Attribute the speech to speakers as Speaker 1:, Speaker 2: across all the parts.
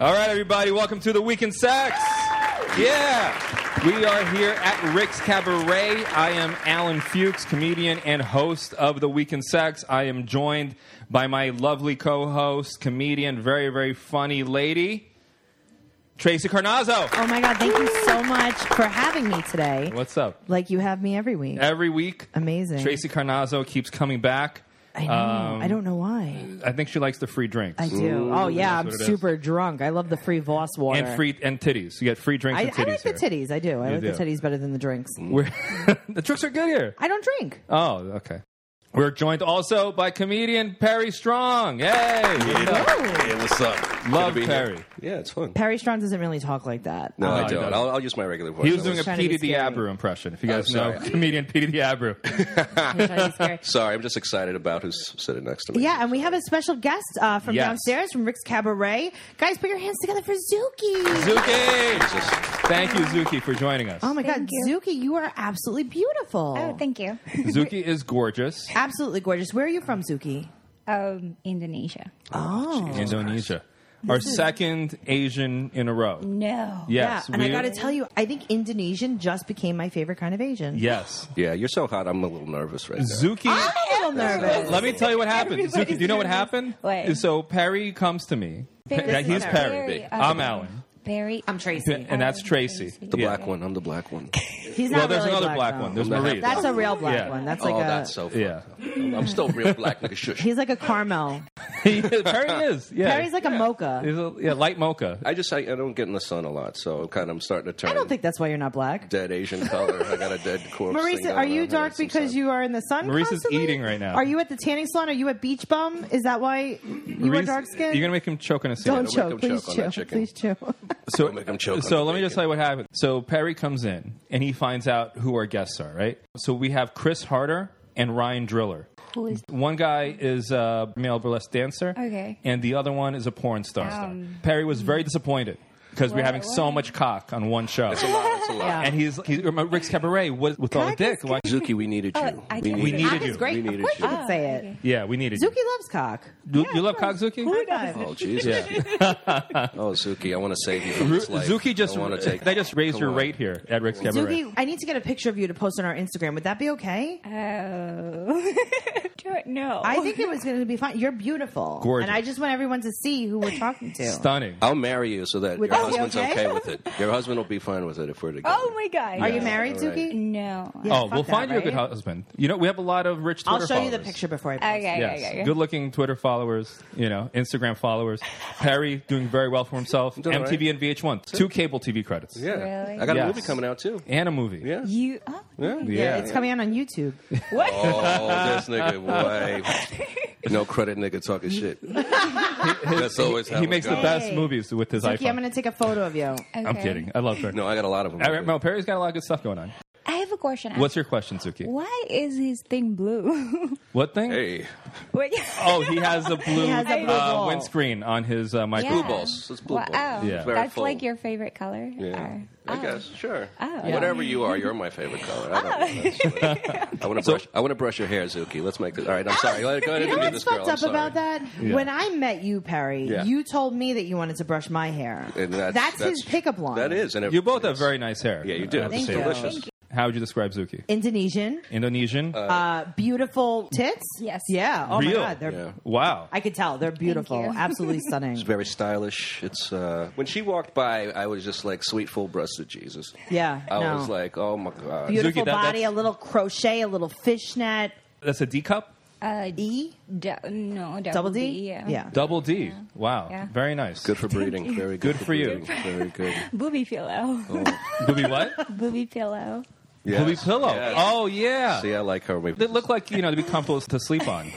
Speaker 1: All right, everybody, welcome to the Week in Sex. Yeah, we are here at Rick's Cabaret. I am Alan Fuchs, comedian and host of the Week in Sex. I am joined by my lovely co-host, comedian, very very funny lady, Tracy Carnazzo.
Speaker 2: Oh my God, thank you so much for having me today.
Speaker 1: What's up?
Speaker 2: Like you have me every week.
Speaker 1: Every week,
Speaker 2: Amazing.
Speaker 1: Tracy um, Carnazzo keeps coming back.
Speaker 2: I know. I don't know why.
Speaker 1: I think she likes the free drinks
Speaker 2: I do. Oh,
Speaker 1: that's
Speaker 2: yeah, I'm
Speaker 1: what it is.
Speaker 2: super drunk. I love the free Voss water.
Speaker 1: and free and titties. You get free drinks
Speaker 2: I,
Speaker 1: and titties
Speaker 2: I like the
Speaker 1: here.
Speaker 2: titties. I do. I
Speaker 1: You
Speaker 2: like
Speaker 1: do.
Speaker 2: the titties better than the drinks.
Speaker 1: We're- the tricks are good here.
Speaker 2: I don't drink.
Speaker 1: Oh, okay. We're joined also by comedian Perry Strong. Yay! What's up?
Speaker 2: Ooh.
Speaker 3: Hey, what's up?
Speaker 1: Love
Speaker 3: Good to be here.
Speaker 1: Perry.
Speaker 3: Yeah, it's fun.
Speaker 2: Perry Strong doesn't really talk like that.
Speaker 3: No,
Speaker 1: Oh,
Speaker 3: I
Speaker 1: he
Speaker 3: don't.
Speaker 1: doesn't.
Speaker 3: I'll, I'll use my regular voice.
Speaker 1: He was
Speaker 3: I
Speaker 1: doing a
Speaker 2: trying to
Speaker 1: P.
Speaker 2: be scary.
Speaker 1: Diablo impression. If you guys
Speaker 3: Oh,
Speaker 1: know
Speaker 3: sorry.
Speaker 1: comedian P. Diablo,
Speaker 2: I'm trying to be scary.
Speaker 3: Sorry, I'm just excited about who's sitting next to me.
Speaker 2: Yeah, and we have a special guest uh, from
Speaker 1: Yes.
Speaker 2: downstairs from Rick's Cabaret. Guys, put your hands together for Zuki.
Speaker 1: Zuki.
Speaker 3: Jesus.
Speaker 1: Thank you, Zuki, for joining us.
Speaker 2: Oh my God,
Speaker 4: Thank you.
Speaker 2: Zuki, you are absolutely beautiful.
Speaker 4: Oh, thank you.
Speaker 1: Zuki is gorgeous.
Speaker 2: Absolutely gorgeous. Where are you from, Zuki?
Speaker 4: Um, Indonesia.
Speaker 2: Oh,
Speaker 1: Indonesia, our second Asian in a row.
Speaker 4: No.
Speaker 1: Yes,
Speaker 2: yeah, and I
Speaker 1: we-
Speaker 2: got to tell you, I think Indonesian just became my favorite kind of Asian.
Speaker 1: Yes,
Speaker 3: Yeah, you're so hot. I'm a little nervous right now.
Speaker 1: Zuki.
Speaker 2: I'm a little nervous.
Speaker 1: Let me tell you what happened.
Speaker 4: Everybody's
Speaker 1: Zuki, do you know what
Speaker 4: nervous.
Speaker 1: happened?
Speaker 4: What?
Speaker 1: So Perry comes to me.
Speaker 4: Very-
Speaker 1: Yeah, he's
Speaker 4: very,
Speaker 1: Perry.
Speaker 2: uh,
Speaker 4: um, Oh,
Speaker 1: I'm Alan,
Speaker 4: Barry.
Speaker 2: I'm Tracy.
Speaker 1: and that's Tracy.
Speaker 3: The
Speaker 1: Yeah.
Speaker 3: black one. I'm the black one.
Speaker 2: He's not
Speaker 1: Well, there's
Speaker 2: really
Speaker 1: another black
Speaker 2: though.
Speaker 1: one. There's
Speaker 3: No.
Speaker 1: Marie.
Speaker 2: that's a real black
Speaker 1: Yeah.
Speaker 2: one. That's
Speaker 3: oh,
Speaker 2: like a.
Speaker 3: that's so fun.
Speaker 1: Yeah.
Speaker 3: I'm still real black nigga. Shush.
Speaker 2: He's like a caramel.
Speaker 1: He- Perry is. Yeah.
Speaker 2: Perry's like a mocha.
Speaker 1: He's a- yeah, light mocha.
Speaker 3: I just I, I don't get in the sun a lot, so I'm kind of I'm starting to turn.
Speaker 2: I don't think that's why you're not black.
Speaker 3: dead Asian color. I got a dead corpse. thing
Speaker 2: Marisa,
Speaker 3: going
Speaker 2: are
Speaker 3: on. I
Speaker 2: you
Speaker 3: got
Speaker 2: dark
Speaker 3: some
Speaker 2: because
Speaker 3: sun.
Speaker 2: you are in the sun?
Speaker 1: Marisa's
Speaker 2: constantly?
Speaker 1: eating right now.
Speaker 2: Are you at the tanning salon? Are you at Beach Bum? Is that why you are
Speaker 1: Reese,
Speaker 2: dark skinned?
Speaker 1: You're gonna make him choke on a scene.
Speaker 2: Don't
Speaker 3: Yeah, don't
Speaker 2: choke, please
Speaker 3: make him choke on that
Speaker 2: chew.
Speaker 3: chicken.
Speaker 2: Please chew.
Speaker 1: So,
Speaker 3: Don't make him choke on
Speaker 1: so
Speaker 3: the
Speaker 1: let me just
Speaker 3: bacon.
Speaker 1: tell you what happened. So Perry comes in and he finds out who our guests are. Right. So we have Chris Harder and Ryan Driller.
Speaker 4: Who is-
Speaker 1: one guy is a male burlesque dancer.
Speaker 4: Okay.
Speaker 1: And the other one is a porn star.
Speaker 4: Um,
Speaker 1: Perry was very disappointed because we're
Speaker 4: What-
Speaker 1: having so
Speaker 4: what?
Speaker 1: much cock on one show.
Speaker 3: It's a lot. It's a lot.
Speaker 2: Yeah.
Speaker 1: And he's, he's Rick's cabaret. What with all the
Speaker 2: Cock is
Speaker 1: dick? Why,
Speaker 3: Zuki, we needed
Speaker 2: Uh,
Speaker 3: you.
Speaker 4: Oh, I
Speaker 3: we
Speaker 4: did.
Speaker 3: needed
Speaker 1: We
Speaker 3: you.
Speaker 1: needed
Speaker 2: Cock is great.
Speaker 3: We
Speaker 2: of
Speaker 3: needed
Speaker 2: course
Speaker 3: you.
Speaker 2: you could say it.
Speaker 1: yeah, we needed you.
Speaker 2: Zuki loves cock.
Speaker 1: You, you love cock, Zuki?
Speaker 2: High five.
Speaker 3: Oh Jesus.
Speaker 1: Yeah.
Speaker 3: Oh Zuki, I want to save you from
Speaker 1: Ru-
Speaker 3: this life.
Speaker 1: Zuki just
Speaker 3: I want to take.
Speaker 1: they just raised
Speaker 3: Come
Speaker 1: your
Speaker 3: on.
Speaker 1: rate here at Rick's Cabaret.
Speaker 2: Zuki, I need to get a picture of you to post on our Instagram. Would that be okay?
Speaker 4: Oh. Don't know.
Speaker 2: I think it was going to be fine. You're beautiful.
Speaker 1: Gorgeous.
Speaker 2: And I just want everyone to see who we're talking to.
Speaker 1: Stunning.
Speaker 3: I'll marry you so that
Speaker 2: Would
Speaker 3: your
Speaker 2: that be
Speaker 3: husband's
Speaker 2: okay?
Speaker 3: okay? with it. Your husband will be fine with it if we're together.
Speaker 4: Oh my god.
Speaker 2: Are you
Speaker 3: Yeah,
Speaker 2: married,
Speaker 3: all right.
Speaker 2: Zuki?
Speaker 4: No.
Speaker 2: Yeah.
Speaker 1: Oh,
Speaker 2: fuck
Speaker 1: we'll
Speaker 2: that,
Speaker 1: find you a good
Speaker 2: right?
Speaker 1: husband. You know, we have a lot of rich Twitter
Speaker 2: I'll show you the
Speaker 1: followers.
Speaker 2: picture before I post.
Speaker 4: Okay. okay,
Speaker 1: Yes.
Speaker 4: okay.
Speaker 1: Good-looking Twitter followers, you know, Instagram followers. Perry doing very well for himself.
Speaker 3: Doing all
Speaker 1: MTV and VH1. Two cable TV credits.
Speaker 3: Yeah,
Speaker 4: Really?
Speaker 3: I got
Speaker 1: Yes.
Speaker 3: a movie coming out too.
Speaker 1: And a movie.
Speaker 3: Yeah.
Speaker 4: You. Oh.
Speaker 3: Yeah.
Speaker 2: Yeah,
Speaker 1: Yeah.
Speaker 2: it's coming out on YouTube.
Speaker 4: What?
Speaker 3: Oh, this nigga, boy. No credit, nigga, talking shit. That's always how
Speaker 1: He
Speaker 3: it
Speaker 1: makes the
Speaker 3: goes.
Speaker 1: best
Speaker 2: Hey.
Speaker 1: movies with his
Speaker 2: Zuki,
Speaker 1: iPhone.
Speaker 2: I'm going to take a photo of you.
Speaker 1: I'm
Speaker 4: Okay.
Speaker 1: kidding. I love Perry.
Speaker 3: No, I got a lot of them.
Speaker 1: I don't know. Perry's got a lot of good stuff going on.
Speaker 4: I have a question.
Speaker 1: What's your question, Zuki?
Speaker 4: Why is his thing blue?
Speaker 1: What thing?
Speaker 3: Hey,
Speaker 4: Wait.
Speaker 1: Oh, he has a blue,
Speaker 2: has a blue
Speaker 1: uh,
Speaker 2: ball.
Speaker 1: windscreen on his uh,
Speaker 4: Yeah.
Speaker 1: micro.
Speaker 3: balls. It's blue
Speaker 4: wow.
Speaker 3: balls.
Speaker 1: Yeah.
Speaker 3: Very
Speaker 4: That's
Speaker 3: full.
Speaker 4: like your favorite color.
Speaker 3: yeah,
Speaker 4: Or-
Speaker 3: I
Speaker 4: oh.
Speaker 3: guess sure.
Speaker 4: Oh.
Speaker 3: Whatever you are, you're my favorite color. I
Speaker 2: Oh.
Speaker 3: don't know. That's what- I want to brush. I want to brush your hair, Zuki. Let's make this. All right, I'm sorry. Go ahead go ahead
Speaker 2: You
Speaker 3: and
Speaker 2: know
Speaker 3: interview
Speaker 2: what's
Speaker 3: this girl.
Speaker 2: fucked
Speaker 3: I'm
Speaker 2: up
Speaker 3: sorry.
Speaker 2: about that? When I met you, Perry,
Speaker 3: Yeah.
Speaker 2: you told me that you wanted to brush my hair.
Speaker 3: And
Speaker 2: that's, his pickup line.
Speaker 3: That is, and it-
Speaker 1: You both have
Speaker 3: it's-
Speaker 1: very nice hair.
Speaker 3: Yeah, you do.
Speaker 1: I have to
Speaker 2: Uh, Thank
Speaker 1: say
Speaker 2: you.
Speaker 1: that.
Speaker 3: Delicious.
Speaker 1: How would you describe Zuki?
Speaker 2: Indonesian,
Speaker 1: Indonesian?
Speaker 2: uh, beautiful tits.
Speaker 4: Yes.
Speaker 2: Yeah. Oh
Speaker 1: Real.
Speaker 2: my god, they're.
Speaker 3: Yeah.
Speaker 1: wow.
Speaker 2: I could tell they're beautiful,
Speaker 4: you.
Speaker 2: absolutely stunning.
Speaker 3: It's very stylish. It's uh, when she walked by, I was just like sweet, full-breasted Jesus.
Speaker 2: Yeah,
Speaker 3: I
Speaker 2: no.
Speaker 3: was like, oh my god.
Speaker 2: Beautiful
Speaker 1: Zuki, that-
Speaker 2: body,
Speaker 1: that's-
Speaker 2: a little crochet, a little fishnet.
Speaker 1: That's a D cup?
Speaker 4: Uh,
Speaker 2: E
Speaker 4: d- no. Double,
Speaker 2: double D.
Speaker 4: Yeah.
Speaker 2: yeah.
Speaker 1: Double D. Wow.
Speaker 4: Yeah.
Speaker 1: Very nice.
Speaker 3: Good for breeding. Very good.
Speaker 1: Good for you.
Speaker 3: breeding. Very good. Oh.
Speaker 4: Booby pillow.
Speaker 1: Booby what?
Speaker 4: Booby pillow.
Speaker 3: Yes.
Speaker 1: Booby pillow.
Speaker 3: Yes.
Speaker 1: Oh, yeah.
Speaker 3: See, I like her. We-
Speaker 1: They look like, you know, to be comfortable to sleep on.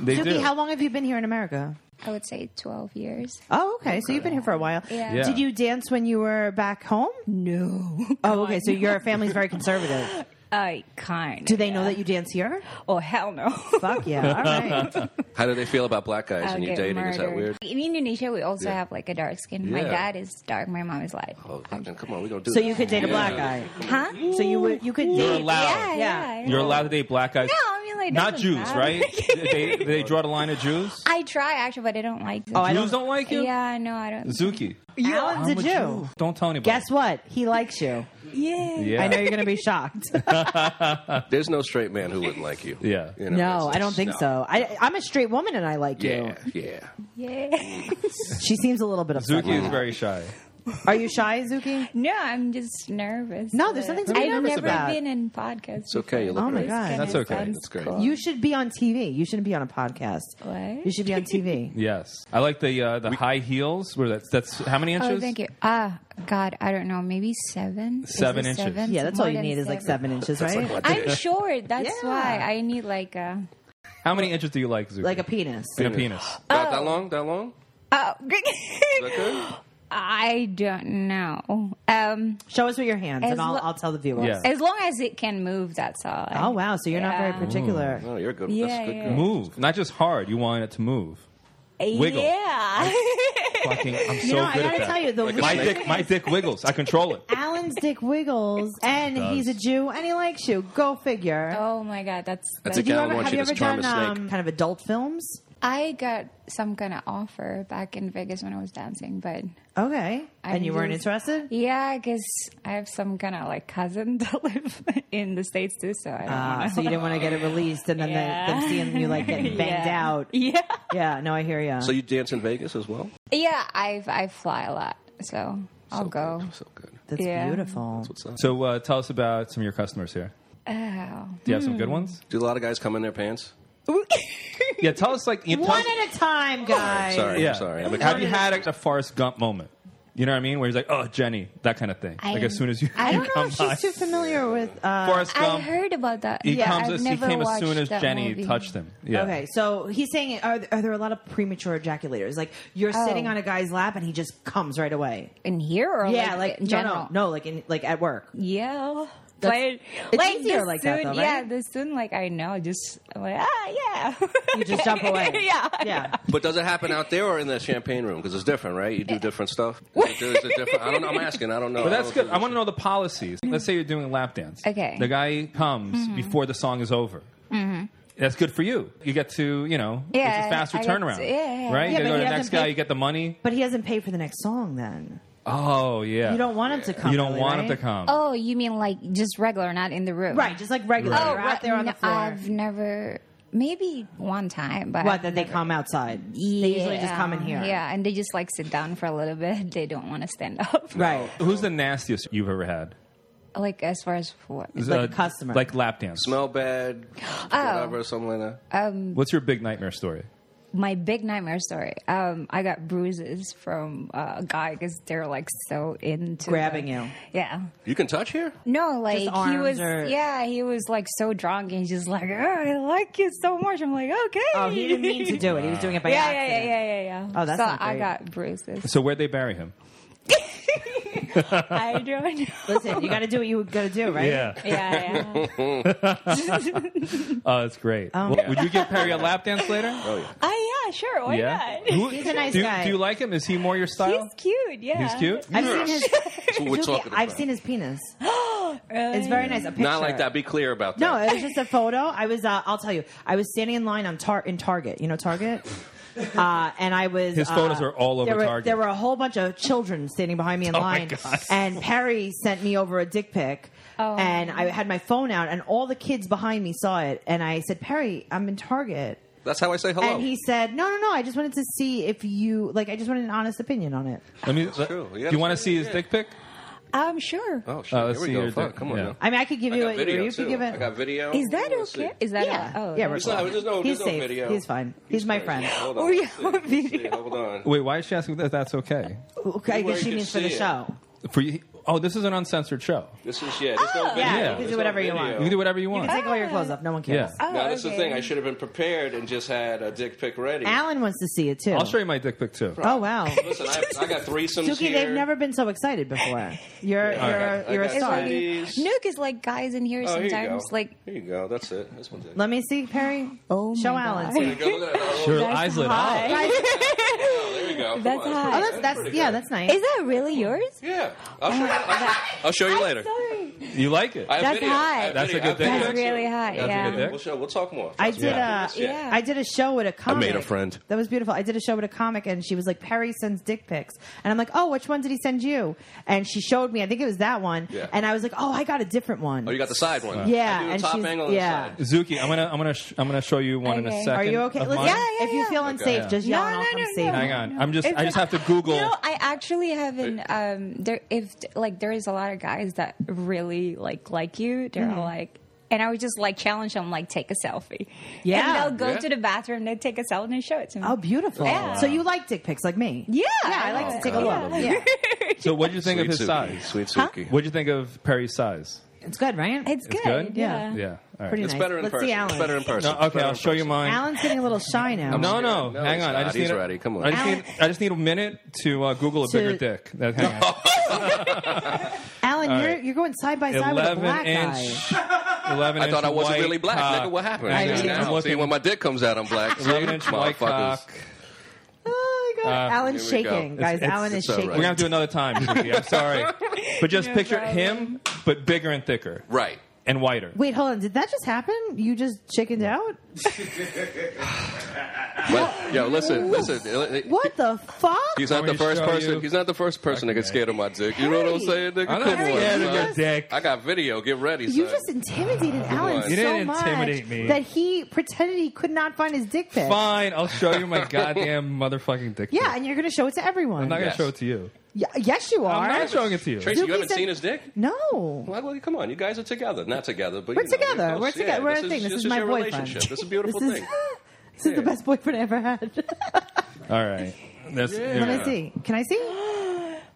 Speaker 1: They
Speaker 2: Zuki,
Speaker 1: do.
Speaker 2: how long have you been here in America?
Speaker 4: I would say twelve years.
Speaker 2: Oh, okay. So you've been here for a while.
Speaker 4: Yeah.
Speaker 1: Yeah.
Speaker 2: Did you dance when you were back home?
Speaker 4: No.
Speaker 2: Oh, okay. So your family's very conservative.
Speaker 4: I kind.
Speaker 2: Do they know that you dance here?
Speaker 4: Oh hell no.
Speaker 2: Fuck yeah. All right.
Speaker 3: How do they feel about black guys when you're dating? Is that weird?
Speaker 4: In Indonesia, we also
Speaker 3: Yeah.
Speaker 4: have like a dark skin. My
Speaker 3: Yeah.
Speaker 4: dad is dark. My mom is light.
Speaker 3: Oh, then come on, we gonna do.
Speaker 2: So
Speaker 3: this.
Speaker 2: you could date a
Speaker 3: Yeah.
Speaker 2: black guy.
Speaker 4: Huh?
Speaker 2: So you would you could
Speaker 1: You're
Speaker 2: date
Speaker 1: allowed.
Speaker 4: Yeah, yeah.
Speaker 2: Yeah.
Speaker 1: You're allowed to date black guys.
Speaker 4: No, I mean like it
Speaker 1: Not
Speaker 4: doesn't
Speaker 1: Jews,
Speaker 4: matter.
Speaker 1: right? they, they draw the line at Jews.
Speaker 4: I try actually, but I don't like. Zuki.
Speaker 2: Oh, I
Speaker 1: Jews don't like you.
Speaker 4: Yeah, no, I don't.
Speaker 1: Zuki.
Speaker 2: Alan's a
Speaker 1: I'm
Speaker 2: Jew.
Speaker 1: Don't tell anybody.
Speaker 2: Guess what? He likes you.
Speaker 4: Yeah.
Speaker 1: Yeah.
Speaker 2: I know you're going to be shocked.
Speaker 3: There's no straight man who wouldn't like you.
Speaker 1: Yeah.
Speaker 3: You know, it's-
Speaker 2: no, I don't
Speaker 3: it's-
Speaker 2: think
Speaker 3: no.
Speaker 2: so. I, I'm a straight woman and I like you.
Speaker 3: Yeah, yeah.
Speaker 4: Yeah.
Speaker 2: She seems a little bit upset.
Speaker 1: Zuki is very shy.
Speaker 2: Are you shy, Zuki?
Speaker 4: no, I'm just nervous.
Speaker 2: No, there's nothing to be
Speaker 4: I've
Speaker 2: nervous
Speaker 4: never
Speaker 2: about.
Speaker 4: been in podcasts.
Speaker 3: It's okay. You look
Speaker 2: Oh my
Speaker 3: great.
Speaker 2: God.
Speaker 1: That's okay. That's
Speaker 3: great.
Speaker 2: You should be on TV. You shouldn't be on a podcast.
Speaker 4: What?
Speaker 2: You should be on TV.
Speaker 1: Yes, I like the uh, the high heels. Where that's that's how many inches?
Speaker 4: Oh, thank you. Ah, God, I don't know. Maybe seven. Is
Speaker 1: Seven
Speaker 4: it
Speaker 1: inches.
Speaker 4: seven?
Speaker 2: yeah, that's all
Speaker 4: More
Speaker 2: you
Speaker 4: than
Speaker 2: need is like seven inches, right? Like,
Speaker 4: I'm short. That's
Speaker 2: Yeah.
Speaker 4: why I need like a.
Speaker 1: How many inches do you like, Zuki?
Speaker 2: a penis.
Speaker 1: a penis.
Speaker 3: That, that long? That long?
Speaker 4: Oh,
Speaker 3: Is that good?
Speaker 4: I don't know. Um,
Speaker 2: Show us with your hands,
Speaker 4: As
Speaker 2: and I'll,
Speaker 4: lo-
Speaker 2: I'll tell the viewers.
Speaker 1: Yeah.
Speaker 4: as long as it can move, that's all.
Speaker 2: Oh wow! So you're not very
Speaker 4: Yeah.
Speaker 2: particular.
Speaker 3: No, Oh, you're good.
Speaker 4: Yeah,
Speaker 3: That's good.
Speaker 4: yeah.
Speaker 3: girl.
Speaker 1: Move, not just hard. You want it to move. Wiggle.
Speaker 4: Yeah.
Speaker 1: Fucking, I'm so
Speaker 2: You know, I
Speaker 1: good
Speaker 2: gotta
Speaker 1: at that.
Speaker 2: tell you, the
Speaker 3: Like a
Speaker 1: my
Speaker 2: weird-
Speaker 1: dick, my dick wiggles. I control it.
Speaker 2: Alan's dick wiggles, and
Speaker 1: does.
Speaker 2: he's a Jew, and he likes you. Go figure.
Speaker 4: oh my God, that's.
Speaker 3: That's
Speaker 4: that's
Speaker 3: a
Speaker 2: Did you
Speaker 3: Alan
Speaker 2: ever,
Speaker 3: wants
Speaker 2: have
Speaker 3: you
Speaker 2: you
Speaker 3: to
Speaker 2: ever
Speaker 3: charm a
Speaker 2: done um, kind of adult films?
Speaker 4: I got some kind of offer back in Vegas when I was dancing, but
Speaker 2: Okay,
Speaker 4: I
Speaker 2: and you weren't
Speaker 4: just-
Speaker 2: interested.
Speaker 4: yeah, I guess I have some kind of like cousin that live in the states too, so I don't
Speaker 2: Uh,
Speaker 4: want
Speaker 2: so you didn't want to get it released, and then
Speaker 4: Yeah.
Speaker 2: they, them seeing you like getting banged
Speaker 4: Yeah.
Speaker 2: out.
Speaker 4: Yeah,
Speaker 2: Yeah, no, I hear you.
Speaker 3: So you dance in Vegas as well?
Speaker 4: yeah. I I fly a lot, so I'll
Speaker 3: so
Speaker 4: go.
Speaker 3: Good. So good.
Speaker 2: That's
Speaker 4: yeah.
Speaker 2: beautiful.
Speaker 3: What's up?
Speaker 1: So uh, tell us about some of your customers here.
Speaker 4: Oh.
Speaker 1: Do you have some good ones?
Speaker 3: Do a lot of guys come in their pants?
Speaker 1: Hmm. Yeah, tell us like you tell
Speaker 2: One
Speaker 1: us-
Speaker 2: at a time, guys.
Speaker 3: Sorry,
Speaker 1: yeah.
Speaker 3: I'm sorry. I'm
Speaker 1: have you had a, a Forrest Gump moment? You know what I mean? Where he's like, "Oh, Jenny," that kind of thing.
Speaker 4: I
Speaker 1: like as soon as you,
Speaker 4: I
Speaker 1: you
Speaker 4: don't know
Speaker 1: come
Speaker 4: if she's
Speaker 1: by,
Speaker 2: She's too familiar with. Uh,
Speaker 1: Forrest
Speaker 4: I
Speaker 1: Gump.
Speaker 4: heard about that.
Speaker 1: He
Speaker 4: yeah,
Speaker 1: comes
Speaker 4: I've
Speaker 1: as he
Speaker 4: never
Speaker 1: came as soon
Speaker 4: watched
Speaker 1: as
Speaker 4: that
Speaker 1: Jenny
Speaker 4: movie.
Speaker 1: touched him. Yeah.
Speaker 2: Okay, so he's saying, are, are there a lot of premature ejaculators? Like you're
Speaker 4: Oh.
Speaker 2: sitting on a guy's lap and he just comes right away.
Speaker 4: in here or
Speaker 2: Yeah,
Speaker 4: Oh, like,
Speaker 2: like,
Speaker 4: in
Speaker 2: no,
Speaker 4: general.
Speaker 2: no, no, like in like at work.
Speaker 4: Yeah.
Speaker 2: That's-
Speaker 4: But
Speaker 2: it's
Speaker 4: like
Speaker 2: easier
Speaker 4: the
Speaker 2: like that,
Speaker 4: soon-
Speaker 2: though,
Speaker 4: Yeah,
Speaker 2: right?
Speaker 4: the soon like I know, just I'm like ah yeah.
Speaker 2: You just jump away.
Speaker 4: yeah.
Speaker 2: yeah.
Speaker 3: But does it happen out there or in the champagne room? Because it's different, right? You do different stuff. Is it- is it different? I don't know. I'm asking. I don't know.
Speaker 1: But that's good. I want to know the policies. Let's say you're doing a lap dance.
Speaker 4: Oh, Okay. Mm-hmm.
Speaker 1: The guy comes before the song is over. Mm-hmm. That's good for you. You get to, you know,
Speaker 4: Yeah,
Speaker 1: it's a faster
Speaker 4: I get to-
Speaker 1: turnarout.
Speaker 4: yeah, yeah.
Speaker 1: Right? you
Speaker 2: Yeah,
Speaker 1: gotta go to
Speaker 2: but he
Speaker 1: the
Speaker 2: hasn't
Speaker 1: next guy,
Speaker 2: paid-
Speaker 1: you get the money.
Speaker 2: But he doesn't pay for the next song then.
Speaker 1: Oh, yeah.
Speaker 2: You don't want him to come.
Speaker 1: You don't
Speaker 2: really,
Speaker 1: want him
Speaker 2: right?
Speaker 1: to come.
Speaker 4: Oh, you mean like just regular, not in the room?
Speaker 2: Right, just like regular.
Speaker 1: Right.
Speaker 2: You're
Speaker 1: Oh,
Speaker 2: out there on the
Speaker 4: right.
Speaker 2: floor.
Speaker 4: I've never. Maybe one time, but
Speaker 2: what, that they come outside? They usually just come in here.
Speaker 4: Yeah, and they just like sit down for a little bit. They don't want to stand up.
Speaker 2: Right.
Speaker 1: Who's the nastiest you've ever had?
Speaker 4: Like as far as what?
Speaker 2: like a customer.
Speaker 1: Like lap dance.
Speaker 3: Smell bad,
Speaker 2: Oh.
Speaker 3: whatever, something like that.
Speaker 2: Uh,
Speaker 1: What's your big nightmare story?
Speaker 4: my big nightmare story. Um, I got bruises from uh, a guy because they're like so into
Speaker 2: Grabbing
Speaker 4: the-
Speaker 2: you.
Speaker 4: Yeah.
Speaker 3: You can touch here?
Speaker 4: No, like he
Speaker 2: arms
Speaker 4: was.
Speaker 2: or-
Speaker 4: Yeah, he was like so drunk and he's just like, oh, I like you so much. I'm like, okay.
Speaker 2: Oh, he didn't mean to do it. He was doing it by
Speaker 4: Yeah, yeah,
Speaker 2: accident.
Speaker 4: yeah, yeah, yeah, yeah.
Speaker 2: Oh, that's
Speaker 4: so
Speaker 2: not
Speaker 4: I
Speaker 2: great.
Speaker 4: got bruises.
Speaker 1: So where'd they bury him?
Speaker 4: I don't know.
Speaker 2: Listen, you got to do what you got to do, right?
Speaker 4: Yeah, yeah.
Speaker 1: Oh, that's great. Well, Would you give Perry a lap dance later?
Speaker 3: Oh, yeah.
Speaker 4: Oh, yeah, sure. Why
Speaker 1: yeah.
Speaker 4: not?
Speaker 1: Who-
Speaker 2: He's a nice
Speaker 1: do,
Speaker 2: guy.
Speaker 1: Do you like him? Is he more your style?
Speaker 4: He's cute. Yeah.
Speaker 1: He's cute?
Speaker 2: I've seen his.
Speaker 3: That's what we're
Speaker 2: Zuki,
Speaker 3: talking about.
Speaker 2: I've seen his penis. It's very nice. A picture.
Speaker 3: Not like that. Be clear about
Speaker 2: No, uh,
Speaker 3: that.
Speaker 2: it was just a photo. I was, uh, I'll tell you, I was standing in line on tar- in Target. You know Target. Uh, and I was.
Speaker 1: His
Speaker 2: uh,
Speaker 1: photos are all over
Speaker 2: there were,
Speaker 1: Target.
Speaker 2: There were a whole bunch of children standing behind me in
Speaker 1: Oh my
Speaker 2: line,
Speaker 1: God.
Speaker 2: and Perry sent me over a dick pic.
Speaker 4: Oh.
Speaker 2: And I had my phone out, and all the kids behind me saw it. And I said, "Perry, I'm in Target."
Speaker 3: That's how I say hello.
Speaker 2: And he said, "No, no, no. I just wanted to see if you like. I just wanted an honest opinion on it.
Speaker 1: Let me. let-
Speaker 3: true.
Speaker 1: Do
Speaker 3: Yeah,
Speaker 1: you want to
Speaker 3: that's-
Speaker 1: see his
Speaker 3: yeah.
Speaker 1: dick pic?
Speaker 4: I'm Um, sure.
Speaker 3: oh, shit.
Speaker 1: Oh,
Speaker 3: here
Speaker 1: let's
Speaker 3: we
Speaker 1: see
Speaker 3: go.
Speaker 1: your
Speaker 3: Fuck,
Speaker 1: dick.
Speaker 3: come on
Speaker 1: Yeah.
Speaker 3: now.
Speaker 2: I mean, I could give
Speaker 3: I
Speaker 2: you
Speaker 3: got
Speaker 2: a, or
Speaker 3: video,
Speaker 2: you could
Speaker 3: too.
Speaker 2: give it.
Speaker 3: I got video.
Speaker 4: Is that
Speaker 3: Let's see.
Speaker 4: okay? Is that
Speaker 2: yeah,
Speaker 4: oh,
Speaker 2: yeah.
Speaker 4: okay.
Speaker 2: we're
Speaker 3: There's no-
Speaker 2: cool.
Speaker 3: there's no-
Speaker 2: he's
Speaker 3: there's no
Speaker 2: safe.
Speaker 3: video.
Speaker 2: He's fine. He's, my friend.
Speaker 3: Hold on.
Speaker 4: Oh,
Speaker 3: Let's
Speaker 4: yeah,
Speaker 3: see. Let's see.
Speaker 4: video.
Speaker 3: Hold on.
Speaker 1: Wait, why is she asking if that's okay?
Speaker 2: Okay, I
Speaker 3: Where
Speaker 2: guess
Speaker 3: you
Speaker 2: she
Speaker 3: can
Speaker 2: means for the
Speaker 3: see it.
Speaker 2: show.
Speaker 1: For you, oh, this is an uncensored show.
Speaker 3: This is yeah. There's no video.
Speaker 2: Oh, Yeah,
Speaker 1: you can do
Speaker 3: There's no
Speaker 2: whatever you
Speaker 3: video.
Speaker 2: want.
Speaker 1: You can do whatever you
Speaker 2: You
Speaker 1: want.
Speaker 2: can take all your clothes off. No one cares.
Speaker 1: Yeah.
Speaker 4: Oh,
Speaker 3: Now that's the
Speaker 4: okay.
Speaker 3: thing. I should have been prepared and just had a dick pic ready.
Speaker 2: Alan wants to see it too.
Speaker 1: I'll show you my dick pic too.
Speaker 2: Oh wow,
Speaker 3: Listen, I, I got threesomes
Speaker 2: Suki,
Speaker 3: here.
Speaker 2: they've never been so excited before. You're
Speaker 1: I
Speaker 2: you're
Speaker 1: got-
Speaker 3: I
Speaker 2: you're a
Speaker 3: got
Speaker 2: star.
Speaker 3: some Ladies.
Speaker 4: Nuke is like guys in here
Speaker 3: Oh, here you go.
Speaker 4: sometimes. Like,
Speaker 3: here you go. That's it. That's one dick.
Speaker 2: Let me see, Perry.
Speaker 4: Oh
Speaker 2: show
Speaker 4: my
Speaker 2: Alan.
Speaker 4: God.
Speaker 2: see.
Speaker 3: There you go. Look at that.
Speaker 1: Your
Speaker 3: Oh,
Speaker 1: eyes lit
Speaker 4: high.
Speaker 1: up.
Speaker 2: Guys,
Speaker 3: there you go. Come
Speaker 4: That's
Speaker 3: on.
Speaker 4: high.
Speaker 2: oh, that's that's yeah, that's nice.
Speaker 4: is that really yours?
Speaker 2: Oh,
Speaker 3: Yeah. I'll show you, I'll, I'll show you later.
Speaker 4: Sorry.
Speaker 1: You like it?
Speaker 3: I have
Speaker 4: That's
Speaker 3: video. I have
Speaker 4: high.
Speaker 1: That's a
Speaker 3: video.
Speaker 1: good
Speaker 3: I have
Speaker 1: thing.
Speaker 3: video.
Speaker 1: That's
Speaker 4: really high,
Speaker 3: That's a
Speaker 4: yeah.
Speaker 3: good thing. We'll, show, we'll talk more.
Speaker 2: I did uh,
Speaker 3: Yeah.
Speaker 2: a
Speaker 4: Yeah.
Speaker 2: I did a show with a comic.
Speaker 3: made a friend.
Speaker 2: That was beautiful. I did a show with a comic and she was like, Perry sends dick pics. And I'm like, Oh, which one did he send you? And she showed me, I think it was that one.
Speaker 3: Yeah.
Speaker 2: And I was like, Oh, I got a different one.
Speaker 3: Oh, you got the side one.
Speaker 2: Yeah,
Speaker 3: I do a
Speaker 2: and
Speaker 3: top
Speaker 2: she's-
Speaker 3: angle on
Speaker 2: yeah.
Speaker 3: the side.
Speaker 1: Zuki, I'm gonna I'm gonna sh- I'm gonna show you one in a
Speaker 4: Okay.
Speaker 1: second.
Speaker 2: Are you okay?
Speaker 1: of
Speaker 2: Listen,
Speaker 1: mine.
Speaker 4: Yeah, yeah,
Speaker 2: if you
Speaker 4: yeah.
Speaker 2: feel unsafe,
Speaker 1: Okay.
Speaker 2: just yell and I'll come save you.
Speaker 1: Hang on. I'm just- I just have to Google-
Speaker 4: You know, I actually haven't. Um, there, if like there is a lot of guys that really like like you. They're
Speaker 2: Mm-hmm.
Speaker 4: like, and I would just like challenge them, like take a selfie.
Speaker 2: Yeah.
Speaker 4: and they'll go
Speaker 3: Yeah.
Speaker 4: to the bathroom, they take a selfie and show it to me.
Speaker 2: Oh, beautiful.
Speaker 4: Yeah.
Speaker 2: So you like dick pics like me?
Speaker 4: yeah,
Speaker 2: Yeah, I like to take a
Speaker 3: God, I
Speaker 2: look.
Speaker 3: love
Speaker 2: Yeah.
Speaker 1: So what'd you think
Speaker 3: Sweet
Speaker 1: of his
Speaker 3: Suki.
Speaker 1: size?
Speaker 3: Sweet Suki.
Speaker 1: What'd you think of Perry's size?
Speaker 2: It's good, right?
Speaker 4: It's good.
Speaker 1: It's good?
Speaker 4: Yeah.
Speaker 1: Yeah. All right.
Speaker 2: Pretty
Speaker 3: It's
Speaker 2: nice.
Speaker 3: better in
Speaker 2: Let's
Speaker 3: person.
Speaker 2: see
Speaker 3: It's
Speaker 2: Alan.
Speaker 3: better in person.
Speaker 1: No,
Speaker 3: It's
Speaker 1: okay,
Speaker 3: better
Speaker 1: I'll
Speaker 3: in
Speaker 1: show you
Speaker 3: person.
Speaker 1: mine.
Speaker 2: Alan's getting a little shy now.
Speaker 1: No, no,
Speaker 3: scared. No,
Speaker 1: hang
Speaker 3: he's
Speaker 1: on. I
Speaker 3: not.
Speaker 1: just
Speaker 3: He's
Speaker 1: need a-
Speaker 3: ready. Come on.
Speaker 1: I just,
Speaker 2: Alan-
Speaker 1: need, I just need a minute to uh, Google a
Speaker 2: To-
Speaker 1: bigger dick. That, hang on.
Speaker 2: Alan,
Speaker 1: All
Speaker 2: you're
Speaker 1: right.
Speaker 2: you're going side by side with a
Speaker 1: 11
Speaker 2: black guy.
Speaker 1: inch. 11
Speaker 3: I thought I
Speaker 1: inch
Speaker 3: wasn't
Speaker 1: white
Speaker 3: really black.
Speaker 1: cock.
Speaker 3: Nigga, what happened?
Speaker 1: Hang on.
Speaker 2: I
Speaker 3: See,
Speaker 2: know.
Speaker 1: I'm
Speaker 3: now, see,
Speaker 1: looking.
Speaker 3: when my dick comes out, I'm black. See?
Speaker 1: 11 inch white
Speaker 3: Motherfuckers.
Speaker 1: cock.
Speaker 2: Oh my god,
Speaker 1: Uh,
Speaker 2: Alan's
Speaker 3: Ah, here we go.
Speaker 2: shaking, guys.
Speaker 1: It's-
Speaker 2: Alan is
Speaker 3: it's all
Speaker 2: shaking.
Speaker 1: We're going to have to do another time, Suki. I'm sorry. But just picture him, but bigger and thicker
Speaker 3: Right.
Speaker 1: and whiter.
Speaker 2: Wait, hold on. Did that just happen? You just chickened out?
Speaker 3: Well, yo, listen, listen.
Speaker 2: What the fuck?
Speaker 3: He's
Speaker 1: Want me
Speaker 3: not the
Speaker 1: to
Speaker 3: first
Speaker 1: show
Speaker 3: person.
Speaker 1: you?
Speaker 3: He's not the first person that gets scared of my dick. You know what I'm
Speaker 2: Hey.
Speaker 3: saying, nigga?
Speaker 1: I'm not
Speaker 3: Come on,
Speaker 1: scared of
Speaker 3: son.
Speaker 1: your dick.
Speaker 3: I got video. Get ready,
Speaker 2: You
Speaker 3: son.
Speaker 2: just intimidated Alan
Speaker 3: You
Speaker 2: so
Speaker 1: didn't
Speaker 2: much
Speaker 1: intimidate me.
Speaker 2: that he pretended he could not find his dick pic.
Speaker 1: Fine, I'll show you my goddamn motherfucking dick. pic.
Speaker 2: Yeah, and you're going to show it to everyone.
Speaker 1: I'm not going to
Speaker 3: Yes.
Speaker 1: show it to you.
Speaker 2: Y- yes, you are.
Speaker 1: I'm not showing it to you.
Speaker 3: Tracy,
Speaker 2: Zuki
Speaker 3: you haven't
Speaker 2: said-
Speaker 3: seen his dick?
Speaker 2: No.
Speaker 3: Well, well, come on, you guys are together. Not together, but
Speaker 2: We're
Speaker 3: you know,
Speaker 2: together.
Speaker 3: close.
Speaker 2: We're
Speaker 3: Yeah,
Speaker 2: together. We're
Speaker 3: this
Speaker 2: a thing. This is my
Speaker 3: your
Speaker 2: boyfriend.
Speaker 3: relationship. This is a beautiful
Speaker 2: This is-
Speaker 3: thing.
Speaker 2: This is the best boyfriend I ever had.
Speaker 1: All right. That's,
Speaker 2: Let
Speaker 1: yeah.
Speaker 2: me see. Can I see?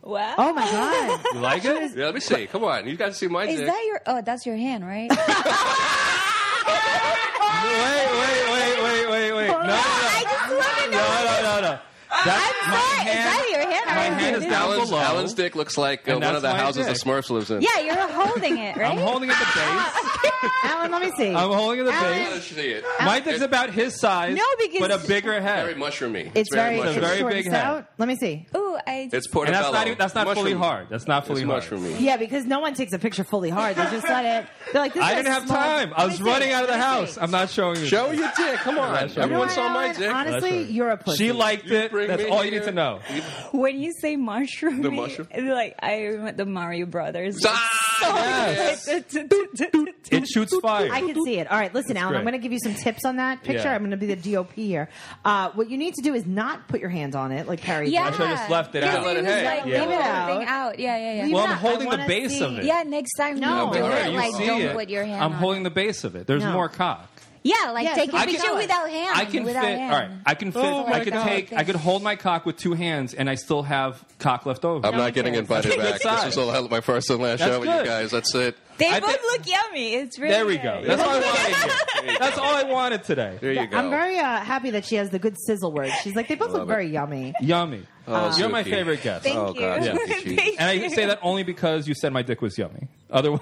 Speaker 4: Wow.
Speaker 2: Oh my god.
Speaker 1: You like it?
Speaker 3: Yeah, let me see. Come on, you guys see my
Speaker 4: Is
Speaker 3: dick?
Speaker 4: that your? Oh, that's your hand, right?
Speaker 1: Wait, wait, wait, wait, wait, wait. No, no,
Speaker 4: I just love it.
Speaker 1: no, no, no, no. That's
Speaker 4: I'm
Speaker 1: my
Speaker 4: sorry. Is
Speaker 1: hand.
Speaker 4: that your hand?
Speaker 1: my hand is down
Speaker 3: Alan's,
Speaker 1: below.
Speaker 3: Alan's dick looks like uh,
Speaker 1: And
Speaker 3: one of
Speaker 1: that's
Speaker 3: the
Speaker 1: my
Speaker 3: houses
Speaker 1: dick.
Speaker 3: the Smurfs lives in.
Speaker 4: Yeah, you're holding it, right?
Speaker 1: I'm holding at the base.
Speaker 2: Alan, let me see.
Speaker 1: I'm holding at the
Speaker 2: Alan-
Speaker 1: base.
Speaker 3: Let's see it.
Speaker 1: My dick's about his size,
Speaker 4: No, because-
Speaker 1: but a bigger
Speaker 3: very
Speaker 1: head.
Speaker 3: mushroomy.
Speaker 2: it's very,
Speaker 1: It's a
Speaker 3: mushroomy.
Speaker 1: very
Speaker 2: short
Speaker 1: big
Speaker 2: and
Speaker 1: head.
Speaker 2: stout. Let me see.
Speaker 4: Ooh, I.
Speaker 3: It's
Speaker 1: And
Speaker 3: portobello.
Speaker 1: that's not even- that's not fully
Speaker 3: Mushroomy.
Speaker 1: hard. That's not fully
Speaker 3: it's
Speaker 1: hard.
Speaker 3: mushroomy.
Speaker 2: Yeah, because no one takes a picture fully hard. They just let it. They're like, this
Speaker 1: I
Speaker 2: is a
Speaker 1: didn't have
Speaker 2: small-
Speaker 1: time. I
Speaker 2: Let
Speaker 1: was
Speaker 2: me see.
Speaker 1: running out of the
Speaker 2: Let me see.
Speaker 1: house. I'm not showing you.
Speaker 3: Show your dick. Come on.
Speaker 1: That's right.
Speaker 2: You know
Speaker 3: Everyone
Speaker 2: what,
Speaker 3: saw my
Speaker 2: Alan?
Speaker 3: dick.
Speaker 2: Honestly,
Speaker 1: That's right.
Speaker 2: you're a pussy.
Speaker 1: She liked
Speaker 3: You
Speaker 1: it.
Speaker 3: bring
Speaker 1: That's
Speaker 3: me
Speaker 1: all you need
Speaker 3: here.
Speaker 1: to know.
Speaker 4: When you say mushroom,
Speaker 3: The mushroom?
Speaker 4: like I the Mario Brothers.
Speaker 3: Ah, yes.
Speaker 1: It shoots fire.
Speaker 2: I can see it. All right, listen, Alan, I'm
Speaker 1: great.
Speaker 2: going to give you some tips on that picture.
Speaker 1: Yeah.
Speaker 2: I'm going to be the DOP here. Uh, what you need to do is not put your hands on it like Perry
Speaker 4: Yeah,
Speaker 2: did.
Speaker 1: should have just left it
Speaker 4: Because
Speaker 1: out.
Speaker 4: he was,
Speaker 3: Hey,
Speaker 4: like,
Speaker 1: yeah.
Speaker 4: leaving
Speaker 1: Leave
Speaker 2: it
Speaker 4: everything out. Yeah, yeah,
Speaker 2: Leave
Speaker 4: yeah.
Speaker 1: Well,
Speaker 2: it
Speaker 1: I'm
Speaker 2: out.
Speaker 1: holding
Speaker 2: I
Speaker 1: the
Speaker 2: wanna
Speaker 1: base
Speaker 2: see-
Speaker 1: of it.
Speaker 4: yeah, next time
Speaker 2: No.
Speaker 4: you do
Speaker 2: All right,
Speaker 4: it,
Speaker 2: you
Speaker 4: like
Speaker 1: see
Speaker 4: don't
Speaker 1: it.
Speaker 4: put your hand.
Speaker 1: I'm
Speaker 4: on
Speaker 1: holding
Speaker 4: it.
Speaker 1: the base of it. There's
Speaker 2: No.
Speaker 1: more cock.
Speaker 4: Yeah, like
Speaker 2: Yeah,
Speaker 4: take
Speaker 2: so
Speaker 4: a
Speaker 2: I can-
Speaker 4: picture without hand.
Speaker 1: I can fit.
Speaker 4: without hand.
Speaker 1: All right, I can fit.
Speaker 4: Oh my
Speaker 1: I could
Speaker 4: God.
Speaker 1: take. I could hold my cock with two hands, and I still have cock left over.
Speaker 3: I'm not getting
Speaker 2: cares.
Speaker 3: invited back.
Speaker 1: size.
Speaker 3: This was all my first and last
Speaker 1: That's
Speaker 3: show with
Speaker 1: good.
Speaker 3: you guys. That's it.
Speaker 4: They
Speaker 1: I
Speaker 4: both
Speaker 1: think-
Speaker 4: look yummy. It's really
Speaker 1: there we go.
Speaker 4: good.
Speaker 1: That's all I wanted. That's all I wanted
Speaker 3: There
Speaker 1: today.
Speaker 3: you go.
Speaker 2: I'm very uh, happy that she has the good sizzle words. She's like, they both look
Speaker 3: Love it.
Speaker 2: very yummy.
Speaker 1: Yummy.
Speaker 3: Oh,
Speaker 1: You're my
Speaker 3: Zuki.
Speaker 1: favorite guest.
Speaker 4: Thank
Speaker 3: Oh,
Speaker 4: you.
Speaker 3: God,
Speaker 1: Yeah.
Speaker 3: Zuki, Jesus.
Speaker 4: Thank
Speaker 1: And I
Speaker 4: you.
Speaker 1: say that only because you said my dick was yummy. Otherwise,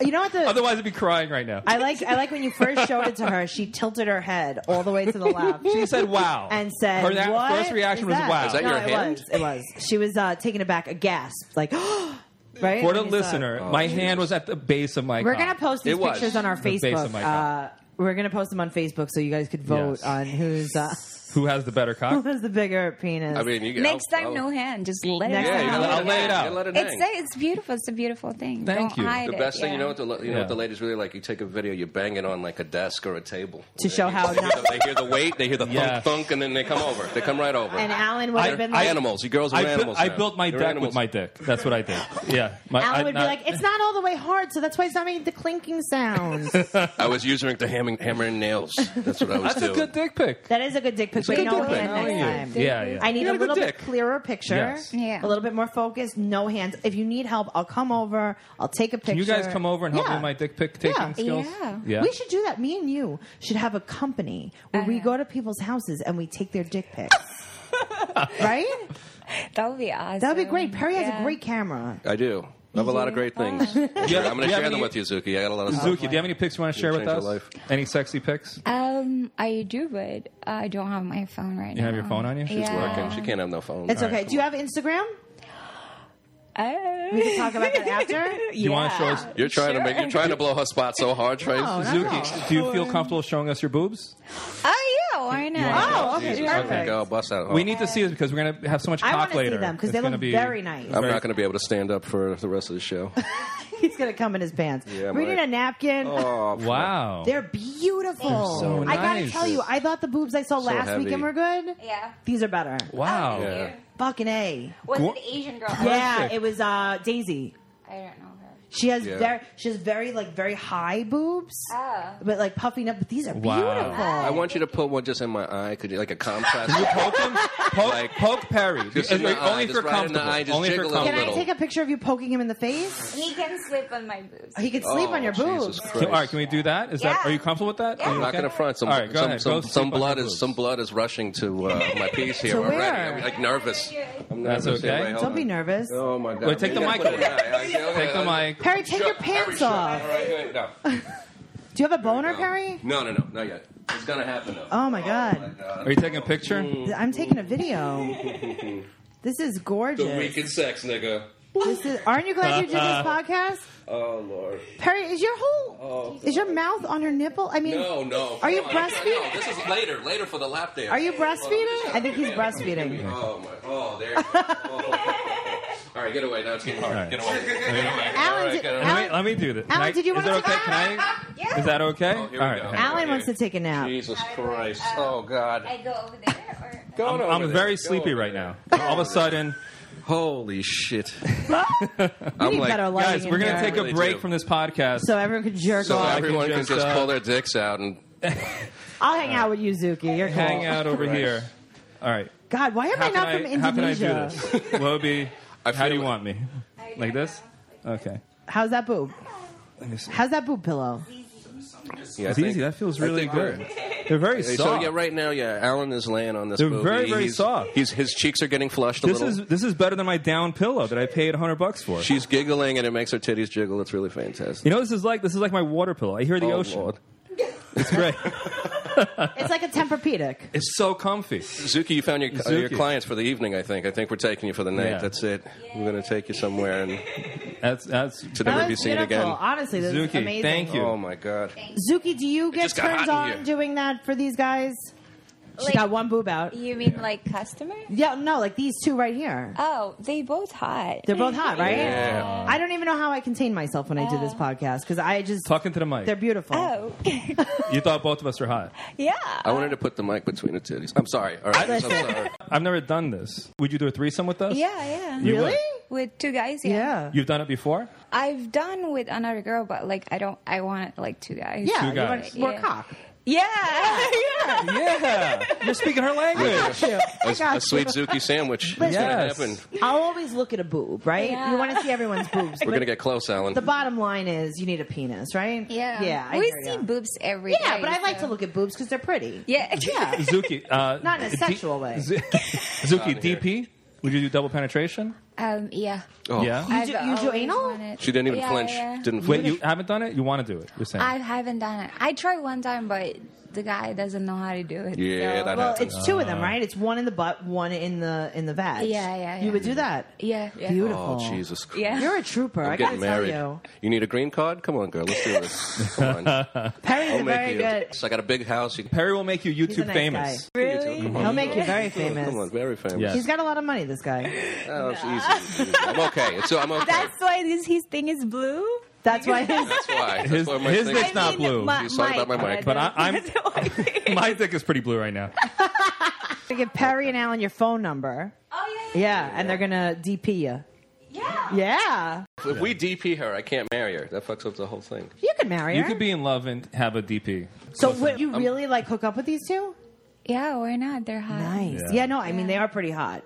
Speaker 2: You know what? The,
Speaker 1: otherwise I'd be crying right now.
Speaker 2: Oh. I like I like when you first showed it to her. She tilted her head all the way to the left.
Speaker 1: She said, "Wow,"
Speaker 2: and said,
Speaker 1: Oh. her that-
Speaker 2: "What
Speaker 1: first reaction
Speaker 2: is
Speaker 1: was,
Speaker 2: that?"
Speaker 1: "Wow."
Speaker 3: Is that
Speaker 2: no,
Speaker 3: your
Speaker 2: it
Speaker 3: hand?
Speaker 2: was. It was. She was uh, taken aback, aghast, like, right?
Speaker 1: For the
Speaker 2: When you saw it.
Speaker 1: listener,
Speaker 3: Oh,
Speaker 1: my hand was at the base of my.
Speaker 2: We're
Speaker 1: cock.
Speaker 2: gonna post these
Speaker 3: It was.
Speaker 2: pictures on our
Speaker 1: The base
Speaker 2: Facebook.
Speaker 1: of my
Speaker 2: uh,
Speaker 1: cock.
Speaker 2: we're gonna post them on Facebook so you guys could vote
Speaker 1: Yes.
Speaker 2: on who's uh,
Speaker 1: Who has the better
Speaker 2: who
Speaker 1: cock?
Speaker 2: has the bigger penis.
Speaker 3: I mean, you
Speaker 4: Next
Speaker 3: I'll-
Speaker 4: time,
Speaker 3: I'll-
Speaker 4: no hand. Just let
Speaker 2: Next
Speaker 4: it
Speaker 2: time,
Speaker 1: Oh,
Speaker 4: out.
Speaker 1: you
Speaker 3: Yeah,
Speaker 1: know, I'll lay it out.
Speaker 3: Yeah, let it
Speaker 4: It's
Speaker 3: hang.
Speaker 4: it's beautiful. It's a beautiful thing.
Speaker 1: Thank
Speaker 4: Don't
Speaker 1: you.
Speaker 4: Hide
Speaker 3: The
Speaker 4: it,
Speaker 3: best thing you
Speaker 4: yeah.
Speaker 3: know what the you know
Speaker 1: Yeah.
Speaker 3: what the ladies really like. You take a video, you bang it on like a desk or a table
Speaker 2: To show how
Speaker 3: they, hear
Speaker 2: not-
Speaker 3: the, they hear the weight, they hear the
Speaker 1: Yeah.
Speaker 3: thunk thunk, and then they come over. They come right over.
Speaker 2: and Alan would have
Speaker 1: I-
Speaker 2: been
Speaker 1: I-
Speaker 2: like,
Speaker 3: animals, you girls are
Speaker 1: I, bu-
Speaker 3: animals.
Speaker 1: I
Speaker 3: now.
Speaker 1: built my
Speaker 3: You're
Speaker 1: deck
Speaker 3: animals.
Speaker 1: with my dick. That's what I did. Yeah, my, I-
Speaker 2: Alan would be
Speaker 1: not-
Speaker 2: like, it's not all the way hard, so that's why it's not making the clinking sounds.
Speaker 3: I was using the hammering, hammering nails. That's what I was
Speaker 1: That's a
Speaker 3: doing.
Speaker 1: good dick pic.
Speaker 2: that is a good dick pic,
Speaker 3: a
Speaker 2: but
Speaker 3: good
Speaker 2: no
Speaker 3: dick pic.
Speaker 2: hand
Speaker 3: How
Speaker 2: next
Speaker 3: are you?
Speaker 2: time.
Speaker 1: Yeah, yeah.
Speaker 2: I need a
Speaker 3: You had a good
Speaker 2: little bit
Speaker 3: dick.
Speaker 2: clearer picture.
Speaker 1: Yes.
Speaker 4: Yeah.
Speaker 2: A little bit more focus, no hands. If you need help, I'll come over. I'll take a picture.
Speaker 1: Can you guys come over and help me
Speaker 2: Yeah.
Speaker 1: with my dick pic taking
Speaker 2: Yeah.
Speaker 1: skills?
Speaker 4: Yeah.
Speaker 2: We should do that. Me and you should have a company where we
Speaker 4: Uh-huh.
Speaker 2: go to people's houses and we take their dick pics. right?
Speaker 4: That would be awesome.
Speaker 2: That would be great. Perry has
Speaker 4: Yeah.
Speaker 2: a great camera.
Speaker 3: I do. I have a lot of great things.
Speaker 1: Yeah,
Speaker 3: I'm
Speaker 1: do you
Speaker 3: going to
Speaker 1: have
Speaker 3: share them
Speaker 1: any-
Speaker 3: with you, Zuki. I got a lot of stuff.
Speaker 1: Zuki, do you have any pics you want to share with
Speaker 3: change your
Speaker 1: us?
Speaker 3: life.
Speaker 1: Any sexy pics?
Speaker 4: Um, I do, but I don't have my phone right now.
Speaker 1: You have your phone on you? She's
Speaker 4: yeah.
Speaker 3: Working. She can't have no phone.
Speaker 2: It's
Speaker 3: All right.
Speaker 2: okay. Do you have Instagram? We can talk about that after.
Speaker 1: you wanna show us-
Speaker 3: You're trying to make you're trying to blow her spot so hard, Trace.
Speaker 2: No, not at all.
Speaker 1: Zuki, do you feel comfortable showing us your boobs?
Speaker 4: Oh yeah, why not?
Speaker 2: Oh, okay,
Speaker 3: Jesus,
Speaker 2: perfect.
Speaker 3: okay, go bust out.
Speaker 1: We need to see this because we're gonna have so much
Speaker 2: I
Speaker 1: cock
Speaker 2: want to
Speaker 1: later.
Speaker 2: see them because
Speaker 1: It's
Speaker 2: they
Speaker 1: gonna
Speaker 2: look
Speaker 1: be-
Speaker 2: very nice.
Speaker 3: Oh, I'm not going to be able to stand up for the rest of the show.
Speaker 2: He's gonna come in his pants.
Speaker 3: Yeah,
Speaker 2: we
Speaker 3: right.
Speaker 2: need a napkin.
Speaker 3: Oh,
Speaker 1: Wow.
Speaker 2: They're beautiful.
Speaker 1: so
Speaker 2: I gotta
Speaker 1: nice.
Speaker 2: tell you, I thought the boobs I saw last
Speaker 3: heavy.
Speaker 2: weekend were good.
Speaker 4: Yeah.
Speaker 2: These are better.
Speaker 1: Wow.
Speaker 3: Yeah.
Speaker 2: Fucking a.
Speaker 4: Was
Speaker 1: Gw-
Speaker 4: it Asian girl?
Speaker 2: Yeah,
Speaker 1: Perfect.
Speaker 2: it was uh, Daisy.
Speaker 4: I don't know her.
Speaker 2: She has
Speaker 3: Yeah.
Speaker 2: very, she has very like very high boobs,
Speaker 4: Oh.
Speaker 2: but like puffing up. But these are
Speaker 1: Wow.
Speaker 2: beautiful.
Speaker 3: I want you to put one just in my eye. Could you like a contrast?
Speaker 1: Can you poke him? Poke,
Speaker 3: Like-
Speaker 1: poke Perry.
Speaker 3: Just in the
Speaker 1: Like,
Speaker 3: eye,
Speaker 1: only if
Speaker 3: just
Speaker 1: you're
Speaker 3: right in the
Speaker 1: comfortable.
Speaker 3: eye, just
Speaker 1: only if you're
Speaker 3: jiggle it a
Speaker 2: Can
Speaker 1: comfortable.
Speaker 2: I take a
Speaker 3: little.
Speaker 2: picture of you poking him in the face?
Speaker 4: He can slip on my boobs.
Speaker 2: He could sleep
Speaker 3: Oh,
Speaker 2: on your boobs.
Speaker 3: Jesus
Speaker 1: Can- all right, can we do that? Is that?
Speaker 4: Yeah.
Speaker 1: Are you comfortable with that? Are you
Speaker 3: I'm not
Speaker 1: okay?
Speaker 3: going to front. Some,
Speaker 1: all right, go
Speaker 3: some,
Speaker 1: ahead.
Speaker 3: some,
Speaker 1: Go
Speaker 3: some
Speaker 1: sleep on
Speaker 3: blood
Speaker 1: your
Speaker 3: is
Speaker 1: boobs.
Speaker 3: some blood is rushing to uh, my piece here
Speaker 2: To
Speaker 3: already.
Speaker 2: where?
Speaker 3: I'm like nervous. I'm
Speaker 1: That's
Speaker 3: nervous.
Speaker 1: okay.
Speaker 3: Wait, hold
Speaker 2: Don't
Speaker 3: on.
Speaker 2: be nervous.
Speaker 3: Oh my god.
Speaker 1: Wait, take the
Speaker 3: You
Speaker 1: mic
Speaker 3: gotta put it
Speaker 1: away.
Speaker 3: in my eye. Okay,
Speaker 1: Take the
Speaker 3: okay.
Speaker 1: mic.
Speaker 2: Perry, take
Speaker 3: Shut-
Speaker 2: your
Speaker 3: Perry,
Speaker 2: pants
Speaker 3: shut.
Speaker 2: off.
Speaker 3: All right, good. No.
Speaker 2: Do you have a boner,
Speaker 3: No.
Speaker 2: Perry?
Speaker 3: No, no, no, not yet. It's gonna happen though.
Speaker 2: Oh my
Speaker 3: my
Speaker 2: god.
Speaker 3: God.
Speaker 1: Are you taking a picture?
Speaker 2: I'm taking a video. This is
Speaker 3: The
Speaker 2: gorgeous.
Speaker 3: weekend sex, nigga.
Speaker 2: This is, aren't you glad you did this podcast?
Speaker 3: Oh lord. Oh,
Speaker 2: Perry, is your whole is your mouth on her nipple? I mean,
Speaker 3: No, no.
Speaker 2: Are you
Speaker 3: Come on.
Speaker 2: breastfeeding?
Speaker 3: No, this is later. Later for the lap dance.
Speaker 2: are you breastfeeding? I think he's
Speaker 3: Yeah.
Speaker 2: breastfeeding.
Speaker 3: Oh my. Oh, there. you go. Oh. All right, get away. Now it's getting hard.
Speaker 1: right.
Speaker 3: Get away. Get away.
Speaker 2: Alan
Speaker 3: All right,
Speaker 2: did-
Speaker 3: get away.
Speaker 1: Let me, let me do this. Can I-
Speaker 2: did you
Speaker 1: is
Speaker 2: wanna
Speaker 1: that
Speaker 2: take-
Speaker 1: okay? Can I?
Speaker 4: Ah, Yeah.
Speaker 1: Is that okay?
Speaker 3: Oh, here we
Speaker 1: all right.
Speaker 3: go.
Speaker 1: hang on.
Speaker 2: Alan wants to take a nap.
Speaker 3: Jesus
Speaker 4: I would,
Speaker 3: Christ.
Speaker 4: uh,
Speaker 3: Oh God.
Speaker 4: I go over there or
Speaker 3: Go on over
Speaker 1: I'm
Speaker 3: there.
Speaker 1: very
Speaker 3: Go
Speaker 1: sleepy
Speaker 3: over
Speaker 1: right
Speaker 3: there.
Speaker 1: now. All of a sudden,
Speaker 3: Holy shit.
Speaker 2: We need
Speaker 3: like-
Speaker 2: better lighting.
Speaker 1: guys,
Speaker 2: in
Speaker 1: we're gonna
Speaker 2: here.
Speaker 1: take a
Speaker 3: Really
Speaker 1: break
Speaker 3: do.
Speaker 1: from this podcast.
Speaker 2: so everyone can jerk
Speaker 3: So
Speaker 2: off.
Speaker 1: I can
Speaker 3: everyone can
Speaker 1: just,
Speaker 3: just,
Speaker 1: uh,
Speaker 3: pull their dicks out and
Speaker 2: I'll hang out with you, Zuki. You're cool.
Speaker 1: Hang out over
Speaker 3: Christ.
Speaker 1: here. All right.
Speaker 2: God, why am
Speaker 1: How
Speaker 2: I
Speaker 1: can
Speaker 2: not from
Speaker 1: I? How
Speaker 2: Indonesia?
Speaker 1: can I do this? Lobi,
Speaker 3: I
Speaker 1: how do
Speaker 3: feel
Speaker 1: you
Speaker 3: it.
Speaker 1: want me? Like this? Okay.
Speaker 2: How's that boob?
Speaker 1: see.
Speaker 2: How's that boob pillow?
Speaker 3: yeah,
Speaker 1: It's easy. That feels really
Speaker 3: think
Speaker 1: good. They're very soft.
Speaker 3: So yeah, right now, yeah, Alan is laying on this.
Speaker 1: They're
Speaker 3: booby.
Speaker 1: very, very
Speaker 3: He's-
Speaker 1: soft.
Speaker 3: He's his cheeks are getting flushed a
Speaker 1: This
Speaker 3: little.
Speaker 1: is this is better than my down pillow that I paid hundred bucks for.
Speaker 3: She's giggling and it makes her titties jiggle. It's really fantastic.
Speaker 1: you know, this is like this is like my water pillow. I hear the
Speaker 3: Oh,
Speaker 1: ocean.
Speaker 3: Lord.
Speaker 1: It's great.
Speaker 2: It's like a Tempur-Pedic.
Speaker 1: it's so comfy.
Speaker 3: Zuki, you found your uh, your
Speaker 1: Zuki.
Speaker 3: clients for the evening. I think. I think we're taking you for the night.
Speaker 1: Yeah.
Speaker 3: That's it. We're going to take you somewhere and
Speaker 1: That's that's
Speaker 2: That
Speaker 3: to never be
Speaker 2: was
Speaker 3: seen
Speaker 2: beautiful.
Speaker 3: again.
Speaker 2: Honestly, this is
Speaker 1: Zuki,
Speaker 2: amazing.
Speaker 1: thank you.
Speaker 3: Oh my God.
Speaker 2: Zuki, do you get
Speaker 3: just got
Speaker 2: turned
Speaker 3: hot in
Speaker 2: on
Speaker 3: here.
Speaker 2: doing that for these guys? She
Speaker 4: Like-
Speaker 2: got one boob out.
Speaker 4: You mean like customer?
Speaker 2: Yeah, no, like these two right here.
Speaker 4: Oh, they both hot.
Speaker 2: They're both hot, right?
Speaker 3: Yeah.
Speaker 2: I don't even know how I contain myself when I do this podcast because I just
Speaker 1: Talking to the mic.
Speaker 2: they're beautiful.
Speaker 4: Oh,
Speaker 1: You thought both of us were hot.
Speaker 4: yeah.
Speaker 3: I wanted to put the mic between her titties. I'm sorry. All right. uh, I'm
Speaker 2: Listen.
Speaker 3: sorry.
Speaker 1: I've never done this. Would you do a threesome with us?
Speaker 4: Yeah, yeah.
Speaker 1: You
Speaker 2: really?
Speaker 1: would.
Speaker 4: With two guys, yeah.
Speaker 2: Yeah.
Speaker 1: You've done it before.
Speaker 4: I've done with another girl, but like I don't. I want like two guys.
Speaker 2: Yeah,
Speaker 1: Two
Speaker 2: you want
Speaker 1: guys.
Speaker 2: more
Speaker 4: Yeah.
Speaker 2: cock.
Speaker 4: Yeah. yeah.
Speaker 1: Yeah, you're speaking her language.
Speaker 2: Shoot.
Speaker 3: A,
Speaker 2: I got
Speaker 3: a sweet Zuki sandwich. It's going to
Speaker 1: Yes.
Speaker 3: happen.
Speaker 2: I'll always look at a boob, right?
Speaker 4: Yeah.
Speaker 2: You want to see everyone's boobs.
Speaker 3: We're going to get close, Alan.
Speaker 2: The bottom line is you need a penis, right? Yeah. I
Speaker 4: we
Speaker 2: hear
Speaker 4: see
Speaker 2: ya.
Speaker 4: boobs every day.
Speaker 2: Yeah, but I like
Speaker 4: so-
Speaker 2: to look at boobs because they're pretty.
Speaker 4: Yeah.
Speaker 2: Yeah.
Speaker 1: Zuki, uh,
Speaker 2: Not in a
Speaker 1: D-
Speaker 2: sexual way.
Speaker 1: Z- Zuki DP. Would you do double penetration?
Speaker 4: Um. Yeah.
Speaker 3: Oh.
Speaker 1: Yeah.
Speaker 2: You do- you do
Speaker 4: always
Speaker 2: anal?
Speaker 4: wanted-
Speaker 3: She didn't even
Speaker 4: Yeah,
Speaker 3: flinch.
Speaker 4: yeah.
Speaker 3: Didn't flinch.
Speaker 1: Wait, you haven't done it. You want to do it? You're saying.
Speaker 4: I haven't done it. I tried one time, but the guy doesn't know how to do it.
Speaker 3: Yeah,
Speaker 4: so-
Speaker 3: that
Speaker 2: Well,
Speaker 3: happens.
Speaker 2: it's two of them, right? It's one in the butt, one in the in the vag.
Speaker 4: Yeah, yeah,
Speaker 2: You
Speaker 4: yeah.
Speaker 2: would do that.
Speaker 4: Yeah. yeah.
Speaker 2: Beautiful.
Speaker 3: Oh, Jesus Christ.
Speaker 4: Yeah.
Speaker 2: You're a trooper.
Speaker 3: I'm
Speaker 2: I gotta
Speaker 3: getting married.
Speaker 2: tell
Speaker 3: need a green card? Come on, girl. Let's do this. Come on.
Speaker 2: you, Perry's
Speaker 3: I'll
Speaker 2: a
Speaker 3: make
Speaker 2: very
Speaker 3: you.
Speaker 2: good.
Speaker 3: So I got a big house. You-
Speaker 1: Perry will make you
Speaker 2: He's a
Speaker 1: YouTube
Speaker 2: nice
Speaker 1: famous.
Speaker 2: guy.
Speaker 3: Come on.
Speaker 2: He'll make you very famous.
Speaker 3: Come on, very famous.
Speaker 1: Yes.
Speaker 2: He's got a lot of money. This guy.
Speaker 3: Oh, it's easy. It's easy. I'm okay. It's, I'm okay.
Speaker 4: That's why this his thing is blue.
Speaker 2: That's why. His,
Speaker 3: That's why. That's
Speaker 1: His-
Speaker 3: why my
Speaker 1: his
Speaker 3: thing-
Speaker 1: dick's It's not blue.
Speaker 4: my-
Speaker 3: You saw about my mic.
Speaker 1: But I- I'm-
Speaker 4: that's the only thing.
Speaker 1: My dick is pretty blue right now.
Speaker 2: to give Perry and Alan your phone number.
Speaker 4: oh yeah.
Speaker 2: Yeah, and they're gonna DP you.
Speaker 4: Yeah.
Speaker 2: Yeah,
Speaker 3: If we DP her, I can't marry her. That fucks up the whole thing.
Speaker 2: you could marry
Speaker 1: You
Speaker 2: her.
Speaker 1: could be Um, in love and have a DP.
Speaker 2: so would you really like hook up with these two?
Speaker 4: Yeah, why not? They're hot.
Speaker 2: Nice.
Speaker 1: Yeah.
Speaker 2: Yeah, no, I mean they are pretty hot.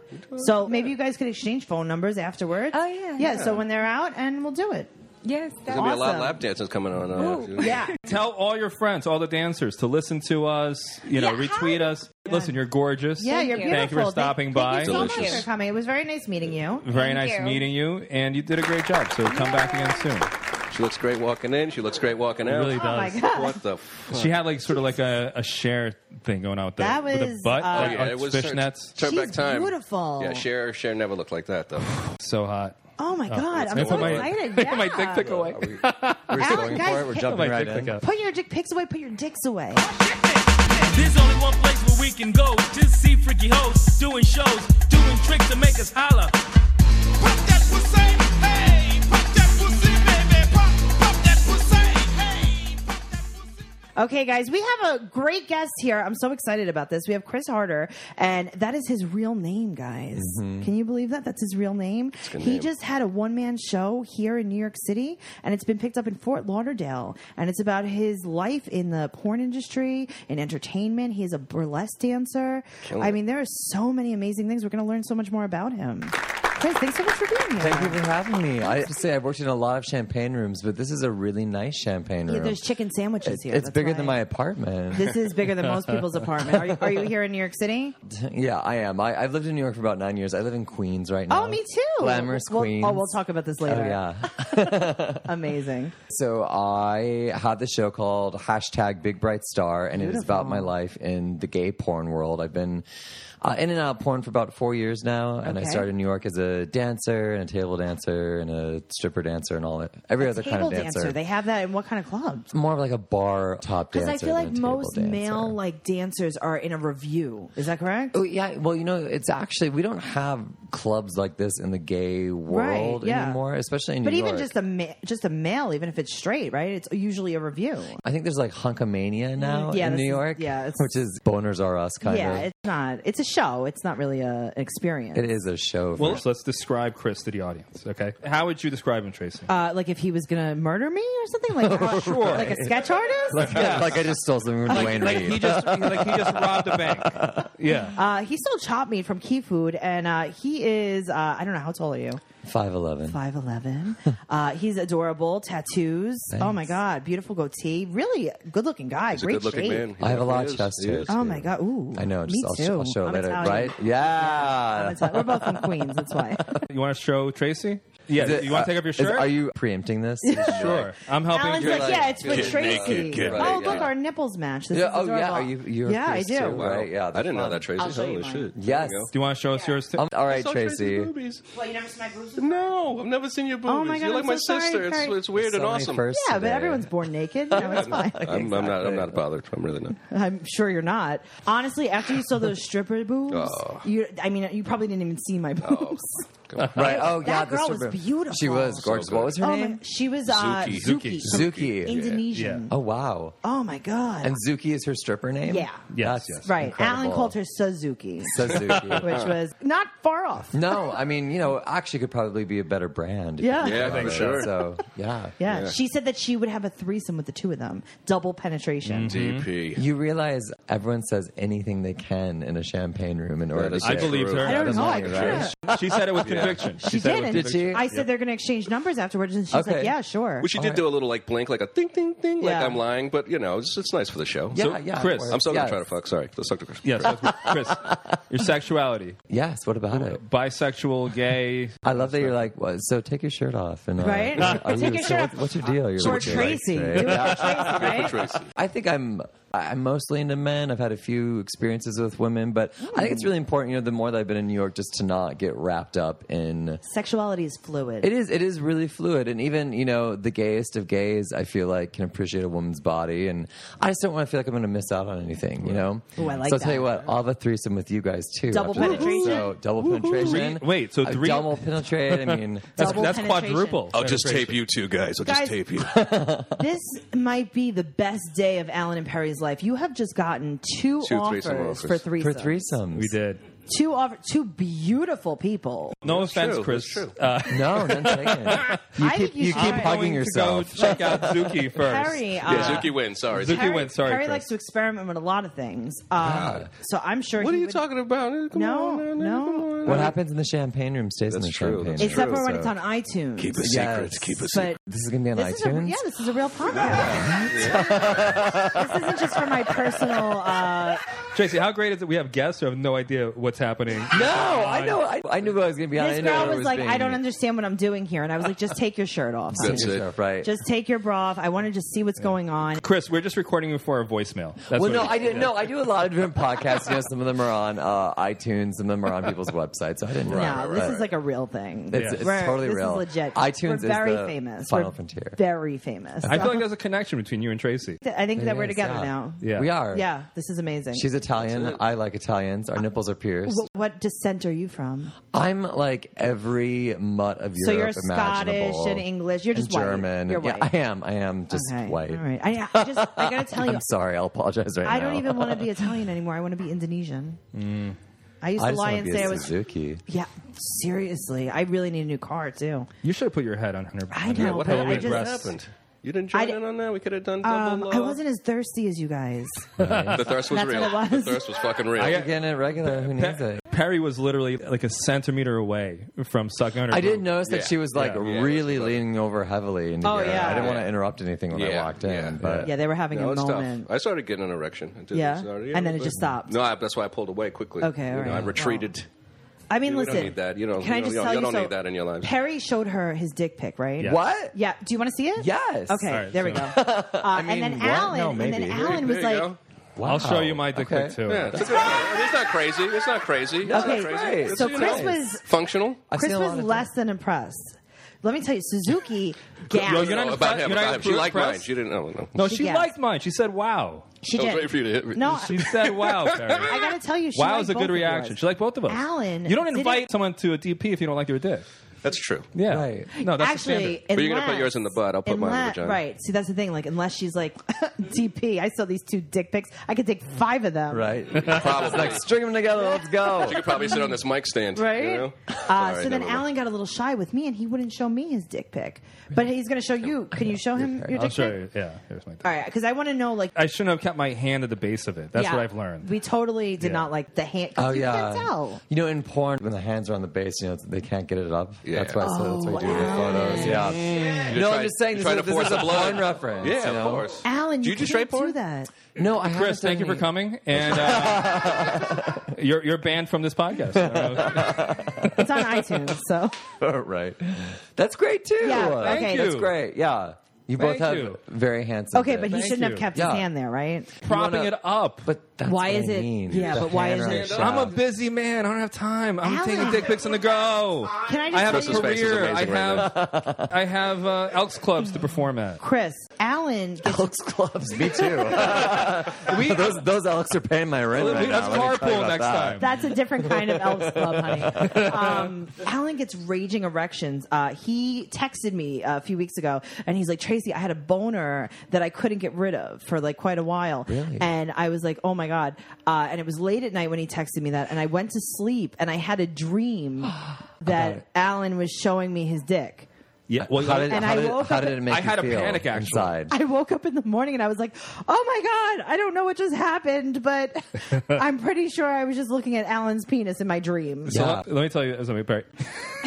Speaker 2: So maybe you guys could exchange phone numbers afterwards.
Speaker 4: Oh, yeah,
Speaker 2: Yeah,
Speaker 4: yeah.
Speaker 2: so when they're out and we'll do it.
Speaker 4: Yes.
Speaker 3: There's going to be a lot of
Speaker 2: Awesome.
Speaker 3: lap dances coming on. Uh,
Speaker 4: Ooh.
Speaker 2: Yeah.
Speaker 1: Tell all your friends, all the dancers, to listen to us. You know,
Speaker 4: Yeah, how-
Speaker 1: retweet us. Listen, you're gorgeous.
Speaker 2: Yeah, you're
Speaker 4: you.
Speaker 2: beautiful.
Speaker 1: Thank you for stopping by.
Speaker 2: Thank you so much
Speaker 3: Delicious.
Speaker 2: for coming. It was very nice meeting you.
Speaker 1: Very
Speaker 4: Thank
Speaker 1: nice
Speaker 4: you.
Speaker 1: meeting you, and you did a great job. So come back again soon.
Speaker 3: She looks great walking in. She looks great walking out.
Speaker 1: Really
Speaker 2: Oh my
Speaker 1: does.
Speaker 2: god.
Speaker 3: What the fuck?
Speaker 1: She had like sort of like a, a share thing going on with the,
Speaker 2: That
Speaker 1: with the
Speaker 2: was,
Speaker 1: butt,
Speaker 3: Oh,
Speaker 2: uh,
Speaker 1: like, on fishnets.
Speaker 3: Turn
Speaker 2: She's
Speaker 3: back time.
Speaker 2: beautiful.
Speaker 3: Yeah, Cher, Cher never looked like that though.
Speaker 1: so hot.
Speaker 2: Oh my god, I'm
Speaker 1: Can I
Speaker 2: so
Speaker 1: put my- can
Speaker 2: excited.
Speaker 1: I
Speaker 2: Yeah.
Speaker 1: put my dick pic away.
Speaker 3: Are we, we're
Speaker 2: Alan,
Speaker 3: still going
Speaker 2: guys-
Speaker 3: for it. We're
Speaker 1: Put
Speaker 3: jumping
Speaker 1: my
Speaker 3: right
Speaker 1: dick pic
Speaker 3: in.
Speaker 1: up.
Speaker 2: Put your dick pics away. Put your dicks away.
Speaker 5: There's only one place where we can go to see freaky hoes doing shows, doing tricks to make us holler.
Speaker 6: Pop that pussy, hey! Pop that pussy, baby! Pop, pop that pussy, hey! Pop that pussy.
Speaker 2: Okay, guys, we have a great guest here. I'm so excited about this. We have Chris Harder, and that is his real name, guys. Can you believe that? That's his real name.
Speaker 3: good
Speaker 2: He
Speaker 3: name.
Speaker 2: just had a one man show here in New York City, and it's been picked up in Fort Lauderdale. And it's about his life in the porn industry, in entertainment. He is a burlesque dancer.
Speaker 3: Killing
Speaker 2: I
Speaker 3: it.
Speaker 2: mean, there are so many amazing things. We're going to learn so much more about him. Chris, thanks so much for being here.
Speaker 7: Thank you for having me. I have to say, I've worked in a lot of champagne rooms, but this is a really nice champagne room.
Speaker 2: Yeah, there's chicken sandwiches here.
Speaker 7: it's
Speaker 2: That's
Speaker 7: bigger
Speaker 2: why-
Speaker 7: than my apartment.
Speaker 2: This is bigger than most people's apartment. Are you, are you here in New York City?
Speaker 7: yeah, I am. I, I've lived in New York for about nine years. I live in Queens right now.
Speaker 2: Oh, me too.
Speaker 7: Glamorous
Speaker 2: We'll-
Speaker 7: Queens.
Speaker 2: Oh, we'll talk about this later.
Speaker 7: Oh, yeah.
Speaker 2: Amazing.
Speaker 7: So I had this show called hashtag Big Bright Star, and it is
Speaker 2: Beautiful.
Speaker 7: about my life in the gay porn world. I've been uh, in and out of porn for about four years now, and I
Speaker 2: Okay.
Speaker 7: started in New York as a dancer and a table dancer and a stripper dancer and all that. Every other kind
Speaker 2: Table
Speaker 7: of
Speaker 2: dancer.
Speaker 7: dancer.
Speaker 2: They have that in what kind of clubs?
Speaker 7: More of like a bar top dancer.
Speaker 2: Because I feel
Speaker 7: than
Speaker 2: like
Speaker 7: a table
Speaker 2: most
Speaker 7: dancer.
Speaker 2: male like dancers are in a review. Is that correct?
Speaker 7: Oh, yeah, well, you know, it's actually we don't have clubs like this in the gay world
Speaker 2: yeah.
Speaker 7: anymore, especially in
Speaker 2: But
Speaker 7: New
Speaker 2: even
Speaker 7: York.
Speaker 2: just a ma- just a male, even if it's straight, right? It's usually a review.
Speaker 7: I think there's like Hunkamania now
Speaker 2: Mm, yeah,
Speaker 7: in
Speaker 2: this
Speaker 7: New
Speaker 2: is-
Speaker 7: York,
Speaker 2: yeah, it's-
Speaker 7: which is boners are us kind
Speaker 2: yeah,
Speaker 7: of.
Speaker 2: it's not. It's a show. It's not really a, an experience.
Speaker 7: It is a show. For
Speaker 1: Well, let's describe Chris to the audience, okay? How would you describe him, Tracy?
Speaker 2: Uh, like if he was gonna murder me or something, like uh,
Speaker 1: Sure.
Speaker 2: like a sketch artist.
Speaker 7: yeah, like I just stole something from Wayne
Speaker 1: like
Speaker 7: Reed.
Speaker 1: he just like he just robbed a bank. Yeah.
Speaker 2: Uh, he sold chop meat from Key Food, and uh, he is uh, I don't know how tall are you?
Speaker 7: Five eleven.
Speaker 2: five eleven. uh, he's adorable. Tattoos. Oh my god, beautiful goatee. Really good looking guy.
Speaker 3: He's a
Speaker 2: Great shape.
Speaker 3: good-looking man. He
Speaker 7: I have a lot of
Speaker 3: definitely
Speaker 7: chest
Speaker 3: is. He
Speaker 7: hairs.
Speaker 3: is.
Speaker 2: Oh my god. Ooh.
Speaker 7: I know. Just
Speaker 2: Me
Speaker 7: I'll,
Speaker 2: too.
Speaker 7: I'll show
Speaker 2: I'm
Speaker 7: later,
Speaker 2: Italian.
Speaker 7: right?
Speaker 2: I'm
Speaker 7: Yeah.
Speaker 2: Italian. We're both from Queens. That's why.
Speaker 1: You want to show Tracy? Yeah.
Speaker 7: Is it-
Speaker 1: you want to take
Speaker 7: uh,
Speaker 1: off your
Speaker 7: is-
Speaker 1: shirt?
Speaker 7: are you preempting this?
Speaker 1: sure? I'm helping.
Speaker 2: Alan's
Speaker 1: you.
Speaker 2: like,
Speaker 7: like,
Speaker 2: yeah, it's for
Speaker 3: get
Speaker 2: Tracy.
Speaker 3: naked, get
Speaker 2: oh,
Speaker 3: naked.
Speaker 2: look, our nipples match. This
Speaker 7: Yeah,
Speaker 2: is
Speaker 7: oh yeah.
Speaker 2: adorable.
Speaker 7: Are you? You're
Speaker 2: yeah, I
Speaker 7: pierced too,
Speaker 2: do.
Speaker 3: Wow.
Speaker 7: right? Yeah.
Speaker 3: I didn't know that, Tracy.
Speaker 2: I'll show you
Speaker 3: Holy
Speaker 2: mine.
Speaker 3: shit.
Speaker 7: Yes.
Speaker 3: There you go.
Speaker 1: Do you want to show us yours too?
Speaker 7: Um, all right,
Speaker 3: Saw
Speaker 7: Tracy.
Speaker 3: Tracy's boobies.
Speaker 2: Well, you never see my boobs.
Speaker 3: No, I've never seen your boobies.
Speaker 2: Oh my God,
Speaker 3: You're like
Speaker 2: I'm
Speaker 3: my
Speaker 2: so sorry,
Speaker 3: sister. It's,
Speaker 2: Kurt.
Speaker 3: it's weird and
Speaker 7: So many
Speaker 3: awesome.
Speaker 7: firsts
Speaker 2: Yeah, but
Speaker 7: today.
Speaker 2: everyone's born naked. You know, it's fine.
Speaker 3: I'm, I'm not. I'm not bothered. I'm really not.
Speaker 2: I'm sure you're not. Honestly, after you saw those stripper boobs,
Speaker 7: Oh.
Speaker 2: you I mean, you probably didn't even see my boobs.
Speaker 7: Right. Oh,
Speaker 2: That
Speaker 7: yeah.
Speaker 2: girl
Speaker 7: the
Speaker 2: was
Speaker 7: stripper.
Speaker 2: beautiful.
Speaker 7: She was
Speaker 2: So
Speaker 7: gorgeous. what was her
Speaker 2: Oh,
Speaker 7: name?
Speaker 2: my, she was uh,
Speaker 3: Zuki.
Speaker 2: Zuki.
Speaker 1: Zuki.
Speaker 7: Zuki.
Speaker 2: Indonesian.
Speaker 7: Oh wow.
Speaker 2: Oh my god.
Speaker 7: And Zuki is her stripper name.
Speaker 2: Yeah.
Speaker 1: Yes,
Speaker 7: That's
Speaker 1: yes.
Speaker 2: right. Alan
Speaker 7: incredible.
Speaker 2: called her Suzuki,
Speaker 7: So Zuki.
Speaker 2: which was not far off.
Speaker 7: no, I mean you know actually could probably be a better brand. if
Speaker 2: Yeah.
Speaker 7: you
Speaker 3: Yeah,
Speaker 7: thought
Speaker 3: for
Speaker 7: of it.
Speaker 3: sure.
Speaker 7: So yeah.
Speaker 2: Yeah. She said that she would have a threesome with the two of them. Double penetration.
Speaker 3: Mm-hmm. DP.
Speaker 7: You realize everyone says anything they can in a champagne room in order
Speaker 3: That
Speaker 7: to
Speaker 3: is
Speaker 1: I
Speaker 7: get
Speaker 1: believe
Speaker 3: true.
Speaker 1: her.
Speaker 2: I don't know. I
Speaker 7: Right.
Speaker 2: can't.
Speaker 1: She said it with conviction.
Speaker 2: She
Speaker 1: said it
Speaker 2: did.
Speaker 1: with
Speaker 2: and
Speaker 7: Did she?
Speaker 2: I said they're going to exchange numbers afterwards, and she's like,
Speaker 7: Okay.
Speaker 2: "Yeah, sure."
Speaker 3: Well, she did do a little like blink, like a ding, ding, ding, like
Speaker 2: Yeah.
Speaker 3: I'm lying, but you know, it's, it's nice for the show.
Speaker 7: Yeah,
Speaker 1: So,
Speaker 7: yeah.
Speaker 1: Chris,
Speaker 7: or-
Speaker 3: I'm still
Speaker 7: yes.
Speaker 3: gonna try to fuck. Sorry, let's talk to Chris.
Speaker 1: Yes, that's what- Chris, your sexuality,
Speaker 7: Yes. What about it?
Speaker 1: bisexual, gay.
Speaker 7: I love that you're like. What, so take your shirt off and uh,
Speaker 2: Right?
Speaker 7: are
Speaker 2: Take
Speaker 7: you-
Speaker 2: your
Speaker 7: so
Speaker 2: shirt
Speaker 7: what-
Speaker 2: off.
Speaker 7: What's your deal? You're
Speaker 2: Or
Speaker 7: looking like
Speaker 2: Tracy.
Speaker 7: today.
Speaker 2: Do it for Tracy, right?
Speaker 3: Tracy.
Speaker 7: I think I'm I'm mostly into men. I've had a few experiences with women, but I think it's
Speaker 2: Hmm.
Speaker 7: really important, you know, the more that I've been in New York just to not get wrapped up in
Speaker 2: Sexuality is fluid.
Speaker 7: it is it is really fluid and even, you know, the gayest of gays I feel like can appreciate a woman's body and I just don't want to feel like I'm gonna miss out on anything, you know?
Speaker 2: Ooh, I like
Speaker 7: so I'll tell
Speaker 2: that.
Speaker 7: you what, I'll have a thourisome with you guys too.
Speaker 2: Double
Speaker 7: after this.
Speaker 2: penetration?
Speaker 7: So double penetration.
Speaker 1: Three- wait, so
Speaker 7: Uh,
Speaker 1: three-
Speaker 7: double penetrate, I mean
Speaker 1: That's,
Speaker 2: Double
Speaker 1: that's
Speaker 2: penetration.
Speaker 1: quadruple.
Speaker 3: I'll just
Speaker 1: penetration.
Speaker 3: tape you two guys. I'll
Speaker 2: Guys-
Speaker 3: just tape you.
Speaker 2: This might be the best day of Alan and Perry's life. You have just gotten two,
Speaker 3: Two
Speaker 2: offers,
Speaker 3: threesome
Speaker 2: for
Speaker 3: offers.
Speaker 2: threesomes.
Speaker 7: for threesomes.
Speaker 1: We did.
Speaker 2: Two offer, two beautiful people.
Speaker 1: No offense,
Speaker 3: true,
Speaker 1: Chris.
Speaker 3: that's true.
Speaker 1: Uh,
Speaker 7: No, none taken.
Speaker 2: I think you,
Speaker 7: you
Speaker 2: should
Speaker 7: keep
Speaker 2: try it.
Speaker 1: I'm
Speaker 7: hugging
Speaker 1: going
Speaker 7: yourself.
Speaker 1: To go check out Zuki first.
Speaker 2: Perry. Uh,
Speaker 3: yeah, Zuki wins. Sorry.
Speaker 1: Zuki-
Speaker 2: Perry,
Speaker 1: went, sorry,
Speaker 2: Perry
Speaker 1: Chris.
Speaker 2: likes to experiment with a lot of things. Uh, so I'm sure.
Speaker 3: What are
Speaker 2: he
Speaker 3: you
Speaker 2: would-
Speaker 3: talking about? Eh, Come
Speaker 2: No,
Speaker 3: on, man, eh,
Speaker 2: no.
Speaker 3: Come on.
Speaker 7: What happens in the champagne room stays in
Speaker 3: That's
Speaker 7: the
Speaker 3: true,
Speaker 7: champagne
Speaker 3: that's
Speaker 7: room.
Speaker 2: Except for when
Speaker 7: So-
Speaker 2: it's on iTunes.
Speaker 3: Keep a
Speaker 7: Yes.
Speaker 3: secret. Keep a secret.
Speaker 2: But
Speaker 7: This is gonna be on
Speaker 2: this is a,
Speaker 7: iTunes.
Speaker 2: yeah, this is a real podcast. this isn't just for my personal uh,
Speaker 1: Tracy, how great is it we have guests who have no idea what's happening?
Speaker 7: No,
Speaker 2: Oh,
Speaker 7: I know. I, I knew I was going to be on. I
Speaker 2: This
Speaker 7: knew
Speaker 2: girl
Speaker 7: it
Speaker 2: was like,
Speaker 7: being-
Speaker 2: "I don't understand what I'm doing here," and I was like, "Just take your shirt off. honey.
Speaker 3: That's it.
Speaker 7: Right.
Speaker 2: Just take your bra off. I want to just see what's going on."
Speaker 1: Chris, we're just recording you for a voicemail. That's
Speaker 7: well,
Speaker 1: what
Speaker 7: no,
Speaker 1: it
Speaker 7: I
Speaker 1: is.
Speaker 7: didn't. No, I do a lot of different podcasts. You know, some of them are on uh, iTunes, some of them are on people's websites. So I didn't know.
Speaker 2: no, this is like a real thing.
Speaker 7: It's- it's
Speaker 2: We're-
Speaker 7: totally
Speaker 2: this
Speaker 7: real.
Speaker 2: Is legit.
Speaker 7: iTunes
Speaker 2: We're
Speaker 7: is
Speaker 2: very
Speaker 7: the
Speaker 2: famous.
Speaker 7: final
Speaker 2: We're
Speaker 7: frontier.
Speaker 2: Very famous.
Speaker 1: I feel like there's a connection between you and Tracy.
Speaker 2: I think that we're
Speaker 7: Yes,
Speaker 2: together
Speaker 7: yeah.
Speaker 2: now.
Speaker 1: Yeah.
Speaker 7: we are.
Speaker 2: Yeah, this is amazing.
Speaker 7: She's Italian. I like Italians. Our nipples are pierced.
Speaker 2: Wh- what descent are you from?
Speaker 7: I'm like every mutt of Europe
Speaker 2: so you're
Speaker 7: imaginable.
Speaker 2: Scottish and English. You're
Speaker 7: and
Speaker 2: just white.
Speaker 7: German.
Speaker 2: You're
Speaker 7: Yeah,
Speaker 2: white.
Speaker 7: I am. I am just
Speaker 2: Okay.
Speaker 7: white.
Speaker 2: All right. I, I just I gotta tell you,
Speaker 7: I'm sorry. I'll apologize right
Speaker 2: I
Speaker 7: now.
Speaker 2: don't even want to be Italian anymore. I want to be Indonesian.
Speaker 3: Mm.
Speaker 2: I used
Speaker 7: I
Speaker 2: to
Speaker 7: just
Speaker 2: lie
Speaker 7: want
Speaker 2: and
Speaker 7: to be
Speaker 2: say I
Speaker 7: a
Speaker 2: was.
Speaker 7: Suzuki.
Speaker 2: Yeah, seriously, I really need a new car too.
Speaker 1: You should have put your head on her.
Speaker 2: I know,
Speaker 3: What
Speaker 2: but
Speaker 1: Hillary
Speaker 2: I
Speaker 3: happened?
Speaker 2: just
Speaker 3: What
Speaker 1: Breast.
Speaker 3: happened? You didn't
Speaker 2: I
Speaker 3: join
Speaker 2: di-
Speaker 3: in on that. We could have done
Speaker 2: um,
Speaker 3: double.
Speaker 2: I
Speaker 3: uh,
Speaker 2: wasn't as thirsty as you guys.
Speaker 3: The thirst was
Speaker 2: That's
Speaker 3: real.
Speaker 2: what it
Speaker 3: The
Speaker 2: was.
Speaker 3: thirst was fucking real.
Speaker 1: I got-
Speaker 7: Again, at regular. Who needs
Speaker 1: Pe-
Speaker 7: it?
Speaker 1: Perry was literally like a centimeter away from sucking on her.
Speaker 7: I didn't
Speaker 1: boob.
Speaker 7: notice that
Speaker 3: Yeah.
Speaker 7: she was like
Speaker 1: Yeah,
Speaker 3: yeah,
Speaker 7: really
Speaker 3: that's about it.
Speaker 7: leaning over heavily. Into
Speaker 2: Oh,
Speaker 7: here.
Speaker 2: yeah.
Speaker 7: I didn't want to
Speaker 3: Yeah.
Speaker 7: interrupt anything when I
Speaker 3: Yeah,
Speaker 7: walked in.
Speaker 3: yeah,
Speaker 7: but
Speaker 2: Yeah, they were having
Speaker 3: No,
Speaker 2: a
Speaker 3: it's
Speaker 2: moment.
Speaker 3: tough. I started getting an erection. I did
Speaker 2: Yeah?
Speaker 3: this already.
Speaker 2: And then it
Speaker 3: But-
Speaker 2: just stopped.
Speaker 3: No, I, that's why I pulled away quickly.
Speaker 2: Okay,
Speaker 3: You know,
Speaker 2: all right.
Speaker 3: I retreated.
Speaker 2: I mean,
Speaker 3: You don't
Speaker 2: listen.
Speaker 3: need that. You don't-
Speaker 2: can I
Speaker 3: you
Speaker 2: just
Speaker 3: don't-
Speaker 2: tell
Speaker 3: you
Speaker 2: you
Speaker 3: don't
Speaker 2: so
Speaker 3: need that in your lives.
Speaker 2: Perry showed her his dick pic, right?
Speaker 1: Yeah.
Speaker 7: what?
Speaker 2: Yeah. Do you want to see it?
Speaker 7: Yes.
Speaker 2: Okay.
Speaker 1: All right,
Speaker 2: there we
Speaker 1: so-
Speaker 2: go. Uh,
Speaker 7: mean,
Speaker 2: and then
Speaker 7: what?
Speaker 2: Alan,
Speaker 7: No,
Speaker 2: and then
Speaker 7: maybe.
Speaker 2: Alan
Speaker 3: There
Speaker 2: was
Speaker 3: you
Speaker 2: like,
Speaker 3: go.
Speaker 1: I'll show you my dick
Speaker 7: Okay.
Speaker 1: pic, too.
Speaker 3: Yeah, it's, a good, it's not crazy. It's not crazy. It's
Speaker 2: Okay,
Speaker 3: not crazy.
Speaker 7: great.
Speaker 3: It's,
Speaker 2: so
Speaker 3: you
Speaker 2: Chris
Speaker 3: know,
Speaker 2: was
Speaker 3: functional.
Speaker 7: I've
Speaker 2: Chris
Speaker 7: seen a
Speaker 2: was
Speaker 7: lot of
Speaker 2: less than impressed. Let me tell you, Suzuki gasped.
Speaker 1: Yo, you're not
Speaker 3: No,
Speaker 1: gonna
Speaker 3: about
Speaker 1: press-
Speaker 3: him.
Speaker 1: you're not
Speaker 3: About
Speaker 1: gonna
Speaker 3: him. She
Speaker 1: press-
Speaker 3: liked
Speaker 1: press?
Speaker 3: mine. She didn't. Oh, no.
Speaker 1: No, she,
Speaker 2: She gasped.
Speaker 1: liked mine. She said, "Wow."
Speaker 2: she
Speaker 3: I was
Speaker 2: did.
Speaker 3: waiting for you to hit me.
Speaker 2: no,
Speaker 1: She said, "Wow." Perry.
Speaker 2: I gotta tell you, she
Speaker 1: wow
Speaker 2: liked
Speaker 1: is a
Speaker 2: both
Speaker 1: good
Speaker 2: of
Speaker 1: reaction.
Speaker 2: yours.
Speaker 1: She liked both of us.
Speaker 2: Alan,
Speaker 1: you don't
Speaker 2: did
Speaker 1: invite
Speaker 2: it-
Speaker 1: someone to a DP if you don't like their dick.
Speaker 3: That's true.
Speaker 1: Yeah,
Speaker 7: Right.
Speaker 1: No, that's the
Speaker 2: actually,
Speaker 1: standard.
Speaker 2: unless,
Speaker 3: But you're gonna put yours in the butt, I'll put mine in the
Speaker 2: unless-
Speaker 3: vagina.
Speaker 2: Right. See, that's the thing. Like, unless she's like, DP, I saw these two dick pics. I could take five of them.
Speaker 7: Right.
Speaker 3: Probably.
Speaker 7: like string them together. Let's go.
Speaker 3: You could probably sit on this mic stand.
Speaker 2: Right.
Speaker 3: You know?
Speaker 2: Uh,
Speaker 3: Sorry,
Speaker 2: so then
Speaker 3: never mind.
Speaker 2: Alan got a little shy with me, and he wouldn't show me his dick pic, but he's gonna show you. Can you show him your
Speaker 1: I'll
Speaker 2: dick
Speaker 1: show
Speaker 2: pic?
Speaker 1: you. Yeah, here's my dick.
Speaker 2: All right, because I want to know like
Speaker 1: I shouldn't have kept my hand at the base of it. That's
Speaker 2: Yeah.
Speaker 1: what I've learned.
Speaker 2: We totally did
Speaker 1: Yeah.
Speaker 2: not like the hand. 'cause
Speaker 7: Oh
Speaker 2: you
Speaker 7: yeah.
Speaker 2: Can't tell.
Speaker 7: You know, in porn, when the hands are on the base, you know they can't get it up.
Speaker 3: Yeah.
Speaker 7: That's why. so that's why you do it in
Speaker 2: Oh,
Speaker 7: photos. Yeah.
Speaker 3: You're
Speaker 7: No,
Speaker 3: trying-
Speaker 7: I'm just
Speaker 3: you're
Speaker 7: saying this,
Speaker 3: trying
Speaker 7: is,
Speaker 3: to
Speaker 7: this
Speaker 3: force
Speaker 7: is a
Speaker 3: the blood.
Speaker 7: porn reference.
Speaker 3: Yeah,
Speaker 7: you
Speaker 3: of
Speaker 7: know?
Speaker 3: course.
Speaker 2: Alan,
Speaker 3: Do
Speaker 2: you,
Speaker 3: you do
Speaker 2: can't
Speaker 3: straight porn?
Speaker 2: do that.
Speaker 7: No, I
Speaker 1: Chris, thank you for coming, and uh, you're you're banned from this podcast.
Speaker 2: It's on iTunes, so
Speaker 7: coming. Oh, right. That's great too.
Speaker 2: Yeah, Thank okay. you.
Speaker 7: That's great. Yeah. You both
Speaker 1: Thank
Speaker 7: have
Speaker 1: you.
Speaker 7: very handsome.
Speaker 2: okay. But he
Speaker 7: dicks.
Speaker 1: Thank
Speaker 2: shouldn't
Speaker 1: you.
Speaker 2: have kept
Speaker 7: Yeah.
Speaker 2: his hand there, right?
Speaker 1: Propping
Speaker 7: wanna-
Speaker 1: it up.
Speaker 7: But that's
Speaker 2: Why
Speaker 7: what
Speaker 2: is
Speaker 7: I
Speaker 2: it-
Speaker 7: mean.
Speaker 2: yeah,
Speaker 7: The
Speaker 2: but why
Speaker 7: hand
Speaker 2: is
Speaker 7: on
Speaker 2: it-
Speaker 7: the
Speaker 2: I'm
Speaker 1: I'm a
Speaker 7: shaft.
Speaker 1: busy man. I don't have time. I'm
Speaker 2: Alan.
Speaker 1: taking dick pics on the go.
Speaker 2: Can I just
Speaker 1: I have a
Speaker 2: tell you,
Speaker 3: Chris's face is
Speaker 1: career. I
Speaker 3: amazing right
Speaker 1: have I have uh, Elks clubs to perform at.
Speaker 2: Chris? Alan, gets,
Speaker 7: Elks clubs. Me too.
Speaker 1: We,
Speaker 7: those those Elks are paying my rent. right
Speaker 1: that's
Speaker 7: now. Let me tell you
Speaker 1: carpool
Speaker 7: about
Speaker 1: next
Speaker 7: that.
Speaker 1: time.
Speaker 2: that's a different kind of Elks Club, honey. Um, Alan gets raging erections. Uh, he texted me uh, a few weeks ago, and he's like, "Tracy, I had a boner that I couldn't get rid of for like quite a while."
Speaker 7: Really?
Speaker 2: And I was like, "Oh my god!" Uh, and it was late at night when he texted me that, and I went to sleep, and I had a dream that Alan was showing me his dick.
Speaker 1: Yeah. Well,
Speaker 7: How did,
Speaker 2: And
Speaker 7: how
Speaker 2: I
Speaker 7: did,
Speaker 2: woke
Speaker 7: how
Speaker 2: up
Speaker 7: did
Speaker 2: and-
Speaker 7: it make
Speaker 1: I
Speaker 7: you
Speaker 1: had a
Speaker 7: feel
Speaker 1: panic, actually.
Speaker 7: inside?
Speaker 2: I woke up in the morning and I was like, "Oh my god, I don't know what just happened, but I'm pretty sure I was just looking at Alan's penis in my dream."
Speaker 1: so
Speaker 7: Yeah.
Speaker 1: let, let me tell you something, Perry.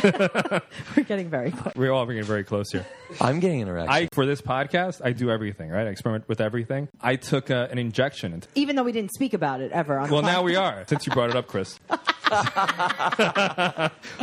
Speaker 2: We're getting very close.
Speaker 1: We're all getting very close here.
Speaker 7: I'm getting an erection.
Speaker 1: I for this podcast, I do everything, right? I experiment with everything. I took uh, an injection. into-
Speaker 2: Even though we didn't speak about it ever. On the
Speaker 1: Well, now
Speaker 2: podcast.
Speaker 1: we are since you brought it up, Chris.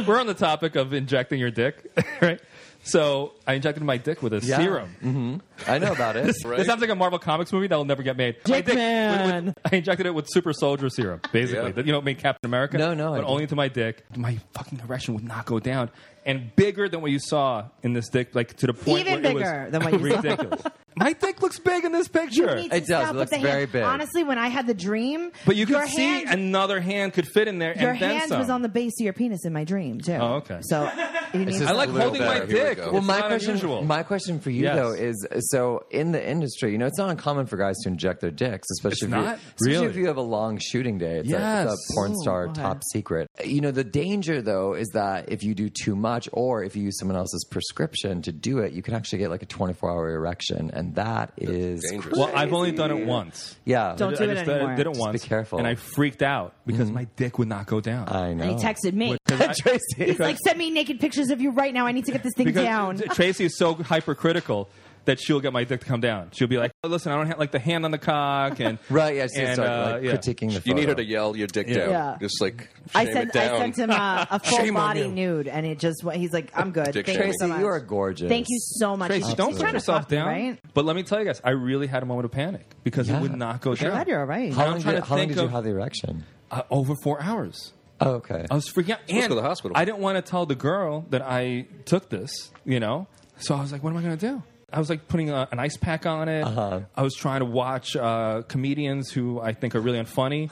Speaker 1: We're on the topic of injecting your dick, right? So I injected my dick with a
Speaker 7: Yeah.
Speaker 1: serum.
Speaker 2: Mm-hmm.
Speaker 7: I, know about it.
Speaker 1: This sounds like a Marvel Comics movie that will never get made. My
Speaker 2: Dick
Speaker 1: with-
Speaker 2: Man.
Speaker 1: with- I injected it with Super Soldier Serum, basically.
Speaker 3: Yeah.
Speaker 1: That, You know, it made Captain America.
Speaker 7: No, no, I
Speaker 1: But
Speaker 7: didn't.
Speaker 1: only to my dick. My fucking erection would not go down, and bigger than what you saw in this dick, like to the point
Speaker 2: Even
Speaker 1: where it
Speaker 2: bigger
Speaker 1: was
Speaker 2: than what you saw.
Speaker 1: ridiculous. my dick looks big in this
Speaker 2: You
Speaker 1: picture.
Speaker 2: need to
Speaker 7: It does.
Speaker 2: stop
Speaker 7: It
Speaker 2: with
Speaker 7: looks
Speaker 2: the
Speaker 7: very
Speaker 2: hand.
Speaker 7: big.
Speaker 2: Honestly, when I had the dream,
Speaker 1: But you
Speaker 2: your
Speaker 1: could see
Speaker 2: hand,
Speaker 1: another hand could fit in there,
Speaker 2: your
Speaker 1: and then
Speaker 2: hand
Speaker 1: some.
Speaker 2: was on the base of your penis in my dream too.
Speaker 1: Oh, okay.
Speaker 2: So you need
Speaker 7: just
Speaker 1: I
Speaker 2: to-
Speaker 1: like
Speaker 7: A little
Speaker 1: holding my
Speaker 3: better. Here we
Speaker 1: dick.
Speaker 3: go.
Speaker 1: It's
Speaker 3: Well,
Speaker 7: my
Speaker 1: not
Speaker 7: question,
Speaker 1: unusual.
Speaker 7: my question for you
Speaker 1: Yes.
Speaker 7: though is so in the industry, you know, it's not uncommon for guys to inject their dicks, especially if,
Speaker 1: not?
Speaker 7: You, especially
Speaker 1: Really?
Speaker 7: if you have a long shooting day. It's, a,
Speaker 1: Yes. Oh,
Speaker 7: it's a porn star
Speaker 2: okay.
Speaker 7: top secret. You know, the danger though is that if you do too much, or if you use someone else's prescription to do it, you can actually get like a 24 hour erection, and that is
Speaker 3: dangerous.
Speaker 1: well, I've only done it once.
Speaker 7: yeah.
Speaker 2: Don't do
Speaker 1: I
Speaker 2: it
Speaker 1: just
Speaker 2: anymore.
Speaker 1: I did it
Speaker 2: Just
Speaker 1: once.
Speaker 7: be careful. Mm-hmm.
Speaker 1: And I freaked out because my dick would not go down.
Speaker 7: I know.
Speaker 2: and he texted me.
Speaker 1: Because I-
Speaker 7: Tracy.
Speaker 2: He's like, "Send me naked pictures of you right now. I need to get this thing
Speaker 1: because
Speaker 2: down."
Speaker 1: Tracy is so hypercritical that she'll get my dick to come down. She'll be like, oh, "Listen, I don't have like the hand on the cock." And
Speaker 7: Right, yeah, so
Speaker 1: and,
Speaker 7: start
Speaker 1: uh,
Speaker 7: like
Speaker 1: yeah.
Speaker 7: critiquing the
Speaker 3: You need her
Speaker 7: photo.
Speaker 3: to yell your dick down.
Speaker 2: Yeah.
Speaker 3: Just like shame
Speaker 2: I sent
Speaker 3: it down.
Speaker 2: I sent him uh, a full
Speaker 3: Shame on
Speaker 2: body
Speaker 3: you.
Speaker 2: nude, and it just he's like, "I'm good."
Speaker 3: Dick
Speaker 2: Thank you
Speaker 3: shaming.
Speaker 2: so much.
Speaker 7: you are gorgeous.
Speaker 2: Thank you so much.
Speaker 1: Tracy,
Speaker 2: He's
Speaker 1: don't
Speaker 2: trying
Speaker 1: put
Speaker 2: to
Speaker 1: yourself
Speaker 2: fuck me,
Speaker 1: down.
Speaker 2: right?
Speaker 1: But let me tell you guys, I really had a moment of panic because
Speaker 7: Yeah.
Speaker 1: it would not go down.
Speaker 2: Glad you're all right.
Speaker 7: How
Speaker 1: I'm
Speaker 7: long,
Speaker 1: trying
Speaker 7: did,
Speaker 1: to
Speaker 7: how long
Speaker 1: think
Speaker 7: did you
Speaker 1: of-
Speaker 7: have the erection?
Speaker 1: Uh, over four hours.
Speaker 7: Oh, okay.
Speaker 1: I was freaking out.
Speaker 3: Supposed to
Speaker 1: and
Speaker 3: go to the hospital.
Speaker 1: I didn't want to tell the girl that I took this, you know? So I was like, what am I going to do? I was like putting a, an ice pack on it.
Speaker 7: Uh-huh.
Speaker 1: I was trying to watch uh, comedians who I think are really unfunny.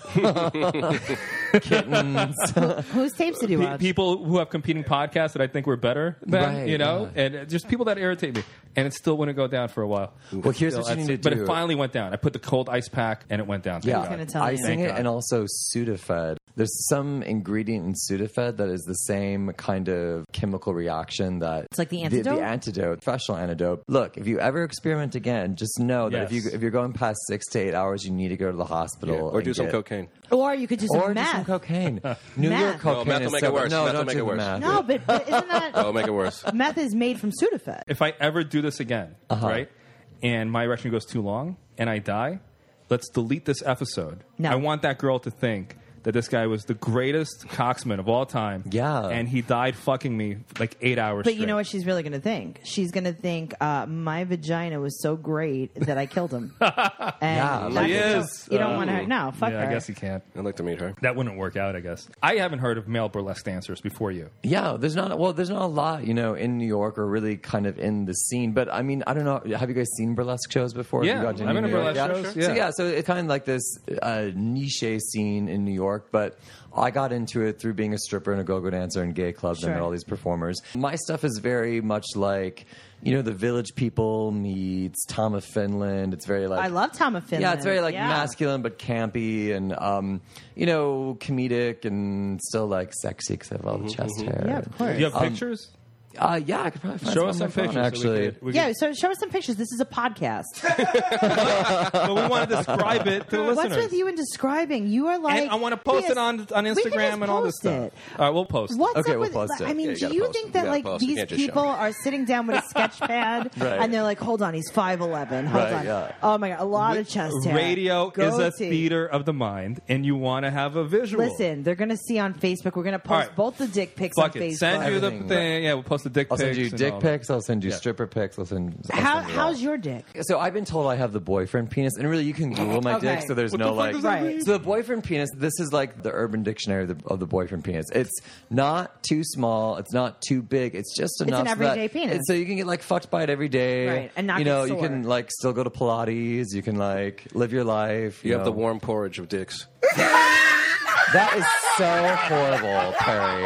Speaker 2: Whose tapes did you
Speaker 1: Pe-
Speaker 2: watch?
Speaker 1: people who have competing podcasts that I think were better than,
Speaker 7: Right,
Speaker 1: you know?
Speaker 7: yeah.
Speaker 1: And uh, just people that irritate me. And it still wouldn't go down for a while.
Speaker 7: well, here's
Speaker 1: So
Speaker 7: what you
Speaker 1: that's
Speaker 7: need to
Speaker 1: it. but
Speaker 7: do.
Speaker 1: it finally went down. I put the cold ice pack and it went down. Thank
Speaker 7: yeah,
Speaker 1: God.
Speaker 2: gonna tell you.
Speaker 7: icing
Speaker 1: Thank
Speaker 7: it
Speaker 1: God.
Speaker 7: and also Sudafed. There's some ingredient in Sudafed that is the same kind of chemical reaction that it's
Speaker 2: like the
Speaker 7: The,
Speaker 2: antidote?
Speaker 7: antidote, professional antidote. Look, if you ever experiment again, just know that if
Speaker 1: Yes.
Speaker 7: you if you're going past six to eight hours, you need to go to the hospital
Speaker 3: Yeah, Or
Speaker 7: and
Speaker 3: do some
Speaker 7: get-
Speaker 3: cocaine.
Speaker 2: or you could do some
Speaker 7: Or do
Speaker 2: math.
Speaker 7: some cocaine. New
Speaker 2: Meth.
Speaker 7: York
Speaker 2: No,
Speaker 7: cocaine
Speaker 3: meth will
Speaker 7: is
Speaker 3: make it
Speaker 7: so-
Speaker 3: worse.
Speaker 7: No,
Speaker 3: Meth will
Speaker 7: don't
Speaker 3: make
Speaker 7: do
Speaker 3: it
Speaker 7: the
Speaker 3: worse.
Speaker 7: meth.
Speaker 2: no, but, but isn't
Speaker 3: Oh,
Speaker 2: that
Speaker 3: make it worse.
Speaker 2: meth is made from Sudafed?
Speaker 1: if I ever do this again,
Speaker 7: Uh-huh.
Speaker 1: right, and my erection goes too long and I die, let's delete this episode.
Speaker 2: No.
Speaker 1: I want that girl to think that this guy was the greatest coxman of all time.
Speaker 7: Yeah.
Speaker 1: And he died fucking me like eight hours
Speaker 2: But you know what she's really going to think? She's going to think uh, my vagina was so great that I killed him. And
Speaker 7: Yeah,
Speaker 2: that's-
Speaker 7: she
Speaker 1: is.
Speaker 2: You don't want her. No, fuck
Speaker 1: Oh. yeah,
Speaker 2: her.
Speaker 1: I guess he can't.
Speaker 3: I'd like to meet her.
Speaker 1: That wouldn't work out, I guess. I haven't heard of male burlesque dancers before you.
Speaker 7: Yeah, there's not well, there's not a lot, you know, in New York or really kind of in the scene. But I mean, I don't know. Have you guys seen burlesque shows before? Have
Speaker 1: Yeah,
Speaker 7: you gone to
Speaker 1: I've been
Speaker 7: New
Speaker 1: to
Speaker 7: York?
Speaker 1: burlesque shows,
Speaker 7: So
Speaker 1: yeah.
Speaker 7: yeah, so it's kind of like this uh, niche scene in New York. But I got into it through being a stripper and a go-go dancer and gay clubs and
Speaker 2: Sure.
Speaker 7: all these performers. My stuff is very much like. You know, the Village People meets Tom of Finland. It's very like
Speaker 2: I love Tom of Finland.
Speaker 7: yeah, it's very like
Speaker 2: Yeah.
Speaker 7: masculine but campy and um, you know, comedic and still like sexy because I have
Speaker 1: Mm-hmm,
Speaker 7: all the chest hair.
Speaker 2: Yeah, of course.
Speaker 1: Do you have pictures?
Speaker 7: Uh, yeah, I could probably find
Speaker 1: Show
Speaker 7: some
Speaker 1: us
Speaker 7: on Um, my
Speaker 1: some pictures.
Speaker 7: phone,
Speaker 1: so we
Speaker 7: Actually,
Speaker 1: could- we
Speaker 2: Yeah, so show us some pictures. This is a podcast.
Speaker 1: could- but we want to describe it to the listeners.
Speaker 2: What's with you in describing? You are like
Speaker 1: And I want to post
Speaker 2: Yes,
Speaker 1: it on on
Speaker 2: we can just
Speaker 1: Instagram and all this
Speaker 2: post
Speaker 1: stuff.
Speaker 2: it.
Speaker 1: All right, we'll post.
Speaker 2: What's
Speaker 7: Okay,
Speaker 2: up
Speaker 7: we'll
Speaker 2: with?
Speaker 7: post it.
Speaker 2: I mean,
Speaker 3: Yeah, you
Speaker 2: do
Speaker 3: gotta
Speaker 2: you
Speaker 3: post it.
Speaker 2: think
Speaker 3: You
Speaker 2: that
Speaker 3: gotta
Speaker 2: like
Speaker 3: post it. You
Speaker 2: these
Speaker 3: can't just show
Speaker 2: people
Speaker 3: it.
Speaker 2: are sitting down with a sketch pad
Speaker 7: Right.
Speaker 2: and they're like, "Hold on, he's five eleven. Hold
Speaker 7: Right,
Speaker 2: on.
Speaker 7: yeah.
Speaker 2: Oh my god, a lot of
Speaker 1: Wi-
Speaker 2: chest hair.
Speaker 1: Radio is a
Speaker 2: Goatee.
Speaker 1: theater of the mind, and you want to have a visual.
Speaker 2: Listen, they're gonna see on Facebook. We're gonna post
Speaker 1: All right.
Speaker 2: both the dick pics
Speaker 1: fuck
Speaker 2: on
Speaker 1: it.
Speaker 2: Facebook.
Speaker 1: Send you the
Speaker 7: Everything,
Speaker 1: thing. Yeah, we'll post the dick
Speaker 7: I'll
Speaker 1: pics.
Speaker 7: send you
Speaker 1: and
Speaker 7: dick
Speaker 1: all that.
Speaker 7: pics. I'll send you
Speaker 1: Yeah.
Speaker 7: stripper pics. I'll send. I'll
Speaker 2: How
Speaker 7: send it
Speaker 2: how's
Speaker 7: all.
Speaker 2: your dick?
Speaker 7: So I've been told I have the boyfriend penis, and really, you can Google my
Speaker 2: Okay.
Speaker 7: dick. So there's no like.
Speaker 2: that Right. mean?
Speaker 7: So the boyfriend penis. This is like the Urban Dictionary of the, of the boyfriend penis. It's not too small. It's not too big. It's just
Speaker 2: an
Speaker 7: enough. so
Speaker 2: everyday
Speaker 7: that-
Speaker 2: penis.
Speaker 7: So you can get like fucked by it every day,
Speaker 2: Right, and not
Speaker 7: you
Speaker 2: get
Speaker 7: know you
Speaker 2: sore.
Speaker 7: can like still go to Pilates. You can like live your life.
Speaker 3: You have the
Speaker 7: know.
Speaker 3: warm porridge of dicks.
Speaker 7: That is so horrible, Perry.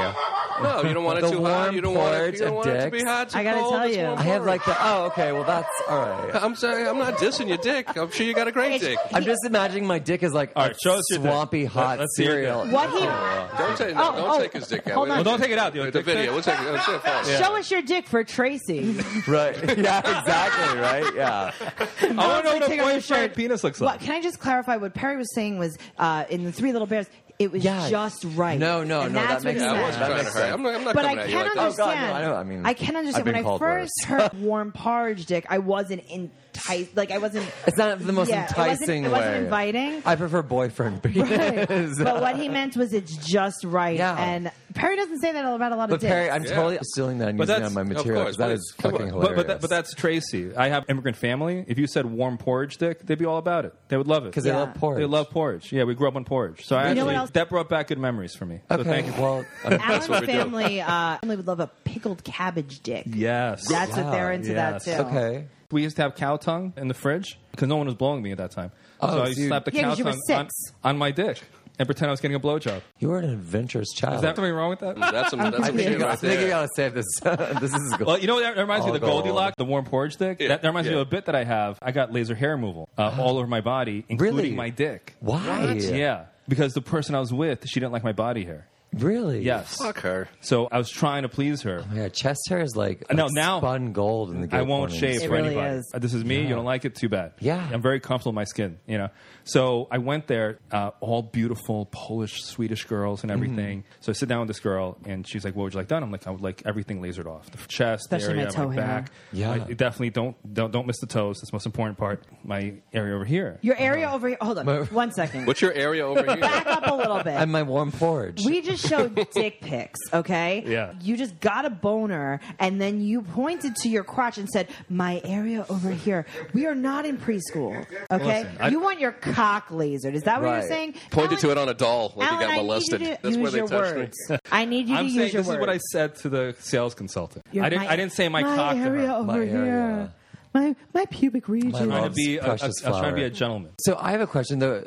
Speaker 3: No, Oh, you don't want it
Speaker 7: The
Speaker 3: too hot.
Speaker 7: warm
Speaker 3: You don't want it,
Speaker 7: porridge
Speaker 3: you don't
Speaker 7: of
Speaker 3: want it to be
Speaker 7: dicks.
Speaker 3: hot. Too
Speaker 2: I gotta
Speaker 3: cold.
Speaker 2: tell
Speaker 3: It's
Speaker 2: you.
Speaker 3: warm
Speaker 7: I have like
Speaker 3: porridge.
Speaker 7: the oh okay well that's all right.
Speaker 3: I'm sorry. I'm not dissing your dick. I'm sure you got a great dick.
Speaker 7: I'm just imagining my dick is like
Speaker 1: All
Speaker 7: a
Speaker 1: right, show us your dick.
Speaker 7: swampy
Speaker 1: Let-
Speaker 7: hot
Speaker 1: let's see your
Speaker 7: cereal.
Speaker 1: dick.
Speaker 2: What he?
Speaker 3: Don't take, no,
Speaker 2: Oh,
Speaker 3: don't
Speaker 2: oh,
Speaker 3: take his dick out.
Speaker 2: hold on.
Speaker 1: Well, don't take it out. You
Speaker 3: The
Speaker 1: have dick
Speaker 3: video.
Speaker 1: pics.
Speaker 3: We'll take it. It's your fault.
Speaker 2: Show us your dick for Tracy.
Speaker 7: Right? Yeah, exactly. Right? Yeah.
Speaker 1: Oh, I want to know what
Speaker 2: Take
Speaker 1: a
Speaker 2: off your
Speaker 1: boyfriend
Speaker 2: shirt.
Speaker 1: penis looks
Speaker 2: What,
Speaker 1: like.
Speaker 2: can I just clarify? What Perry was saying was uh, in the Three Little Bears, it was
Speaker 7: Yes.
Speaker 2: just right.
Speaker 7: No, no,
Speaker 2: And
Speaker 7: no,
Speaker 2: That's
Speaker 7: that makes
Speaker 2: what
Speaker 3: Yeah,
Speaker 2: he meant.
Speaker 3: I
Speaker 7: sense.
Speaker 3: wasn't trying
Speaker 7: That
Speaker 3: to
Speaker 7: makes
Speaker 3: hurt.
Speaker 7: sense.
Speaker 3: I'm not, I'm not
Speaker 2: But I
Speaker 3: coming at you
Speaker 2: can
Speaker 3: like that.
Speaker 7: Oh, God, no,
Speaker 2: understand.
Speaker 7: I know, I mean,
Speaker 2: can
Speaker 7: I've
Speaker 2: understand
Speaker 7: been
Speaker 2: when I
Speaker 7: called
Speaker 2: first heard warm porridge dick. I wasn't enticed. Like I wasn't.
Speaker 7: It's not the most
Speaker 2: Yeah, it wasn't-
Speaker 7: enticing
Speaker 2: it wasn't
Speaker 7: way.
Speaker 2: inviting.
Speaker 7: I prefer boyfriend penis.
Speaker 2: but what he meant was it's just right.
Speaker 7: Yeah.
Speaker 2: And Perry doesn't say that about a lot of
Speaker 7: But
Speaker 2: dicks.
Speaker 7: Perry, I'm
Speaker 3: Yeah.
Speaker 7: totally stealing that and
Speaker 1: But
Speaker 7: using that
Speaker 1: that's-
Speaker 7: on my
Speaker 1: of
Speaker 7: material
Speaker 3: course,
Speaker 7: because that
Speaker 3: please,
Speaker 7: is
Speaker 3: come
Speaker 7: fucking
Speaker 3: on.
Speaker 1: But,
Speaker 7: hilarious.
Speaker 1: but, that, but that's Tracy. I have immigrant family. If you said warm porridge dick, they'd be all about it. They would love it.
Speaker 7: because they
Speaker 2: Yeah.
Speaker 7: love porridge.
Speaker 1: They love porridge. Yeah, we grew up on porridge. So I
Speaker 2: You know what
Speaker 1: actually,
Speaker 2: else-
Speaker 1: that brought back good memories for me.
Speaker 7: Okay.
Speaker 1: So thank you.
Speaker 7: well,
Speaker 2: Alan's
Speaker 3: what we do.
Speaker 2: family, uh, family would love a pickled cabbage dick.
Speaker 1: Yes.
Speaker 2: That's what they're into
Speaker 1: Yes.
Speaker 2: that too.
Speaker 7: okay.
Speaker 1: We used to have cow tongue in the fridge because no one was blowing me at that time.
Speaker 7: Oh,
Speaker 1: so I
Speaker 7: so
Speaker 1: used
Speaker 7: you-
Speaker 1: to slap the
Speaker 2: Yeah,
Speaker 1: cow
Speaker 2: 'cause you were
Speaker 1: tongue on,
Speaker 2: six.
Speaker 1: on my dick and pretend I was getting a blowjob.
Speaker 7: You were an adventurous child.
Speaker 1: Is that something wrong with that?
Speaker 3: That's some, that's
Speaker 7: I
Speaker 3: some
Speaker 7: think you
Speaker 3: shit
Speaker 7: gotta- I
Speaker 3: right
Speaker 7: think you
Speaker 3: there.
Speaker 7: gotta save this. this is good.
Speaker 1: Well, you know what that reminds me
Speaker 7: All
Speaker 1: of the
Speaker 7: gold.
Speaker 1: Goldilocks, the warm porridge dick.
Speaker 3: Yeah.
Speaker 1: That, that reminds me
Speaker 3: Yeah.
Speaker 1: of a bit that I have. I got laser hair removal uh, all over my body, including
Speaker 7: Really?
Speaker 1: my dick.
Speaker 7: Why?
Speaker 1: Yeah, because the person I was with, she didn't like my body hair.
Speaker 7: Really?
Speaker 1: Yes.
Speaker 3: Fuck her.
Speaker 1: So I was trying to please her.
Speaker 7: Yeah, chest hair is like,
Speaker 1: No,
Speaker 7: like
Speaker 1: now-
Speaker 7: spun gold in the.
Speaker 1: I
Speaker 7: gay
Speaker 1: won't
Speaker 7: pornos.
Speaker 1: shave
Speaker 2: It
Speaker 1: for
Speaker 2: really
Speaker 1: anybody.
Speaker 2: is.
Speaker 1: Uh, This is me. You don't like it? Too bad.
Speaker 7: Yeah.
Speaker 1: I'm very comfortable in my skin. You know. So I went there, uh, all beautiful Polish, Swedish girls and everything. So I sit down with this girl, and she's like, "What would you like done?" I'm like, "I would like everything lasered off, the chest, the
Speaker 2: Especially my
Speaker 1: area,
Speaker 2: toe hair.
Speaker 1: back.
Speaker 7: Yeah.
Speaker 1: I- definitely don't don't don't miss the toes. That's the most important part. My area over here.
Speaker 2: Your area over here. Hold on, one second.
Speaker 3: What's your area over here?
Speaker 2: Back up a little bit.
Speaker 7: And my warm porridge.
Speaker 2: We just showed dick pics, okay?
Speaker 1: Yeah.
Speaker 2: You just got a boner, and then you pointed to your crotch and said, "My area over here." We are not in preschool, okay?
Speaker 1: Listen, I-
Speaker 2: you want your cock lasered? Is that what
Speaker 7: Right.
Speaker 2: you're saying?
Speaker 3: Pointed to
Speaker 2: Alan-
Speaker 3: it on a doll like
Speaker 2: Alan,
Speaker 3: you
Speaker 2: I
Speaker 3: got
Speaker 2: need
Speaker 3: molested.
Speaker 2: you to
Speaker 3: That's
Speaker 2: use
Speaker 3: where they
Speaker 2: your
Speaker 3: touched
Speaker 2: words.
Speaker 3: me.
Speaker 2: I need you
Speaker 1: I'm
Speaker 2: to
Speaker 1: saying
Speaker 2: use your
Speaker 1: this is what I
Speaker 2: words.
Speaker 1: said to the sales consultant.
Speaker 2: Your
Speaker 1: I didn't.
Speaker 2: my-
Speaker 1: I didn't say my,
Speaker 2: my
Speaker 1: cock
Speaker 2: area
Speaker 1: to her.
Speaker 2: over
Speaker 7: My
Speaker 2: here.
Speaker 7: area.
Speaker 2: My my pubic region.
Speaker 1: I'm trying to
Speaker 7: Love's
Speaker 1: be a, a, I was
Speaker 7: precious
Speaker 1: trying to be
Speaker 7: flower.
Speaker 1: a gentleman.
Speaker 7: So I have a question though.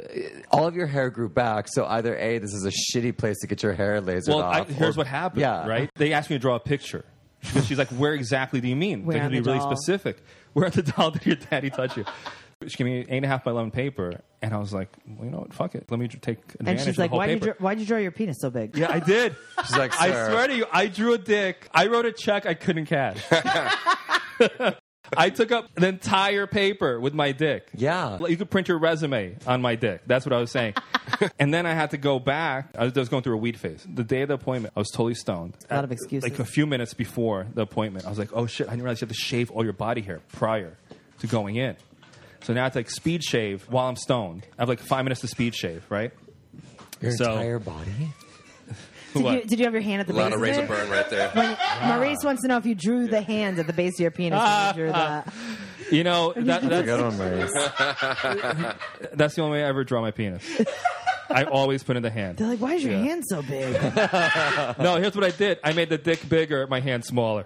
Speaker 7: All of your hair grew back, so either a this is a shitty place to get your hair lasered
Speaker 1: Well, I,
Speaker 7: off.
Speaker 1: here's
Speaker 7: or-
Speaker 1: what happened.
Speaker 7: Yeah.
Speaker 1: Right? They asked me to draw a picture. Because she's like, "Where exactly do you mean?"
Speaker 2: Where
Speaker 1: they had to be
Speaker 2: on the
Speaker 1: really
Speaker 2: doll?
Speaker 1: specific. Where at the doll did your daddy touch you? She gave me eight and a half by eleven paper, and I was like, "Well, you know what? Fuck it. Let me dr- take advantage
Speaker 2: and
Speaker 1: of
Speaker 2: she's
Speaker 1: the
Speaker 2: like,
Speaker 1: whole
Speaker 2: "Why did
Speaker 1: paper."
Speaker 2: you why did you draw your penis so big?"
Speaker 1: yeah, I did.
Speaker 7: She's like,
Speaker 1: I
Speaker 7: "Sir."
Speaker 1: swear to you, I drew a dick. I wrote a check I couldn't cash. I took up an entire paper with my dick.
Speaker 7: Yeah.
Speaker 1: Like, You could print your resume on my dick. That's what I was saying. and then I had to go back. I was, I was going through a weed phase. The day of the appointment, I was totally stoned.
Speaker 2: A lot of excuses.
Speaker 1: Like a few minutes before the appointment, I was like, oh shit, I didn't realize you have to shave all your body hair prior to going in. So now it's like speed shave while I'm stoned. I have like five minutes to speed shave, right?
Speaker 7: Your
Speaker 1: So-
Speaker 7: entire body.
Speaker 2: Did you,
Speaker 1: What?
Speaker 2: did you have your hand at the
Speaker 3: A lot
Speaker 2: base?
Speaker 3: of
Speaker 2: of
Speaker 3: razor
Speaker 2: it?
Speaker 3: burn right there.
Speaker 2: Maurice wants to know if you drew the hand at the base of your penis. when you drew that.
Speaker 1: You know, that, that's,
Speaker 7: Good one, Maurice.
Speaker 1: that's the only way I ever draw my penis. I always put in the hand.
Speaker 2: They're like, why is your
Speaker 1: Yeah.
Speaker 2: hand so big?
Speaker 1: No, here's what I did. I made the dick bigger, my hand smaller.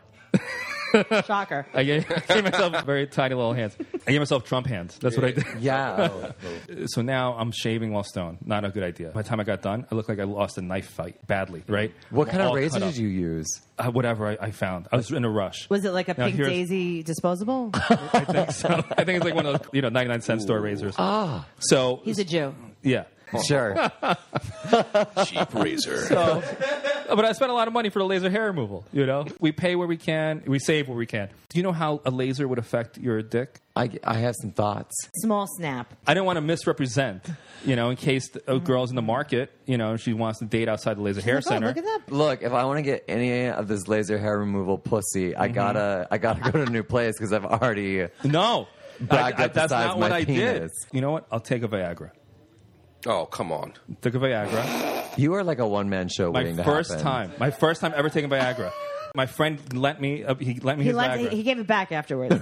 Speaker 2: Shocker.
Speaker 1: I gave, gave myself very tiny little hands. I gave myself Trump hands. That's what I did.
Speaker 7: Yeah.
Speaker 1: So now I'm shaving while stoned. Not a good idea. By the time I got done, I looked like I lost a knife fight badly. Right?
Speaker 7: What kind
Speaker 1: All
Speaker 7: of
Speaker 1: cut
Speaker 7: razor
Speaker 1: up.
Speaker 7: did you use?
Speaker 1: Uh, whatever I, I found. I was in a rush.
Speaker 2: Was it like a
Speaker 1: Now
Speaker 2: pink
Speaker 1: here's-
Speaker 2: daisy disposable?
Speaker 1: I think so. I think it's like one of those, you know, 99 cent store razors. Ah. So
Speaker 2: He's a Jew.
Speaker 1: yeah.
Speaker 7: Sure.
Speaker 3: Cheap razor.
Speaker 1: Uh, But I spent a lot of money for the laser hair removal. You know, we pay where we can, we save where we can. Do you know how a laser would affect your dick?
Speaker 7: I, I have some thoughts.
Speaker 2: Small snap.
Speaker 1: I didn't want to misrepresent, you know, in case the, a girl's in the market, you know, she wants to date outside the laser hair
Speaker 2: Look, Mm-hmm. oh,
Speaker 1: center.
Speaker 2: look at that.
Speaker 7: Look, if I want to get any of this laser hair removal pussy,
Speaker 1: Mm-hmm.
Speaker 7: I gotta I gotta go to a new place because I've already.
Speaker 1: No,
Speaker 7: Back
Speaker 1: I- I-
Speaker 7: up the
Speaker 1: that's
Speaker 7: size
Speaker 1: not
Speaker 7: of
Speaker 1: what
Speaker 7: my
Speaker 1: I did.
Speaker 7: penis.
Speaker 1: You know what? I'll take a Viagra.
Speaker 3: Oh, come on.
Speaker 1: Took a Viagra.
Speaker 7: You are like a one man show
Speaker 1: My
Speaker 7: waiting to
Speaker 1: first
Speaker 7: happen.
Speaker 1: time. My first time ever taking Viagra. My friend lent me. A, he lent me
Speaker 2: He,
Speaker 1: his
Speaker 2: lent-
Speaker 1: Viagra.
Speaker 2: he gave it back afterwards.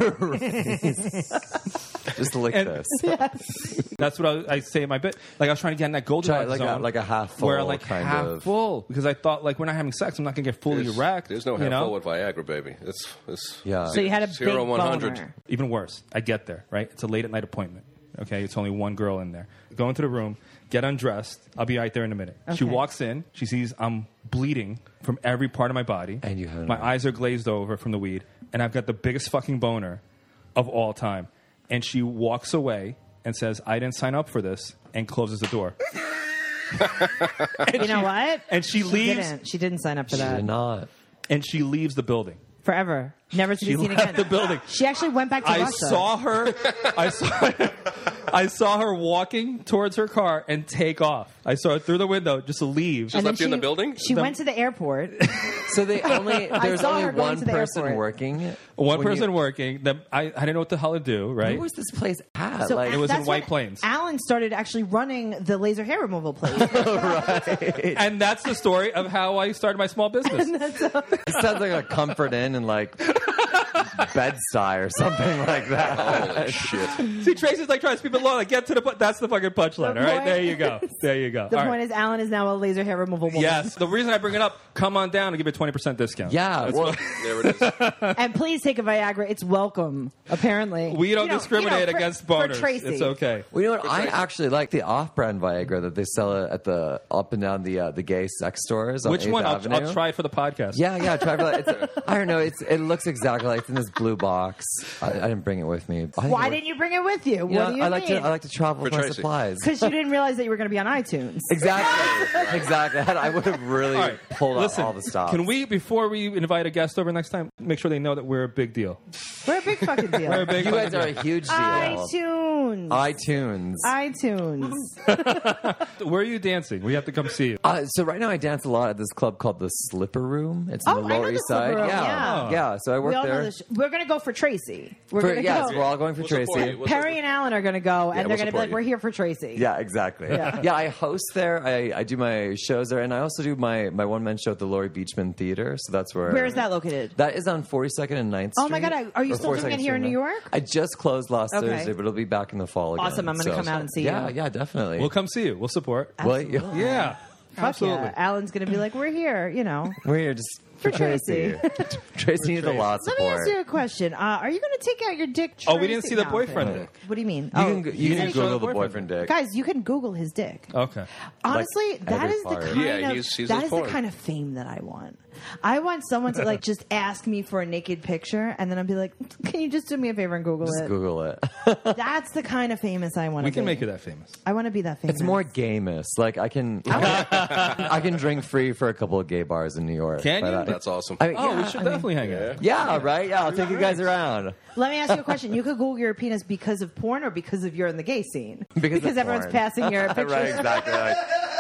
Speaker 7: Just lick
Speaker 1: And-
Speaker 7: this.
Speaker 1: That's what I, was- I say in my bit. Like I was trying to get in that golden
Speaker 7: Try it like a-
Speaker 1: zone,
Speaker 7: like a half
Speaker 1: where
Speaker 7: full
Speaker 1: like
Speaker 7: kind
Speaker 1: half
Speaker 7: of-
Speaker 1: full, because I thought like we're not having sex, I'm not gonna get fully
Speaker 3: There's-
Speaker 1: erect.
Speaker 3: There's no
Speaker 1: you
Speaker 3: half
Speaker 1: know?
Speaker 3: full with Viagra, baby. It's, it's
Speaker 7: Yeah.
Speaker 2: so you had a
Speaker 3: Zero,
Speaker 2: big
Speaker 3: 100.
Speaker 2: boner.
Speaker 1: Even worse, I get there, right? It's a late at night appointment. Okay, it's only one girl in there. Go into the room, get undressed. I'll be right there in a minute. She
Speaker 2: Okay.
Speaker 1: walks in. She sees I'm bleeding from every part of my body.
Speaker 7: And you haven't-
Speaker 1: my eyes are glazed over from the weed, and I've got the biggest fucking boner of all time. And she walks away and says, "I didn't sign up for this," and closes the door.
Speaker 2: You know what?
Speaker 1: And she leaves.
Speaker 2: Didn't. She didn't sign up for
Speaker 7: She did
Speaker 2: that.
Speaker 7: not.
Speaker 1: And she leaves the building.
Speaker 2: Forever. Never to be
Speaker 1: She
Speaker 2: seen
Speaker 1: left
Speaker 2: again.
Speaker 1: the building.
Speaker 2: She actually went back to
Speaker 1: I
Speaker 2: Russia.
Speaker 1: saw her. I saw. I saw her walking towards her car and take off. I saw her through the window just leave.
Speaker 2: And then
Speaker 3: left you in the building?
Speaker 2: She went to the airport.
Speaker 7: So they only there's
Speaker 2: saw
Speaker 7: only
Speaker 2: her going
Speaker 7: one
Speaker 2: to the
Speaker 7: person
Speaker 2: airport.
Speaker 7: working.
Speaker 1: One
Speaker 7: when you-
Speaker 1: person working. Then I, I didn't know what the hell to do. Right.
Speaker 7: Where was this place at?
Speaker 2: So
Speaker 7: like
Speaker 1: It was in
Speaker 2: that's
Speaker 1: White
Speaker 2: when
Speaker 1: Plains.
Speaker 2: Alan started actually running the laser hair removal place.
Speaker 1: And that's the story of how I started my small business.
Speaker 7: it sounds like a comfort inn and like bedside or something like that.
Speaker 3: Holy shit.
Speaker 1: See, Tracy's like trying to speak it low. Like get to the. pu- That's the fucking punchline.
Speaker 2: The
Speaker 1: all right.
Speaker 2: point
Speaker 1: There you go. There you go.
Speaker 2: the
Speaker 1: All
Speaker 2: point
Speaker 1: right.
Speaker 2: is, Alan is now a laser hair removal woman.
Speaker 1: Yes. The reason I bring it up, come on down and give you a twenty percent discount.
Speaker 7: Yeah, well,
Speaker 3: There it is.
Speaker 2: And please take a Viagra. It's welcome, apparently.
Speaker 1: We don't
Speaker 2: You know- you
Speaker 1: discriminate
Speaker 2: know, for-
Speaker 1: against
Speaker 2: for
Speaker 1: boners.
Speaker 2: Tracy.
Speaker 1: It's okay.
Speaker 7: Well, you know what? I actually like the off-brand Viagra that they sell at the up and down the uh, the gay sex stores. On
Speaker 1: Which
Speaker 7: 8th
Speaker 1: one? I'll,
Speaker 7: Avenue.
Speaker 1: I'll try it for the podcast.
Speaker 7: Yeah, yeah. Try for that. It's, I don't know. It's it looks exactly like it's in in this blue box. I, I didn't bring it with me.
Speaker 2: Why didn't you bring it with you?
Speaker 7: You
Speaker 2: what do you
Speaker 7: I like
Speaker 2: mean?
Speaker 7: to I like to travel with
Speaker 3: For
Speaker 7: my
Speaker 3: Tracy.
Speaker 7: supplies.
Speaker 2: Because you didn't realize that you were going to be on iTunes.
Speaker 7: Exactly. exactly. I would have really
Speaker 1: All right,
Speaker 7: pulled out
Speaker 1: listen,
Speaker 7: all the stops.
Speaker 1: Can we, before we invite a guest over next time, make sure they know that we're a big deal?
Speaker 2: We're a big fucking deal.
Speaker 1: We're a big
Speaker 7: You guys are a huge deal.
Speaker 2: iTunes.
Speaker 7: iTunes.
Speaker 2: iTunes.
Speaker 1: Where are you dancing? We have to come see you.
Speaker 7: Uh, so right now I dance a lot at this club called the Slipper Room. It's
Speaker 2: Oh,
Speaker 7: in
Speaker 2: I
Speaker 7: the
Speaker 2: know
Speaker 7: Lower
Speaker 2: the
Speaker 7: East Side.
Speaker 2: Slipper Room,
Speaker 7: Yeah.
Speaker 2: yeah.
Speaker 7: yeah, So I work
Speaker 2: we all know
Speaker 7: there.
Speaker 2: this. We're going to go for Tracy. We're
Speaker 7: for,
Speaker 2: going to
Speaker 7: yes,
Speaker 2: go.
Speaker 7: we're all going for
Speaker 3: We'll support
Speaker 7: Tracy.
Speaker 3: you. We'll
Speaker 2: Perry and Alan are going to go, and
Speaker 3: we'll
Speaker 2: they're going to be
Speaker 3: support
Speaker 2: like,
Speaker 3: you.
Speaker 2: "We're here for Tracy."
Speaker 7: Yeah, exactly.
Speaker 2: Yeah.
Speaker 7: Yeah. I host there. I, I do my shows there, and I also do my, my one man show at the Laurie Beachman Theater. So that's where.
Speaker 2: Where is that located?
Speaker 7: That is on 42nd and 9th Street.
Speaker 2: Oh my God, I- are you
Speaker 7: Or
Speaker 2: still doing
Speaker 7: 42nd
Speaker 2: it here in
Speaker 7: Street,
Speaker 2: New
Speaker 7: no.
Speaker 2: York?
Speaker 7: I just closed last
Speaker 2: Okay.
Speaker 7: Thursday, but it'll be back in the fall again.
Speaker 2: Awesome, I'm gonna come out and see
Speaker 7: yeah,
Speaker 2: you.
Speaker 7: Yeah, definitely.
Speaker 1: We'll come see you. We'll support.
Speaker 7: Well, yeah.
Speaker 1: Uh, Yeah.
Speaker 2: Fuck yeah. Alan's going to be like, "We're here," you know.
Speaker 7: We're here just for
Speaker 2: Tracy.
Speaker 7: Tracy. Tracy needs a lot of
Speaker 2: Let me
Speaker 7: support.
Speaker 2: ask you a question. Uh, are you going to take out your dick? Tracy?
Speaker 1: Oh, we didn't see the
Speaker 2: No,
Speaker 1: boyfriend
Speaker 2: okay.
Speaker 1: dick.
Speaker 2: What do you mean?
Speaker 7: You
Speaker 2: oh,
Speaker 7: can, go- you can
Speaker 1: didn't show
Speaker 7: Google
Speaker 1: the
Speaker 7: the
Speaker 1: boyfriend
Speaker 7: boyfriend dick.
Speaker 2: guys, you can Google his dick.
Speaker 1: Okay.
Speaker 2: Honestly, that
Speaker 7: every
Speaker 2: is the
Speaker 7: part.
Speaker 2: kind
Speaker 3: Yeah,
Speaker 2: of
Speaker 3: he's- he's
Speaker 2: that
Speaker 3: a
Speaker 2: is the
Speaker 3: porn.
Speaker 2: kind of fame that I want. I want someone to like just ask me for a naked picture, and then I'd be like, "Can you just do me a favor and Google
Speaker 7: Just
Speaker 2: it?"
Speaker 7: Google it.
Speaker 2: That's the kind of famous I want.
Speaker 1: We
Speaker 2: to
Speaker 1: can
Speaker 2: be.
Speaker 1: make you that famous.
Speaker 2: I want to be that famous.
Speaker 7: It's more gayness. Like I can,
Speaker 2: Oh.
Speaker 7: I can drink free for a couple of gay bars in New York.
Speaker 1: Can
Speaker 7: By
Speaker 1: you?
Speaker 7: that-
Speaker 3: That's awesome.
Speaker 7: I mean,
Speaker 1: Oh,
Speaker 7: yeah,
Speaker 1: we should definitely hang out.
Speaker 7: yeah, right. Yeah, I'll take you guys around.
Speaker 2: Let me ask you a question. You could Google your penis because of porn or because of you're in the gay scene.
Speaker 7: Because of
Speaker 2: everyone's
Speaker 7: porn.
Speaker 2: passing your pictures.
Speaker 7: right, exactly. Like,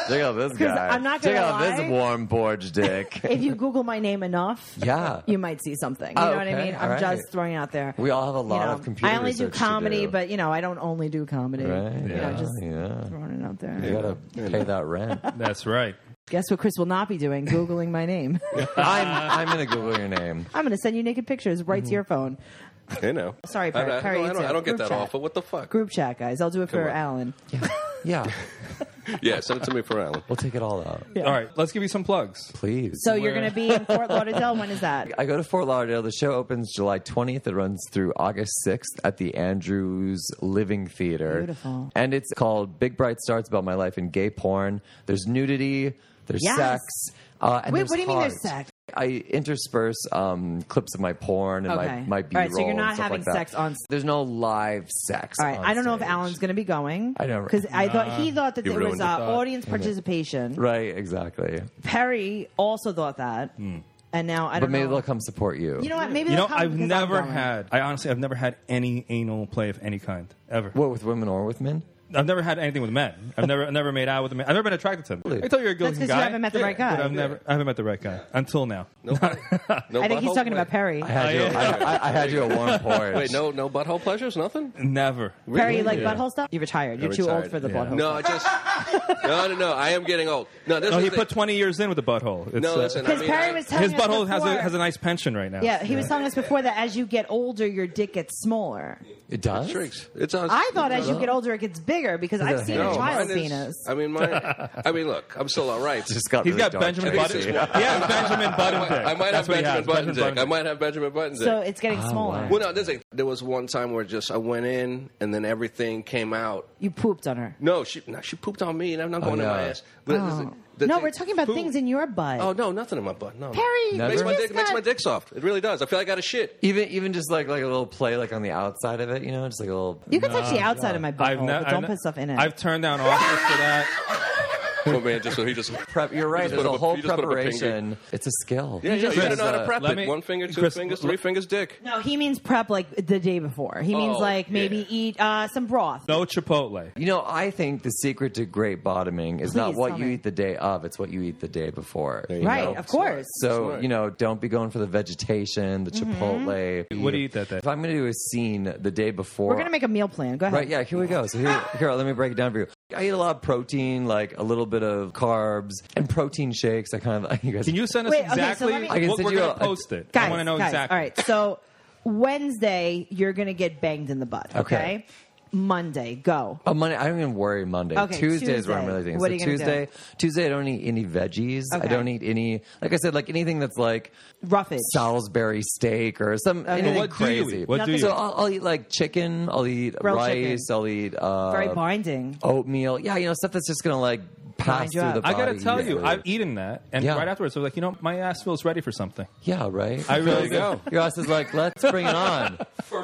Speaker 7: check out this guy.
Speaker 2: I'm not
Speaker 7: check
Speaker 2: gonna
Speaker 7: out
Speaker 2: lie.
Speaker 7: this warm porch dick.
Speaker 2: If you Google my name enough,
Speaker 7: Yeah.
Speaker 2: you might see something. You
Speaker 7: Oh,
Speaker 2: know what I
Speaker 7: okay.
Speaker 2: mean?
Speaker 7: All
Speaker 2: I'm
Speaker 7: right.
Speaker 2: just throwing it out there.
Speaker 7: we all have a
Speaker 2: You
Speaker 7: lot
Speaker 2: know,
Speaker 7: of computer.
Speaker 2: I only do
Speaker 7: research to
Speaker 2: comedy,
Speaker 7: do.
Speaker 2: but you know, I don't only do comedy.
Speaker 7: right.
Speaker 2: You
Speaker 7: Yeah.
Speaker 2: know, just
Speaker 7: yeah.
Speaker 2: throwing it out there.
Speaker 7: You gotta pay that rent.
Speaker 1: That's right.
Speaker 2: Guess what Chris will not be doing? Googling my name.
Speaker 7: I'm I'm gonna Google your name.
Speaker 2: I'm going to send you naked pictures right
Speaker 7: Mm-hmm.
Speaker 2: to your phone.
Speaker 3: You know.
Speaker 2: Sorry,
Speaker 3: I,
Speaker 2: Perry.
Speaker 3: I,
Speaker 2: Perry,
Speaker 3: no, I
Speaker 2: you
Speaker 3: don't,
Speaker 2: too.
Speaker 3: I don't get
Speaker 2: Group
Speaker 3: that
Speaker 2: chat.
Speaker 3: offer. What the fuck?
Speaker 2: Group chat, guys. I'll do it for
Speaker 3: on.
Speaker 2: Alan.
Speaker 7: Yeah,
Speaker 3: Yeah, send it to me for Alan.
Speaker 7: we'll take it all out,
Speaker 1: All right. Let's give you some plugs.
Speaker 7: please.
Speaker 2: So you're
Speaker 1: Where-
Speaker 2: going to be in Fort Lauderdale. When is that?
Speaker 7: I go to Fort Lauderdale. The show opens July 20th. It runs through August 6th at the Andrews Living Theater.
Speaker 2: Beautiful.
Speaker 7: And it's called Big Bright Stars About My Life in Gay Porn. There's nudity, there's
Speaker 2: Yes.
Speaker 7: sex. Uh, and
Speaker 2: Wait,
Speaker 7: there's
Speaker 2: what do you mean
Speaker 7: heart.
Speaker 2: there's sex?
Speaker 7: I intersperse um, clips of my porn and
Speaker 2: Okay. All
Speaker 7: my, my B roll.
Speaker 2: right, so you're not having sex on s-
Speaker 7: There's no live sex.
Speaker 2: All right,
Speaker 7: on
Speaker 2: I don't know if
Speaker 7: stage.
Speaker 2: Alan's going to be going.
Speaker 7: I know, right?
Speaker 2: because I thought he thought that
Speaker 3: You
Speaker 2: there was
Speaker 3: ruined
Speaker 2: uh,
Speaker 3: the
Speaker 1: thought.
Speaker 2: audience participation.
Speaker 7: Right, exactly.
Speaker 2: Perry also thought that, and now I don't
Speaker 7: Hmm. But maybe
Speaker 2: know.
Speaker 7: they'll come support you.
Speaker 2: you know what? Maybe
Speaker 1: You know,
Speaker 2: they'll come
Speaker 1: I've
Speaker 2: because I'm
Speaker 1: never
Speaker 2: going.
Speaker 1: had, I honestly, I've never had any anal play of any kind, ever.
Speaker 7: what with women or with men?
Speaker 1: I've never had anything with men. I've never, I've never made out with a man. I've never been attracted to them. I tell you, you're a good
Speaker 2: That's
Speaker 1: looking
Speaker 2: 'cause
Speaker 1: guy.
Speaker 2: you haven't met the right guy.
Speaker 1: But I've never, I haven't met the right guy until now.
Speaker 3: No, butt- no
Speaker 2: I think he's
Speaker 3: butthole?
Speaker 2: talking
Speaker 3: Wait.
Speaker 2: about Perry.
Speaker 7: I had you. I, I, I had you at warm porch.
Speaker 3: Wait, no, no butthole pleasures, nothing.
Speaker 1: Never.
Speaker 2: Perry, like butthole stuff. You're retired. You're
Speaker 3: I'm
Speaker 2: too old
Speaker 3: retired.
Speaker 2: for the
Speaker 7: Yeah.
Speaker 2: butthole.
Speaker 3: No, I just no, no, no. I am getting old. No, this
Speaker 1: No,
Speaker 3: is
Speaker 1: he
Speaker 3: the-
Speaker 1: put 20 years in with the butthole. It's,
Speaker 3: No,
Speaker 1: uh,
Speaker 3: listen. I
Speaker 2: Because
Speaker 3: mean,
Speaker 2: Perry
Speaker 3: I-
Speaker 2: was telling
Speaker 1: his
Speaker 2: us
Speaker 1: butthole has a,
Speaker 2: before-
Speaker 1: has a nice pension right now.
Speaker 2: yeah, he was telling us before that as you get older, your dick gets smaller.
Speaker 7: It does.
Speaker 3: tricks. It's on.
Speaker 2: I thought as you get older, it gets bigger because I've
Speaker 7: it
Speaker 2: seen
Speaker 7: no,
Speaker 2: a
Speaker 3: mine
Speaker 2: child's
Speaker 3: is-
Speaker 2: penis.
Speaker 3: I mean, my. I mean, look, I'm still all right.
Speaker 7: Just got
Speaker 1: He's
Speaker 7: really
Speaker 1: got
Speaker 7: dark,
Speaker 1: Benjamin Button.
Speaker 7: Tracy.
Speaker 1: He has Benjamin Button dick.
Speaker 3: I might
Speaker 1: That's
Speaker 3: have
Speaker 1: what he
Speaker 3: Benjamin
Speaker 1: has,
Speaker 3: Button dick.
Speaker 1: Button
Speaker 3: I might have Benjamin Button dick.
Speaker 2: So
Speaker 3: Oh,
Speaker 2: it's getting smaller.
Speaker 3: well, no, this is, there was one time where just I went in and then everything came out.
Speaker 2: You pooped on her.
Speaker 3: No, she no, she pooped on me and I'm not going
Speaker 7: no.
Speaker 3: in my ass. But this is-
Speaker 2: Oh.
Speaker 3: the
Speaker 2: No,
Speaker 3: thing-
Speaker 2: we're talking about
Speaker 3: Poop.
Speaker 2: things in your butt.
Speaker 3: Oh no, nothing in my butt. No,
Speaker 2: Perry,
Speaker 7: Never?
Speaker 2: you
Speaker 3: makes my
Speaker 2: just
Speaker 3: dick makes
Speaker 2: got-
Speaker 3: my dick soft. It really does. I feel like I got a shit.
Speaker 7: Even even just like like a little play like on the outside of it, you know, just like a little.
Speaker 2: You can touch the outside of my butt,
Speaker 1: I've ne-
Speaker 2: but don't
Speaker 1: I've ne-
Speaker 2: put stuff in it.
Speaker 1: I've turned down offers for that.
Speaker 3: Oh man, just so he just.
Speaker 7: prep. You're right.
Speaker 3: just
Speaker 7: There's
Speaker 3: put
Speaker 7: a
Speaker 3: up a-
Speaker 7: whole
Speaker 3: you just put up a
Speaker 7: preparation. It's a skill.
Speaker 3: Yeah, yeah, you gotta know how to
Speaker 7: Uh,
Speaker 3: prep
Speaker 1: let
Speaker 3: it.
Speaker 1: me-
Speaker 3: One finger, two
Speaker 1: Chris,
Speaker 3: fingers, three
Speaker 1: let-
Speaker 3: fingers, dick.
Speaker 2: no, he means prep like the day before. He means
Speaker 3: Oh,
Speaker 2: like maybe
Speaker 3: yeah.
Speaker 2: eat uh, some broth.
Speaker 1: No Chipotle.
Speaker 7: You know, I think the secret to great bottoming is not
Speaker 2: Please
Speaker 7: what
Speaker 2: tell
Speaker 7: you
Speaker 2: me.
Speaker 7: eat the day of; it's what you eat the day before. you
Speaker 2: right,
Speaker 7: know?
Speaker 2: of course.
Speaker 7: So
Speaker 3: Smart.
Speaker 7: you know, don't be going for the vegetation, the
Speaker 2: Mm-hmm.
Speaker 7: chipotle.
Speaker 1: What do you eat that day?
Speaker 7: If I'm going to do a scene the day before,
Speaker 2: We're gonna make a meal plan. Go ahead.
Speaker 7: Right, yeah, here we go. So here, here, let me break it down for you. I eat a lot of protein, like a little bit of carbs and protein shakes. I kind of, you guys.
Speaker 1: Can you send us
Speaker 2: Wait, okay, so
Speaker 1: exactly
Speaker 2: let me-
Speaker 7: I can
Speaker 1: what
Speaker 7: send
Speaker 1: we're
Speaker 7: you
Speaker 1: going
Speaker 7: a-
Speaker 1: to post it?
Speaker 2: Guys,
Speaker 1: I want to know
Speaker 2: guys,
Speaker 1: exactly.
Speaker 2: All right, so Wednesday you're gonna get banged in the butt. Okay.
Speaker 7: Okay.
Speaker 2: Monday, go.
Speaker 7: Oh, Monday. I don't even worry Monday.
Speaker 2: Okay,
Speaker 7: Tuesday, is where I'm
Speaker 2: Tuesday.
Speaker 7: really thinking.
Speaker 2: What
Speaker 7: so
Speaker 2: are you gonna
Speaker 7: Tuesday,
Speaker 2: do?
Speaker 7: Tuesday, I don't eat any veggies. I
Speaker 2: Okay.
Speaker 7: don't eat any, like I said, like anything that's like
Speaker 2: Roughage.
Speaker 7: Salisbury steak or some anything
Speaker 1: But what do you
Speaker 7: crazy.
Speaker 1: eat? What do
Speaker 2: Nothing.
Speaker 1: you
Speaker 7: so
Speaker 1: eat?
Speaker 7: I'll, I'll eat like chicken. I'll eat
Speaker 2: Grilled
Speaker 7: rice.
Speaker 2: chicken.
Speaker 7: I'll eat uh,
Speaker 2: Very binding.
Speaker 7: oatmeal. Yeah, you know stuff that's just gonna like pass
Speaker 2: grind you
Speaker 7: through
Speaker 2: up.
Speaker 7: the
Speaker 2: I
Speaker 1: I
Speaker 7: body.
Speaker 1: gotta tell you,
Speaker 7: easily.
Speaker 1: I've eaten that, and
Speaker 7: Yeah.
Speaker 1: right afterwards, I was like, you know, my ass feels ready for something.
Speaker 7: yeah, right.
Speaker 1: I really
Speaker 7: Your ass is- Your ass is like, let's bring it on,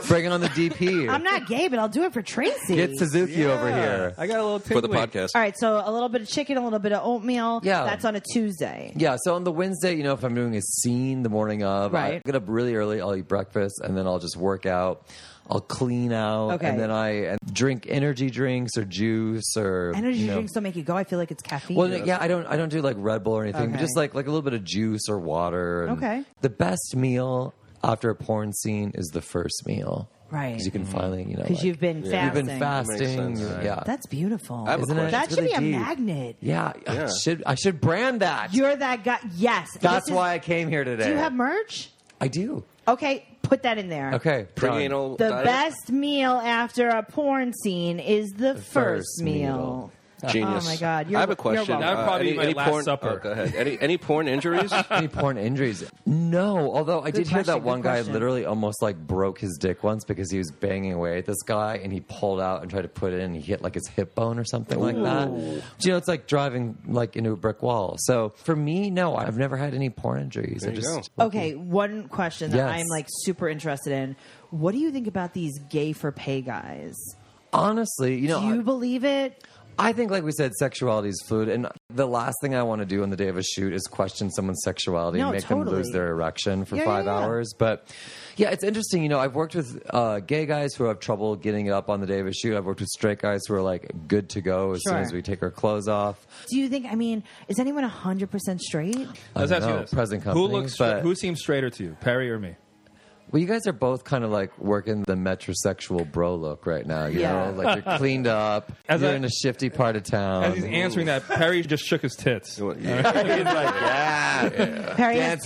Speaker 7: bring it on the DP.
Speaker 2: I'm not gay, but I'll do it for Tracy.
Speaker 7: Get Suzuki over here.
Speaker 1: I got a little
Speaker 3: for the
Speaker 1: tingly.
Speaker 3: podcast.
Speaker 2: All right, so a little bit of chicken, a little bit of oatmeal.
Speaker 7: Yeah.
Speaker 2: That's on a Tuesday.
Speaker 7: Yeah, so on the Wednesday, you know, if I'm doing a scene the morning of, I
Speaker 2: Right.
Speaker 7: get up really early, I'll eat breakfast, and then I'll just work out. I'll clean out,
Speaker 2: Okay.
Speaker 7: and then I and drink energy drinks or juice or
Speaker 2: Energy
Speaker 7: you know-
Speaker 2: drinks don't make you go. I feel like it's caffeine.
Speaker 7: Well, yeah, I don't, I don't do like Red Bull or anything, but
Speaker 2: Okay.
Speaker 7: just like like a little bit of juice or water. and
Speaker 2: Okay.
Speaker 7: The best meal after a porn scene is the first meal,
Speaker 2: Right.
Speaker 7: Because you can finally, you know,
Speaker 2: because
Speaker 7: like,
Speaker 2: you've been
Speaker 7: you've
Speaker 2: fasting.
Speaker 7: been
Speaker 3: Mm.
Speaker 7: fasting,
Speaker 3: That makes sense.
Speaker 7: yeah.
Speaker 2: That's beautiful.
Speaker 3: I have a
Speaker 7: Isn't it?
Speaker 3: question.
Speaker 2: that
Speaker 7: It's
Speaker 2: should be a
Speaker 7: really deep.
Speaker 2: magnet.
Speaker 7: yeah,
Speaker 3: Yeah.
Speaker 7: I should I should brand that.
Speaker 2: You're that guy. Yes.
Speaker 7: That's
Speaker 2: This is-
Speaker 7: why I came here today.
Speaker 2: Do you have merch?
Speaker 7: I do.
Speaker 2: Okay, put that in there.
Speaker 7: Okay, done.
Speaker 3: Prenatal
Speaker 2: The
Speaker 3: diet.
Speaker 2: best meal after a porn scene is the, first,
Speaker 7: first
Speaker 2: meal.
Speaker 7: meal.
Speaker 3: Genius.
Speaker 2: Oh my God,
Speaker 3: I
Speaker 2: you're-
Speaker 3: have a
Speaker 2: you're
Speaker 3: question. uh,
Speaker 2: welcome. That
Speaker 1: would probably
Speaker 3: any,
Speaker 1: be my
Speaker 3: any
Speaker 1: last
Speaker 3: porn,
Speaker 1: supper.
Speaker 3: oh, go ahead. Any any porn injuries?
Speaker 7: any porn injuries? No. Although I did hear
Speaker 2: question,
Speaker 7: that
Speaker 2: good
Speaker 7: one guy
Speaker 2: question.
Speaker 7: literally almost like broke his dick once because he was banging away at this guy and he pulled out and tried to put it in and he hit like his hip bone or something like that. But, you know, it's like driving like into a brick wall. So for me, no, I've never had any porn injuries. I
Speaker 3: you
Speaker 7: just
Speaker 2: Okay, one question that
Speaker 7: Yes.
Speaker 2: I'm like super interested in. What do you think about these gay for pay guys?
Speaker 7: honestly, you know,
Speaker 2: do you
Speaker 7: I-
Speaker 2: believe it?
Speaker 7: I think, like we said, sexuality is fluid, and the last thing I want to do on the day of a shoot is question someone's sexuality and
Speaker 2: No,
Speaker 7: make them
Speaker 2: totally.
Speaker 7: lose their erection for
Speaker 2: Yeah,
Speaker 7: five
Speaker 2: yeah, yeah.
Speaker 7: hours. But yeah, it's interesting. You know, I've worked with uh, gay guys who have trouble getting it up on the day of a shoot. I've worked with straight guys who are like good to go as soon
Speaker 2: Sure.
Speaker 7: as we take our clothes off.
Speaker 2: Do you think? I mean, is anyone 100 percent straight?
Speaker 3: Uh,
Speaker 7: I
Speaker 1: Let's
Speaker 7: don't
Speaker 1: ask you
Speaker 7: know,
Speaker 1: this:
Speaker 7: present
Speaker 1: who
Speaker 7: company,
Speaker 1: looks,
Speaker 7: but-
Speaker 1: who seems straighter to you, Perry or me?
Speaker 7: Well, you guys are both kind of like working the metrosexual bro look right now. You
Speaker 2: Yeah.
Speaker 7: know, like you're cleaned up,
Speaker 1: As
Speaker 7: you're
Speaker 1: I-
Speaker 7: in a shifty part of town.
Speaker 1: As he's answering that, Perry just shook his tits.
Speaker 3: What
Speaker 2: Perry
Speaker 7: Dance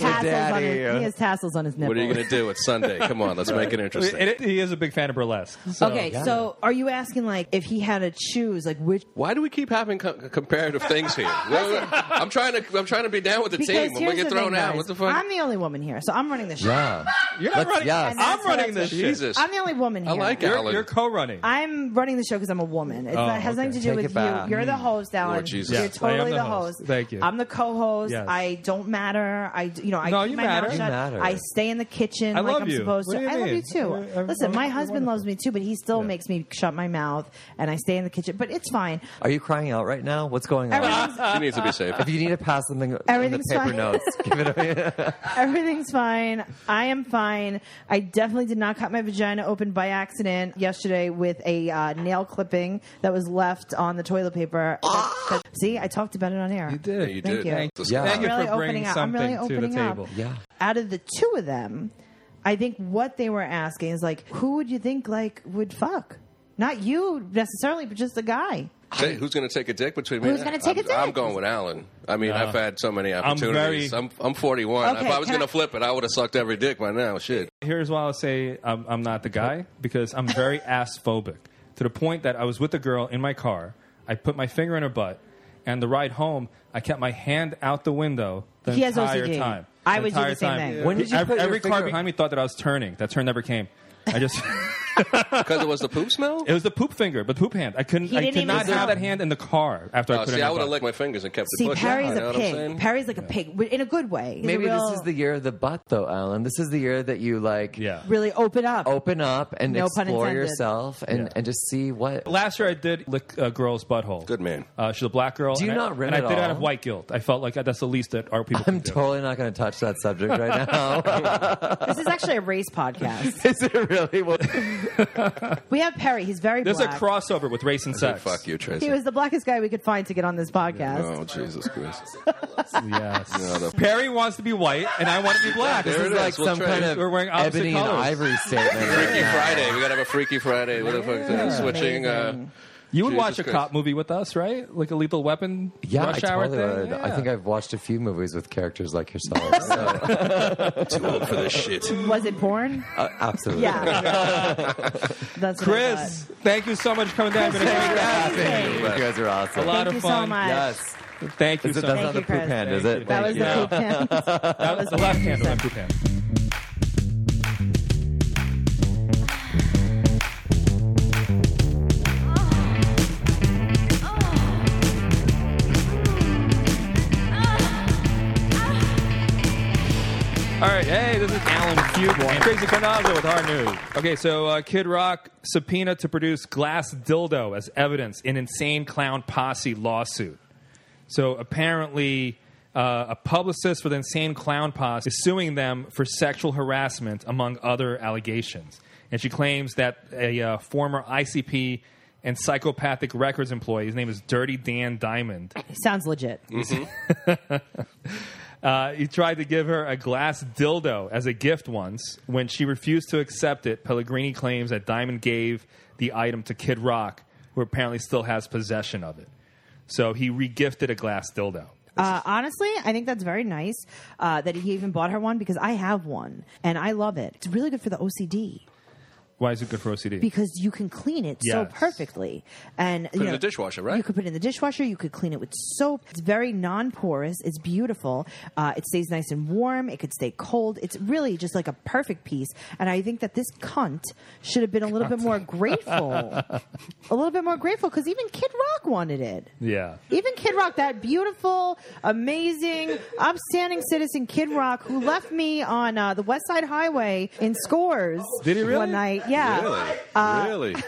Speaker 2: has tassels
Speaker 7: with
Speaker 2: on
Speaker 7: daddy.
Speaker 2: his. He has tassels on his nipples.
Speaker 3: are you going to do? It's Sunday. Come on, let's make it interesting.
Speaker 1: And it- he is a big fan of burlesque. So.
Speaker 2: Okay, so are you asking like if he had to choose like which?
Speaker 3: Why do we keep having co- comparative things here? Well, I'm trying to I'm trying to be down with the
Speaker 2: Because
Speaker 3: team. I'm
Speaker 2: here's
Speaker 3: gonna get
Speaker 2: the
Speaker 3: thrown
Speaker 2: thing,
Speaker 3: out.
Speaker 2: guys.
Speaker 3: What the fuck?
Speaker 2: I'm the only woman here, so I'm running the show.
Speaker 7: yeah.
Speaker 1: You're not
Speaker 7: Let's-
Speaker 1: running.
Speaker 7: yes. And
Speaker 2: that's
Speaker 1: I'm running
Speaker 2: what
Speaker 1: this
Speaker 2: I-
Speaker 1: shit.
Speaker 3: Jesus,
Speaker 2: I'm the only woman here.
Speaker 3: I like it.
Speaker 1: You're,
Speaker 3: Alan.
Speaker 1: you're co-running.
Speaker 2: I'm running the show because I'm a woman. It's
Speaker 1: Oh,
Speaker 2: not, it has
Speaker 1: okay.
Speaker 2: nothing to do
Speaker 7: Take it
Speaker 2: with
Speaker 7: back.
Speaker 2: you. You're the host, Alan.
Speaker 3: Lord Jesus.
Speaker 2: You're
Speaker 1: Mm. Yes, I am
Speaker 2: totally
Speaker 1: the
Speaker 2: the
Speaker 1: host.
Speaker 2: host.
Speaker 1: Thank you.
Speaker 2: I'm the co-host.
Speaker 1: Yes.
Speaker 2: I don't matter. I, you know, I
Speaker 1: No,
Speaker 2: keep
Speaker 1: you
Speaker 2: my
Speaker 1: matter.
Speaker 2: mouth
Speaker 1: You
Speaker 2: shut.
Speaker 7: matter.
Speaker 2: I stay in the kitchen
Speaker 1: I
Speaker 2: like
Speaker 1: love
Speaker 2: I'm
Speaker 1: you.
Speaker 2: supposed
Speaker 1: What
Speaker 2: to.
Speaker 1: do you
Speaker 2: I love
Speaker 1: mean?
Speaker 2: you too.
Speaker 1: I- I-
Speaker 2: Listen,
Speaker 1: I'm-
Speaker 2: my
Speaker 1: I'm
Speaker 2: husband
Speaker 1: wonderful.
Speaker 2: loves me too, but he still
Speaker 1: Yeah.
Speaker 2: makes me shut my mouth and I stay in the kitchen. But it's fine.
Speaker 7: Are you crying out right now? What's going on?
Speaker 2: Everything's,
Speaker 3: she needs to be safe.
Speaker 7: If you need to pass something in the
Speaker 2: Everything's
Speaker 7: paper
Speaker 2: fine.
Speaker 7: notes, give it away.
Speaker 2: everything's fine. I am fine. I definitely did not cut my vagina open by accident yesterday with a uh, nail clipping that was left on the toilet paper. That- that- see, I talked about it on air.
Speaker 1: you did.
Speaker 3: you
Speaker 2: Thank
Speaker 3: did.
Speaker 2: you. Thank
Speaker 3: Let's
Speaker 7: you.
Speaker 3: go.
Speaker 1: Thank
Speaker 2: I'm
Speaker 1: you
Speaker 2: really
Speaker 1: for bringing
Speaker 2: opening up. I'm really
Speaker 1: something to the
Speaker 2: opening up.
Speaker 1: table.
Speaker 7: Yeah.
Speaker 2: out of the two of them, I think what they were asking is like, who would you think like would fuck? Not you necessarily, but just a guy.
Speaker 3: Say, who's going to take a dick between me?
Speaker 2: Who's
Speaker 3: and-
Speaker 2: gonna take
Speaker 3: I'm,
Speaker 2: a dick?
Speaker 3: I'm going with Alan. I mean, I've had so many opportunities.
Speaker 1: very-
Speaker 3: I'm, I'm 41.
Speaker 2: Okay,
Speaker 3: if I was
Speaker 2: can
Speaker 3: going to
Speaker 2: I-
Speaker 3: flip it, I would have sucked every dick by now. Shit.
Speaker 1: Here's why I'll say I'm, I'm not the guy because I'm very ass phobic to the point that I was with a girl in my car. I put my finger in her butt, and the ride home, I kept my hand out the window the
Speaker 2: He has
Speaker 1: entire
Speaker 2: OCD.
Speaker 1: time.
Speaker 2: I
Speaker 1: The
Speaker 2: would do the
Speaker 1: entire
Speaker 2: same
Speaker 1: time.
Speaker 2: thing.
Speaker 7: When did you
Speaker 1: every
Speaker 7: put your
Speaker 1: every car
Speaker 7: finger-
Speaker 1: behind me thought that I was turning. That turn never came. I just
Speaker 3: Because it was the poop smell? Uh,
Speaker 1: it was the poop finger, but poop hand. I couldn't.
Speaker 2: He
Speaker 1: I
Speaker 2: didn't
Speaker 1: could
Speaker 2: even
Speaker 1: not
Speaker 2: smell.
Speaker 1: have that hand in the car after I
Speaker 7: Oh,
Speaker 3: Uh,
Speaker 1: put
Speaker 3: see,
Speaker 1: it. in
Speaker 3: I
Speaker 1: her
Speaker 3: would have
Speaker 1: butt.
Speaker 3: licked my fingers and kept it
Speaker 2: See,
Speaker 3: pushed.
Speaker 2: Perry's
Speaker 3: you know
Speaker 2: a
Speaker 3: what I'm saying?
Speaker 2: pig. Perry's like a pig, but in a good way. He's a
Speaker 7: Maybe
Speaker 2: real-
Speaker 7: this is the year of the butt, though, Alan. This is the year that you like
Speaker 1: Yeah.
Speaker 2: really open up.
Speaker 7: open up and
Speaker 2: No pun
Speaker 7: explore
Speaker 2: intended.
Speaker 7: yourself and,
Speaker 1: Yeah.
Speaker 7: and just see what.
Speaker 1: Last year I did lick a girl's butthole.
Speaker 3: Good man.
Speaker 1: Uh, she's a black girl.
Speaker 7: Do you
Speaker 1: and I-
Speaker 7: not rim
Speaker 1: And I
Speaker 7: at
Speaker 1: did it out
Speaker 7: all?
Speaker 1: of white guilt. I felt like that's the least that our people. can
Speaker 7: I'm
Speaker 1: do.
Speaker 7: totally not going to touch that subject right now.
Speaker 2: This is actually a race podcast.
Speaker 7: is it really? Well,
Speaker 2: We have Perry. He's very
Speaker 1: There's
Speaker 2: black.
Speaker 1: a crossover with race and sex.
Speaker 3: Fuck you, Tracy.
Speaker 2: he was the blackest guy we could find to get on this podcast.
Speaker 3: oh, Jesus Christ.
Speaker 1: Yes.
Speaker 3: the-
Speaker 1: Perry wants to be white, and I want to be black.
Speaker 3: There
Speaker 7: this is
Speaker 3: it is.
Speaker 7: like
Speaker 3: We'll
Speaker 7: some
Speaker 3: try
Speaker 7: kind
Speaker 3: it.
Speaker 7: of
Speaker 1: We're wearing opposite
Speaker 7: ebony and
Speaker 1: colors.
Speaker 7: ivory statement.
Speaker 3: Freaky Friday. We got to have a Freaky Friday. What the fuck is that? Switching. Uh,
Speaker 2: amazing.
Speaker 1: you would
Speaker 3: Jesus
Speaker 1: watch a
Speaker 3: Christ.
Speaker 1: cop movie with us, right? Like a Lethal Weapon,
Speaker 7: Yeah,
Speaker 1: Rush
Speaker 7: I
Speaker 1: Hour
Speaker 7: totally
Speaker 1: thing.
Speaker 7: would. I
Speaker 1: Yeah.
Speaker 7: think I've watched a few movies with characters like yourself. So,
Speaker 3: too old for this shit.
Speaker 2: Was it porn?
Speaker 7: uh, absolutely.
Speaker 2: yeah. That's what I
Speaker 1: Chris, thank you so much for coming down.
Speaker 2: Chris,
Speaker 1: Been a
Speaker 2: you're
Speaker 1: great guy.
Speaker 2: amazing.
Speaker 7: You guys are awesome.
Speaker 1: A lot
Speaker 2: thought. Thank
Speaker 1: of
Speaker 2: you so
Speaker 1: fun.
Speaker 2: much.
Speaker 7: Yes.
Speaker 1: Thank you
Speaker 7: Is it-
Speaker 1: so
Speaker 7: that's
Speaker 1: much.
Speaker 7: not the
Speaker 2: you,
Speaker 7: poop
Speaker 2: Chris.
Speaker 7: hand, is
Speaker 1: Thank
Speaker 7: it?
Speaker 1: you.
Speaker 2: That was
Speaker 7: Thank
Speaker 2: the
Speaker 7: you.
Speaker 2: poop hand.
Speaker 1: That was the left hand, the left hand.
Speaker 6: Oh.
Speaker 1: Hey, this is Alan Cube and Crazy Carnazzo with Hard News. Okay, so uh, Kid Rock subpoena to produce glass dildo as evidence in insane clown posse lawsuit. So apparently, uh, a publicist for the Insane Clown Posse is suing them for sexual harassment, among other allegations. And she claims that a uh, former ICP and psychopathic records employee, his name is Dirty Dan Diamond,
Speaker 2: Sounds legit.
Speaker 1: uh, he tried to give her a glass dildo as a gift once. When she refused to accept it, Pellegrini claims that Diamond gave the item to Kid Rock, who apparently still has possession of it. So he regifted a glass dildo.
Speaker 2: Uh, honestly, I think that's very nice uh, that he even bought her one because I have one and I love it. It's really good for the OCD
Speaker 1: Why is it good for OCD?
Speaker 2: because you can clean it so
Speaker 1: Yes.
Speaker 2: perfectly. And
Speaker 3: Put
Speaker 2: you
Speaker 3: it in
Speaker 2: know,
Speaker 3: the dishwasher, right?
Speaker 2: You could put it in the dishwasher. You could clean it with soap. It's very non-porous. It's beautiful. Uh, it stays nice and warm. It could stay cold. It's really just like a perfect piece. And I think that this cunt should have been a little bit more grateful. a little bit more grateful because even Kid Rock wanted it.
Speaker 1: yeah.
Speaker 2: Even Kid Rock, that beautiful, amazing, upstanding citizen Kid Rock, who left me on uh, the West Side Highway in Scores
Speaker 1: Did he really?
Speaker 2: one night. Yeah, Uh,
Speaker 3: Really? really?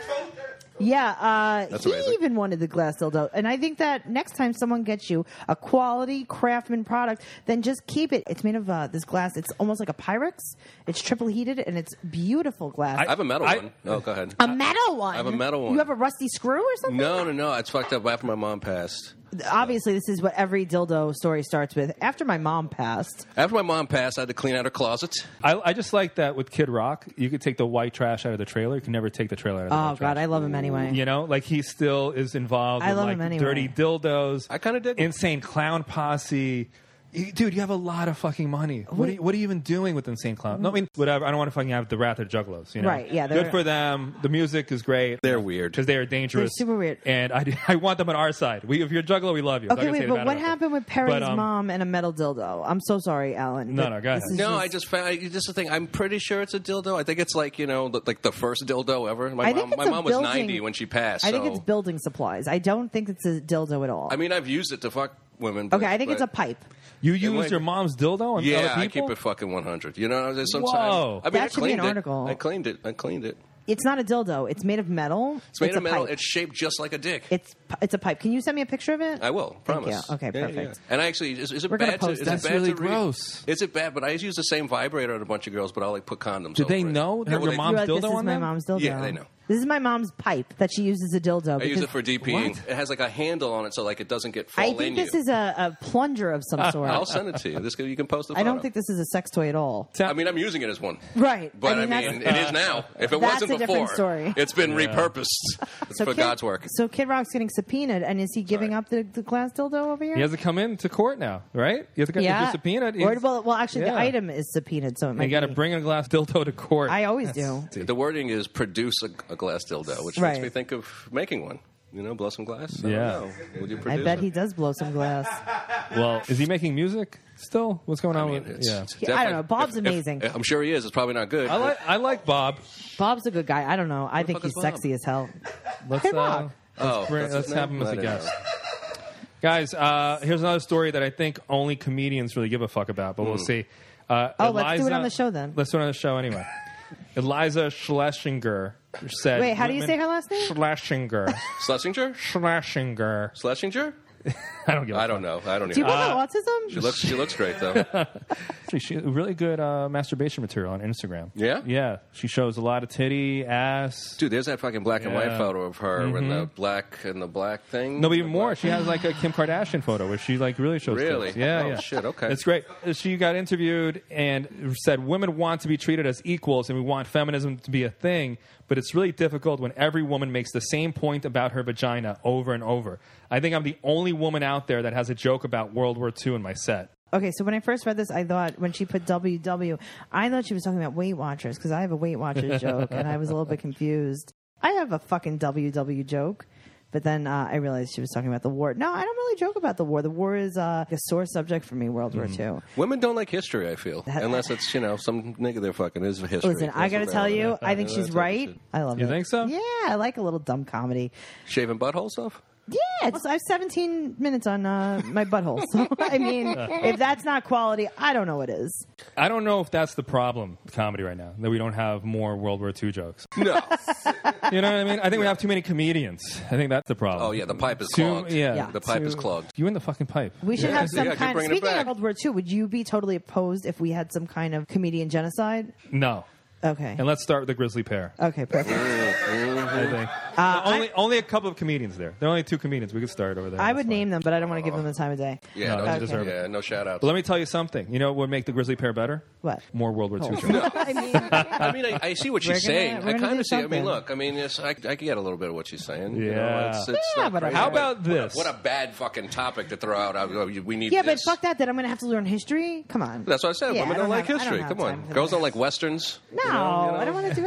Speaker 2: yeah. Uh,
Speaker 3: That's
Speaker 2: he
Speaker 3: amazing.
Speaker 2: even wanted the glass dildo, and I think that next time someone gets you a quality craftsman product, then just keep it. It's made of uh, this glass. It's almost like a Pyrex. It's triple heated, and it's beautiful glass.
Speaker 3: I have a metal
Speaker 1: I-
Speaker 3: one. Oh, go ahead.
Speaker 2: A metal one.
Speaker 3: have a metal one.
Speaker 2: You have a rusty screw or something?
Speaker 3: no, no, no. It's fucked up after my mom passed.
Speaker 2: Obviously, this is what every dildo story starts with. After my mom passed,
Speaker 3: After my mom passed, I had to clean out her closet.
Speaker 1: I, I just like that with Kid Rock, you could take the white trash out of the trailer. You can never take the trailer out of the
Speaker 2: Oh
Speaker 1: white trash.
Speaker 2: God, I love him anyway.
Speaker 1: You know, like he still is involved
Speaker 2: I
Speaker 1: in
Speaker 2: love
Speaker 1: like
Speaker 2: him anyway.
Speaker 1: dirty dildos.
Speaker 3: I kinda dig him.
Speaker 1: insane clown posse. You- dude, you have a lot of fucking money. What are, you, what are you even doing with insane clown? No, I mean, whatever. I don't want to fucking have the wrath of juggalos. You know,
Speaker 2: Right, yeah, they're-
Speaker 1: Good for them. The music is great.
Speaker 3: They're weird.
Speaker 1: because they are dangerous.
Speaker 2: They're super weird.
Speaker 1: And I, I want them on our side. We, if you're a juggalo, we love you. I'm not
Speaker 2: Okay,
Speaker 1: gonna say
Speaker 2: wait,
Speaker 1: the
Speaker 2: but
Speaker 1: bad
Speaker 2: what
Speaker 1: about them.
Speaker 2: happened with Perry's
Speaker 1: But, um,
Speaker 2: mom and a metal dildo? I'm so sorry, Alan.
Speaker 1: No,
Speaker 2: but
Speaker 1: no, go
Speaker 2: this
Speaker 1: ahead.
Speaker 2: is
Speaker 3: No,
Speaker 2: just-
Speaker 3: I just found I, this is the thing. I'm pretty sure it's a dildo. I think it's like you know, the, like the first dildo ever. My
Speaker 2: I think
Speaker 3: mom,
Speaker 2: it's
Speaker 3: my
Speaker 2: a
Speaker 3: mom was
Speaker 2: building-
Speaker 3: 90 when she passed.
Speaker 2: I think
Speaker 3: so-
Speaker 2: it's building supplies. I don't think it's a dildo at all.
Speaker 3: I mean, I've used it to fuck women. But,
Speaker 2: okay, I think it's a
Speaker 3: but-
Speaker 2: pipe.
Speaker 1: You
Speaker 3: went-
Speaker 1: used your mom's dildo and
Speaker 3: Yeah,
Speaker 1: other
Speaker 3: I
Speaker 1: people?
Speaker 3: keep it fucking 100. You know, there's sometimes.
Speaker 1: Whoa.
Speaker 3: I mean,
Speaker 2: That
Speaker 3: I
Speaker 2: should be an
Speaker 3: cleaned it.
Speaker 2: article.
Speaker 3: I cleaned it. I cleaned it.
Speaker 2: It's not a dildo. It's made of metal.
Speaker 3: It's made
Speaker 2: a
Speaker 3: of metal.
Speaker 2: Pipe.
Speaker 3: It's shaped just like a dick.
Speaker 2: It's it's a pipe. Can you send me a picture of it?
Speaker 3: I will
Speaker 2: Thank
Speaker 3: promise.
Speaker 2: you. Okay,
Speaker 3: Yeah,
Speaker 2: perfect.
Speaker 3: yeah. And I actually, is, is it
Speaker 2: We're gonna
Speaker 3: bad? To,
Speaker 2: post
Speaker 3: is
Speaker 2: that.
Speaker 1: That's
Speaker 3: it bad
Speaker 1: really
Speaker 3: to read?
Speaker 1: gross.
Speaker 3: Is it bad? But I use the same vibrator on a bunch of girls, but I'll like put condoms.
Speaker 1: Did they
Speaker 3: over it.
Speaker 1: know that
Speaker 3: Yeah, well,
Speaker 1: your
Speaker 3: they-
Speaker 1: mom-
Speaker 2: You're like,
Speaker 1: dildo
Speaker 2: this is
Speaker 1: on
Speaker 2: my
Speaker 1: them?
Speaker 2: mom's dildo.
Speaker 3: Yeah, they know.
Speaker 2: This is my mom's pipe that she uses as a dildo.
Speaker 3: I use it
Speaker 2: because
Speaker 3: for DP. It has like a handle on it, so like it doesn't get full
Speaker 2: I
Speaker 3: in
Speaker 2: think this
Speaker 3: you.
Speaker 2: is a, a plunger of some sort.
Speaker 3: I'll send it to you. This you can post the
Speaker 2: I
Speaker 3: photo.
Speaker 2: don't think this is a sex toy at all.
Speaker 3: I mean, I'm using it as one.
Speaker 2: Right.
Speaker 3: But
Speaker 2: I
Speaker 3: I
Speaker 2: mean,
Speaker 3: mean,
Speaker 2: that's-
Speaker 3: it is now. If it
Speaker 2: That's
Speaker 3: wasn't
Speaker 2: a different
Speaker 3: before,
Speaker 2: story.
Speaker 3: it's been repurposed for
Speaker 2: Kid-
Speaker 3: God's work.
Speaker 2: So Kid Rock's getting subpoenaed, and is he giving
Speaker 3: Sorry.
Speaker 2: up the, the glass dildo over here?
Speaker 1: He has to come in to court now, right? He has to come if you're subpoenaed.
Speaker 2: Or,
Speaker 1: he's-
Speaker 2: well, well, actually, the
Speaker 1: Yeah.
Speaker 2: item is subpoenaed, so it might.
Speaker 1: You got to
Speaker 2: be-
Speaker 1: bring a glass dildo to court.
Speaker 2: I always do.
Speaker 3: The wording is produce a, a glass dildo, which
Speaker 2: Right.
Speaker 3: makes me think of making one. You know, blow some glass. I
Speaker 1: Yeah.
Speaker 3: don't know. Would you
Speaker 2: I
Speaker 3: produce
Speaker 2: bet
Speaker 3: it?
Speaker 2: he does blow some glass.
Speaker 1: Well, is he making music still? What's going
Speaker 3: I
Speaker 1: on
Speaker 3: mean,
Speaker 1: with?
Speaker 3: it's,
Speaker 1: Yeah.
Speaker 3: it's
Speaker 2: Yeah, I don't
Speaker 3: definitely-
Speaker 2: know. Bob's
Speaker 3: if- if-
Speaker 2: amazing.
Speaker 3: I'm sure he is. It's probably not good.
Speaker 1: I like I like Bob.
Speaker 2: Bob's a good guy. I don't know. I think
Speaker 3: fuck is
Speaker 2: he's sexy
Speaker 3: Bob?
Speaker 2: as hell.
Speaker 1: Let's
Speaker 2: Hey, Bob.
Speaker 3: Oh,
Speaker 1: bring-
Speaker 3: that's his
Speaker 1: let's have
Speaker 3: name?
Speaker 1: him as
Speaker 3: I
Speaker 1: a
Speaker 3: didn't
Speaker 1: guest.
Speaker 3: know.
Speaker 1: Guys, uh, here's another story that I think only comedians really give a fuck about, but
Speaker 3: Hmm.
Speaker 1: we'll see. Uh,
Speaker 2: Oh, let's do it on the show then.
Speaker 1: Let's do it on the show anyway. Eliza Schlesinger said.
Speaker 2: Wait, how do you
Speaker 1: women-
Speaker 2: say her last name?
Speaker 1: Schlesinger.
Speaker 3: Schlesinger?
Speaker 1: Schlesinger.
Speaker 3: Schlesinger?
Speaker 1: I don't give. a
Speaker 3: I don't know. I don't
Speaker 2: Do you
Speaker 3: even.
Speaker 2: both have
Speaker 1: Uh,
Speaker 2: autism?
Speaker 3: She looks. She looks great though.
Speaker 1: Actually, she really good uh, masturbation material on Instagram.
Speaker 3: Yeah?
Speaker 1: yeah. She shows a lot of titty, ass.
Speaker 3: Dude, there's that fucking black and
Speaker 1: Yeah. Mm-hmm.
Speaker 3: white photo of her and the black and the black thing.
Speaker 1: No, but
Speaker 3: The
Speaker 1: even more.
Speaker 3: black-
Speaker 1: She has like a Kim Kardashian photo where she like really shows.
Speaker 3: Really?
Speaker 1: tits. Yeah.
Speaker 3: Oh,
Speaker 1: yeah.
Speaker 3: shit, okay.
Speaker 1: It's great. She got interviewed and said women want to be treated as equals and we want feminism to be a thing, but it's really difficult when every woman makes the same point about her vagina over and over. I think I'm the only woman out there that has a joke about World War II in my set.
Speaker 2: Okay, so when I first read this, I thought when she put WW, I thought she was talking about Weight Watchers because I have a Weight Watchers joke, and I was a little bit confused. I have a fucking WW joke, but then uh, I realized she was talking about the war. No, I don't really joke about the war. The war is uh, a sore subject for me. World
Speaker 3: Mm-hmm.
Speaker 2: War II.
Speaker 3: Women don't like history. I feel unless it's you know some nigga they're fucking is history.
Speaker 2: Listen, I
Speaker 3: That's
Speaker 2: got to
Speaker 3: what
Speaker 2: tell
Speaker 3: they
Speaker 2: you,
Speaker 3: want.
Speaker 2: I think
Speaker 3: Yeah,
Speaker 2: she's
Speaker 3: that's what they
Speaker 2: right.
Speaker 3: should.
Speaker 2: I love
Speaker 1: You
Speaker 2: it.
Speaker 1: think so?
Speaker 2: Yeah, I like a little dumb comedy.
Speaker 3: Shaving butthole stuff.
Speaker 2: Yeah, it's, I have 17 minutes on uh, my butthole. So I mean, if that's not quality, I don't know what is.
Speaker 1: I don't know if that's the problem with comedy right now that we don't have more World War II jokes.
Speaker 3: No.
Speaker 1: You know what I mean? I think we have too many comedians. I think that's the problem.
Speaker 3: Oh yeah, the pipe is
Speaker 1: Too-
Speaker 3: clogged.
Speaker 1: yeah.
Speaker 2: Yeah.
Speaker 3: the pipe is
Speaker 1: Too-
Speaker 3: clogged.
Speaker 1: You in the fucking pipe.
Speaker 2: We should have some
Speaker 3: Yeah, keep
Speaker 2: kind. Of,
Speaker 3: bringing it
Speaker 2: speaking
Speaker 3: back.
Speaker 2: of World War II, would you be totally opposed if we had some kind of comedian genocide?
Speaker 1: No.
Speaker 2: Okay.
Speaker 1: And let's start with the Grizzly Pair.
Speaker 2: Okay. Perfect.
Speaker 1: I
Speaker 3: Uh,
Speaker 1: think only only a couple of comedians there. There are only two comedians. We could start over there.
Speaker 2: I
Speaker 1: That's
Speaker 2: would
Speaker 1: fine.
Speaker 2: name them, but I don't want to give them the time of day.
Speaker 3: Uh-huh. Yeah,
Speaker 1: No,
Speaker 3: no,
Speaker 1: they
Speaker 3: yeah,
Speaker 1: deserve it.
Speaker 3: yeah, no shout outs.
Speaker 1: But let me tell you something. You know what would make the Grizzly Pair better?
Speaker 2: What?
Speaker 1: More World
Speaker 3: Oh.
Speaker 1: War II jokes.
Speaker 2: I mean,
Speaker 3: I mean, I, I see what
Speaker 2: We're
Speaker 3: she's
Speaker 2: gonna-
Speaker 3: saying.
Speaker 2: we're
Speaker 3: I
Speaker 2: gonna
Speaker 3: kind
Speaker 2: do
Speaker 3: of see. I mean,
Speaker 2: something.
Speaker 3: look. I mean, it's, I, I can get a little bit of what she's saying. You know,
Speaker 1: Yeah.
Speaker 3: it's, it's
Speaker 2: Yeah,
Speaker 3: not
Speaker 2: but
Speaker 3: crazy.
Speaker 1: How about this?
Speaker 3: What a bad fucking topic to throw out. I, we need.
Speaker 2: yeah, but
Speaker 3: this.
Speaker 2: fuck that. That I'm going to have to learn history. Come on.
Speaker 3: That's what I said.
Speaker 2: Yeah,
Speaker 3: Women
Speaker 2: I
Speaker 3: don't,
Speaker 2: don't
Speaker 3: like
Speaker 2: have- I don't
Speaker 3: history.
Speaker 2: have
Speaker 3: Come
Speaker 2: time
Speaker 3: on,
Speaker 2: for
Speaker 3: girls
Speaker 2: that.
Speaker 3: don't like westerns.
Speaker 2: No, I don't want to do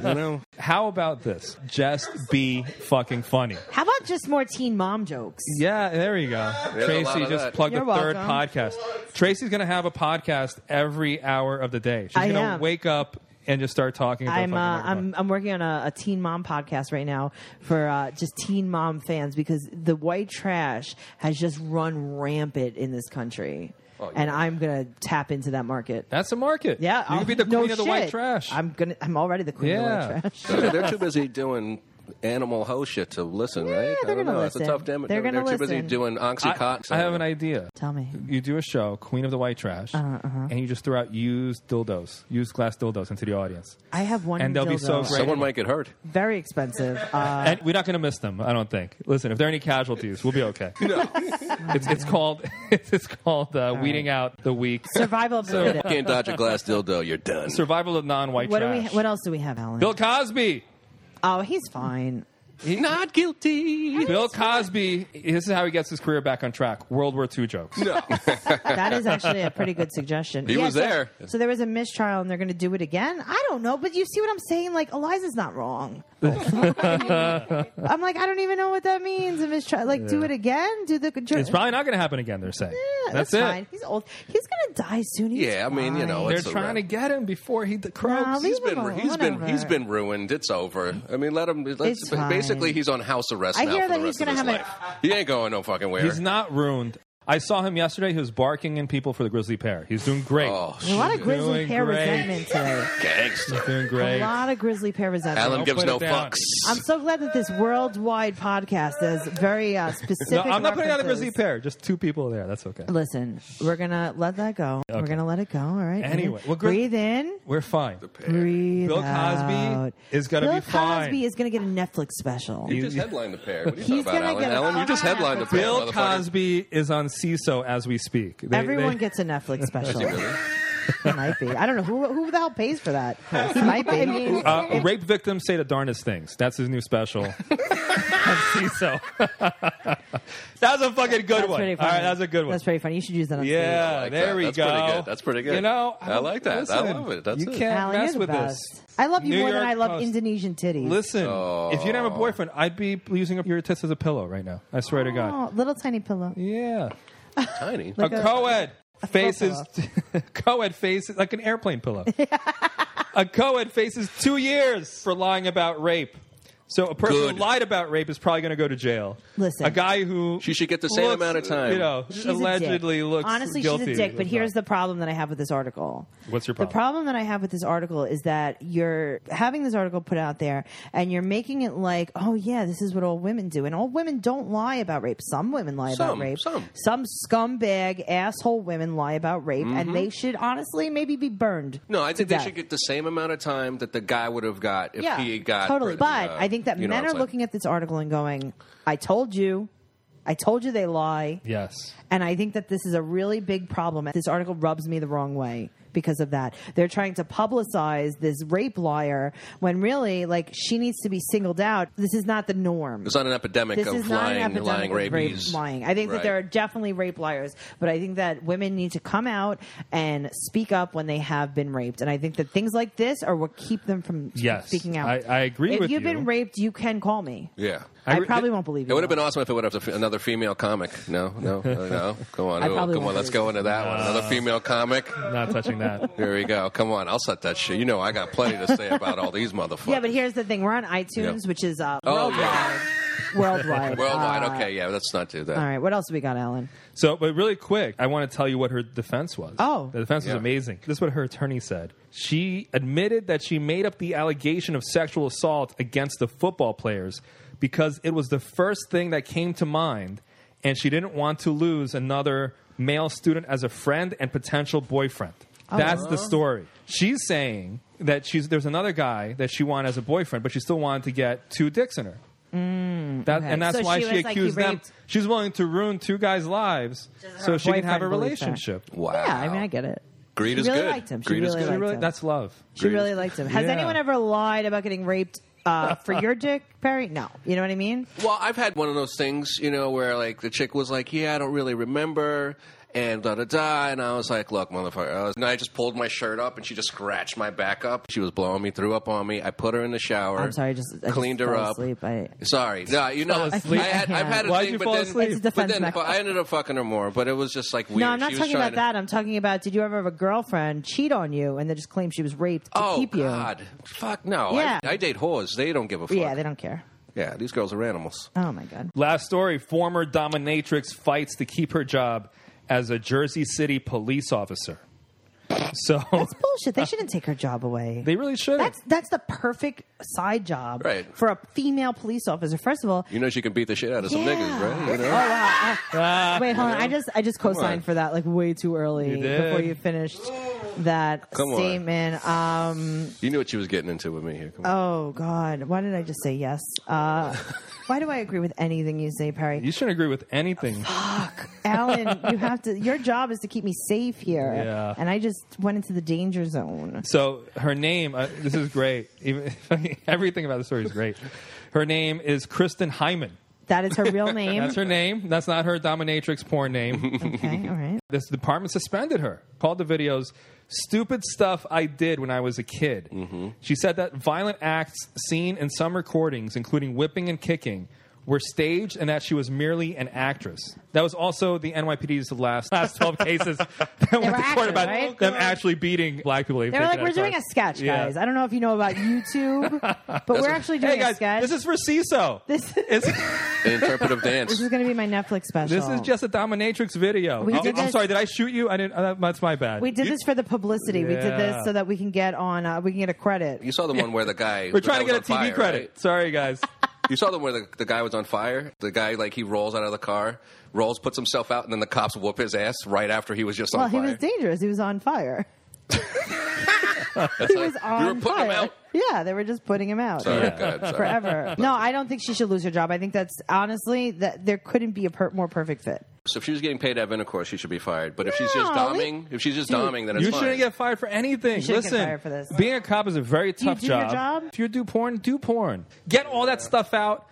Speaker 3: You know,
Speaker 1: How about this? Just be fucking funny.
Speaker 2: How about just more teen mom jokes?
Speaker 1: Yeah, there you go.
Speaker 3: a lot
Speaker 1: Tracy
Speaker 3: of
Speaker 1: just
Speaker 3: that.
Speaker 1: plugged
Speaker 2: You're
Speaker 1: the third
Speaker 2: welcome.
Speaker 1: podcast. Tracy's going to have a podcast every hour of the day. She's
Speaker 2: I
Speaker 1: going to
Speaker 2: am.
Speaker 1: wake up and just start talking. into a
Speaker 2: I'm,
Speaker 1: fucking
Speaker 2: uh,
Speaker 1: microphone.
Speaker 2: I'm I'm working on a, a teen mom podcast right now for uh, just teen mom fans because the white trash has just run rampant in this country, and I'm gonna tap into that market.
Speaker 1: That's the market.
Speaker 2: yeah,
Speaker 1: Oh, you
Speaker 2: I'll-
Speaker 1: could be the
Speaker 2: no
Speaker 1: queen of the white
Speaker 2: shit.
Speaker 1: trash.
Speaker 2: I'm gonna. I'm already the queen of the
Speaker 1: Yeah.
Speaker 2: white trash.
Speaker 3: they're too busy doing animal ho shit to listen, right?
Speaker 2: they're
Speaker 3: I don't
Speaker 2: gonna
Speaker 3: know.
Speaker 2: listen.
Speaker 3: That's a tough damn.
Speaker 2: They're gonna
Speaker 3: too busy
Speaker 2: listen.
Speaker 3: doing
Speaker 1: I,
Speaker 3: oxycontin.
Speaker 1: I have an idea.
Speaker 2: Tell me.
Speaker 1: You do a show, Queen of the White Trash,
Speaker 2: Uh-huh,
Speaker 1: and you just throw out used dildos, used glass dildos into the audience.
Speaker 2: I have one.
Speaker 1: And they'll be so
Speaker 2: dildo.
Speaker 1: great.
Speaker 3: Someone might get hurt.
Speaker 2: Very expensive. Uh,
Speaker 1: And we're not going to miss them, I don't think. Listen, if there are any casualties, we'll be okay. it's, it's called it's called uh, weeding out the weak.
Speaker 2: survival of the fittest.
Speaker 3: Can't dodge a glass dildo. You're done.
Speaker 1: Survival of non-white
Speaker 2: What do we?
Speaker 1: trash.
Speaker 2: What else do we have, Alan?
Speaker 1: Bill Cosby.
Speaker 2: oh, he's fine.
Speaker 3: Not guilty.
Speaker 1: Bill Cosby. This is how he gets his career back on track. World War II jokes.
Speaker 2: That is actually a pretty good suggestion.
Speaker 3: He was
Speaker 2: so-
Speaker 3: there.
Speaker 2: So, there was a mistrial, and they're going to do it again. I don't know, but you see what I'm saying? Like Eliza's not wrong. I'm like, I don't even know what that means. A mistrial, like, do it again? Do the
Speaker 1: It's probably not going to happen again. They're saying.
Speaker 2: Yeah,
Speaker 1: that's, it.
Speaker 2: fine. He's old. He's going to die soon. He's
Speaker 3: Yeah, I mean, you know,
Speaker 2: fine.
Speaker 1: They're
Speaker 3: It's a
Speaker 1: trying
Speaker 3: wrap.
Speaker 1: to get him before he croaks.
Speaker 2: leave
Speaker 3: He's been
Speaker 2: him
Speaker 3: he's
Speaker 2: alone,
Speaker 3: been he's
Speaker 2: whatever.
Speaker 3: been ruined. It's over. I mean, let him. Let's,
Speaker 2: It's fine.
Speaker 3: Basically, he's on house arrest
Speaker 2: I
Speaker 3: now
Speaker 2: hear
Speaker 3: for
Speaker 2: that
Speaker 3: the rest
Speaker 2: he's
Speaker 3: of his
Speaker 2: gonna
Speaker 3: life.
Speaker 2: have
Speaker 3: He ain't going no fucking where.
Speaker 1: He's not ruined. I saw him yesterday. He was barking in people for the Grizzly Pair. He's doing great.
Speaker 3: oh,
Speaker 2: a lot of grizzly
Speaker 1: Doing
Speaker 2: pair
Speaker 1: great.
Speaker 2: resentment today.
Speaker 3: gangster.
Speaker 1: He's doing
Speaker 2: A
Speaker 1: great.
Speaker 2: lot of grizzly pair resentment.
Speaker 3: Alan
Speaker 1: I'll
Speaker 3: gives
Speaker 1: put
Speaker 3: no
Speaker 1: it down.
Speaker 3: fucks.
Speaker 2: I'm so glad that this worldwide podcast is very uh, specific.
Speaker 1: No, I'm not putting out a
Speaker 2: references.
Speaker 1: Grizzly Pair. Just two people there. That's okay.
Speaker 2: Listen, we're gonna let that go. We're gonna let it go. All right.
Speaker 1: Anyway, well, gri-
Speaker 2: breathe in.
Speaker 1: We're fine.
Speaker 2: Breathe
Speaker 1: Bill Cosby
Speaker 2: out.
Speaker 1: is gonna
Speaker 2: Bill
Speaker 1: be fine.
Speaker 2: Cosby is going to get a Netflix special.
Speaker 3: You just headlined the pair. What are you
Speaker 2: He's
Speaker 3: talking
Speaker 2: gonna
Speaker 3: about, Alan?
Speaker 2: get a
Speaker 3: Alan, you just
Speaker 2: fucking
Speaker 3: headlined the pair.
Speaker 1: Bill
Speaker 3: motherfucker.
Speaker 1: Cosby is on CISO as we speak. They-
Speaker 2: Everyone
Speaker 1: they-
Speaker 2: gets a Netflix special. might be. I don't know who who the hell pays for that. might be. I mean,
Speaker 1: Uh, rape victims say the darndest things. That's his new special. on CISO. that was a fucking good
Speaker 2: that's
Speaker 1: one.
Speaker 2: pretty
Speaker 1: All
Speaker 2: funny.
Speaker 1: right, that was a good one.
Speaker 2: That's pretty funny. You should use that. on
Speaker 1: yeah,
Speaker 3: like
Speaker 1: there
Speaker 3: that.
Speaker 1: we
Speaker 3: That's
Speaker 1: go.
Speaker 3: pretty good. That's pretty good.
Speaker 1: You know,
Speaker 3: I like that. I love it. That's
Speaker 1: you
Speaker 3: it.
Speaker 1: can't
Speaker 2: Alan,
Speaker 1: mess
Speaker 2: you're the
Speaker 1: with
Speaker 2: best.
Speaker 1: this.
Speaker 2: I love you
Speaker 1: New
Speaker 2: more than
Speaker 1: York
Speaker 2: I love
Speaker 1: Post.
Speaker 2: Indonesian titties.
Speaker 1: Listen, if you didn't have a boyfriend, I'd be using up your tits as a pillow right now. I swear to God.
Speaker 2: Oh, little tiny pillow.
Speaker 1: Yeah.
Speaker 3: Tiny.
Speaker 1: a
Speaker 2: Like a-
Speaker 1: co-ed faces co-ed faces like an airplane pillow a co-ed faces two years for lying about rape so a person
Speaker 3: Good.
Speaker 1: who lied about rape is probably going to go to jail
Speaker 2: Listen.
Speaker 1: a guy who
Speaker 3: She should get the same
Speaker 1: looks,
Speaker 3: amount of time.
Speaker 1: you know
Speaker 2: She's a dick.
Speaker 1: allegedly looks
Speaker 2: honestly
Speaker 1: guilty
Speaker 2: she's a dick but here's the problem that i have with this article
Speaker 1: What's your
Speaker 2: the
Speaker 1: problem?
Speaker 2: problem that i have with this article is that you're having this article put out there and you're making it like oh yeah this is what all women do and all women don't lie about rape some women lie
Speaker 3: Some,
Speaker 2: about rape
Speaker 3: some.
Speaker 2: some scumbag asshole women lie about rape and they should honestly maybe be burned
Speaker 3: Mm-hmm. No, I
Speaker 2: to
Speaker 3: think they
Speaker 2: death.
Speaker 3: should get the same amount of time that the guy would have got if
Speaker 2: yeah
Speaker 3: he got
Speaker 2: totally
Speaker 3: uh,
Speaker 2: but i think that
Speaker 3: you know
Speaker 2: men
Speaker 3: what
Speaker 2: are
Speaker 3: I'm saying.
Speaker 2: looking at this article and going i told you i told you they lie
Speaker 1: yes
Speaker 2: And I think that this is a really big problem. This article rubs me the wrong way because of that. They're trying to publicize this rape liar when really, like, she needs to be singled out. This is not the norm.
Speaker 3: It's not an epidemic
Speaker 2: This
Speaker 3: of
Speaker 2: is not
Speaker 3: lying,
Speaker 2: an epidemic
Speaker 3: lying
Speaker 2: of rape
Speaker 3: rabies.
Speaker 2: lying. I think that there are
Speaker 3: Right.
Speaker 2: definitely rape liars, but I think that women need to come out and speak up when they have been raped. And I think that things like this are what keep them from
Speaker 1: Yes.
Speaker 2: speaking out.
Speaker 1: I- I agree
Speaker 2: If
Speaker 1: with
Speaker 2: you've
Speaker 1: you.
Speaker 2: been raped, you can call me.
Speaker 3: Yeah.
Speaker 2: I,
Speaker 1: re-
Speaker 2: probably won't believe you.
Speaker 3: It would have been
Speaker 2: though.
Speaker 3: awesome if it would have another female comic. No, no, no. no. Come on,
Speaker 2: I
Speaker 3: Ooh,
Speaker 2: probably
Speaker 3: come on.
Speaker 2: won't
Speaker 3: Let's
Speaker 2: do
Speaker 3: go into that one. Another female comic.
Speaker 1: not touching that
Speaker 3: Here we go. Come on, I'll set that shit. You know, I got plenty to say about all these motherfuckers.
Speaker 2: Yeah, but here's the thing: we're on iTunes,
Speaker 3: Yeah.
Speaker 2: which is uh,
Speaker 3: Oh,
Speaker 2: worldwide.
Speaker 3: yeah.
Speaker 2: worldwide.
Speaker 3: Worldwide.
Speaker 2: Uh,
Speaker 3: okay, yeah, let's not do that.
Speaker 2: All right. What else we got, Alan?
Speaker 1: So, but really quick, I want to tell you what her defense was.
Speaker 2: Oh.
Speaker 1: The defense was
Speaker 3: Yeah.
Speaker 1: amazing. This is what her attorney said. She admitted that she made up the allegation of sexual assault against the football players because it was the first thing that came to mind, and she didn't want to lose another male student as a friend and potential boyfriend.
Speaker 2: Oh.
Speaker 1: That's the story. She's saying that she's there's another guy that she wanted as a boyfriend, but she still wanted to get two dicks in her. That,
Speaker 2: Mm, Okay.
Speaker 1: And that's
Speaker 2: So
Speaker 1: why
Speaker 2: she
Speaker 1: she,
Speaker 2: was like, you
Speaker 1: accused them.
Speaker 2: raped-
Speaker 1: She's willing to ruin two guys' lives
Speaker 2: Does
Speaker 1: so
Speaker 2: her
Speaker 1: she can have a
Speaker 2: boyfriend believe that?
Speaker 1: relationship.
Speaker 3: Wow.
Speaker 2: Yeah, I mean, I get it.
Speaker 3: Greed
Speaker 2: she
Speaker 3: is
Speaker 2: really
Speaker 3: good.
Speaker 2: liked him. She
Speaker 3: Greed is
Speaker 2: really
Speaker 3: good.
Speaker 1: She
Speaker 2: liked
Speaker 1: really,
Speaker 2: him.
Speaker 1: that's love.
Speaker 2: She really liked him. Has
Speaker 1: Yeah.
Speaker 2: anyone ever lied about getting raped uh, for your dick, Perry? No. You know what I mean?
Speaker 3: Well, I've had one of those things, you know, where like the chick was like, "Yeah, I don't really remember," and da da da, and I was like, "Look, motherfucker!" I was, and I just pulled my shirt up, and she just scratched my back up. She was blowing me, threw up on me. I put her in the shower.
Speaker 2: I'm sorry, I just- I just
Speaker 3: cleaned her
Speaker 2: fell
Speaker 3: up.
Speaker 2: asleep. I-
Speaker 3: Sorry, no, you know,
Speaker 1: Fell asleep.
Speaker 3: I had, I've had a
Speaker 1: Why'd
Speaker 3: thing,
Speaker 1: you
Speaker 3: but
Speaker 1: fall
Speaker 3: then,
Speaker 1: asleep? It's
Speaker 2: a defense
Speaker 3: but then, but
Speaker 2: mechanism.
Speaker 3: I ended up fucking her more. But it was just like weird.
Speaker 2: No, I'm not
Speaker 3: she was
Speaker 2: talking
Speaker 3: trying
Speaker 2: about
Speaker 3: to-
Speaker 2: that. I'm talking about did you ever have a girlfriend cheat on you and then just claim she was raped to
Speaker 3: Oh
Speaker 2: keep you?
Speaker 3: God! Fuck no!
Speaker 2: Yeah.
Speaker 3: I, I date whores. They don't give a fuck.
Speaker 2: Yeah, they don't care.
Speaker 3: yeah, these girls are animals.
Speaker 2: Oh my God.
Speaker 1: Last story former dominatrix fights to keep her job as a Jersey City police officer. So
Speaker 2: That's bullshit.
Speaker 3: Uh,
Speaker 2: They shouldn't take her job away.
Speaker 1: they really should.
Speaker 2: That's that's the perfect side job
Speaker 3: Right.
Speaker 2: for a female police officer. First of all,
Speaker 3: You know she can beat the shit out of some
Speaker 2: Yeah.
Speaker 3: niggas, right? You know?
Speaker 2: Oh wow! Wait, hold on. I just I just
Speaker 3: on.
Speaker 2: co-signed for that like way too early
Speaker 1: You did.
Speaker 2: before you finished that
Speaker 3: Come on.
Speaker 2: statement. Um,
Speaker 3: You knew what she was getting into with me here. Come on.
Speaker 2: oh God, why did I just say yes? Uh, why do I agree with anything you say, Perry?
Speaker 1: you shouldn't agree with anything.
Speaker 2: Alan, you have to. Your job is to keep me safe here,
Speaker 1: Yeah.
Speaker 2: and I just went into the danger zone.
Speaker 1: So her name, uh, this is great. Even, everything about the story is great. Her name is Kristen Hyman.
Speaker 2: That is her real name.
Speaker 1: That's her name. That's not her dominatrix porn name.
Speaker 2: Okay, all right.
Speaker 1: this department suspended her. Called the videos stupid stuff I did when I was a kid.
Speaker 3: Mm-hmm.
Speaker 1: She said that violent acts seen in some recordings, including whipping and kicking, were staged and that she was merely an actress. That was also the NYPD's last last 12 cases that went to
Speaker 2: were
Speaker 1: court
Speaker 2: actors,
Speaker 1: about
Speaker 2: right?
Speaker 1: them actually beating black people. if
Speaker 2: They were
Speaker 1: get
Speaker 2: like,
Speaker 1: out
Speaker 2: "We're
Speaker 1: of
Speaker 2: doing
Speaker 1: class."
Speaker 2: a sketch,
Speaker 1: Yeah.
Speaker 2: guys. I don't know if you know about YouTube, but we're actually doing
Speaker 1: Hey guys,
Speaker 2: a sketch.
Speaker 1: this is for CISO.
Speaker 2: This-
Speaker 1: It's-
Speaker 3: An interpretive dance.
Speaker 2: This is going to be my Netflix special.
Speaker 1: this is just a dominatrix video.
Speaker 2: We
Speaker 1: Oh,
Speaker 2: did
Speaker 1: I'm
Speaker 2: this-
Speaker 1: sorry, did I shoot you? I didn't. Uh, that's my bad.
Speaker 2: We did
Speaker 1: You-
Speaker 2: this for the publicity. We did
Speaker 1: Yeah.
Speaker 2: this so that we can get on. Uh, we can get a credit.
Speaker 3: You saw the one where the guy.
Speaker 1: We're
Speaker 3: the
Speaker 1: trying to
Speaker 3: guy
Speaker 1: get a
Speaker 3: was on
Speaker 1: TV
Speaker 3: fire,
Speaker 1: credit.
Speaker 3: right?
Speaker 1: Sorry, guys.
Speaker 3: You saw the one where the, the guy was on fire. The guy like he rolls out of the car, rolls, puts himself out, and then the cops whoop his ass right after he was just
Speaker 2: well,
Speaker 3: on
Speaker 2: he
Speaker 3: fire.
Speaker 2: was dangerous. He was on fire.
Speaker 3: That's
Speaker 2: He was on
Speaker 3: were putting
Speaker 2: fire.
Speaker 3: him out.
Speaker 2: Yeah, they were just putting him out.
Speaker 3: Sorry, God, sorry.
Speaker 2: Forever. No, I don't think she should lose her job. I think that's honestly that there couldn't be a per- more perfect fit.
Speaker 3: So if she was getting paid to have intercourse, she should be fired. But if she's just
Speaker 2: No, we-
Speaker 3: doming, if she's just doming, then it's
Speaker 1: you
Speaker 3: fine.
Speaker 1: shouldn't get fired for anything.
Speaker 2: shouldn't get
Speaker 1: Listen,
Speaker 2: fired for this.
Speaker 1: being a cop is a very tough
Speaker 2: do your
Speaker 1: job.
Speaker 2: job?
Speaker 1: If you do porn, do porn. Get all that stuff out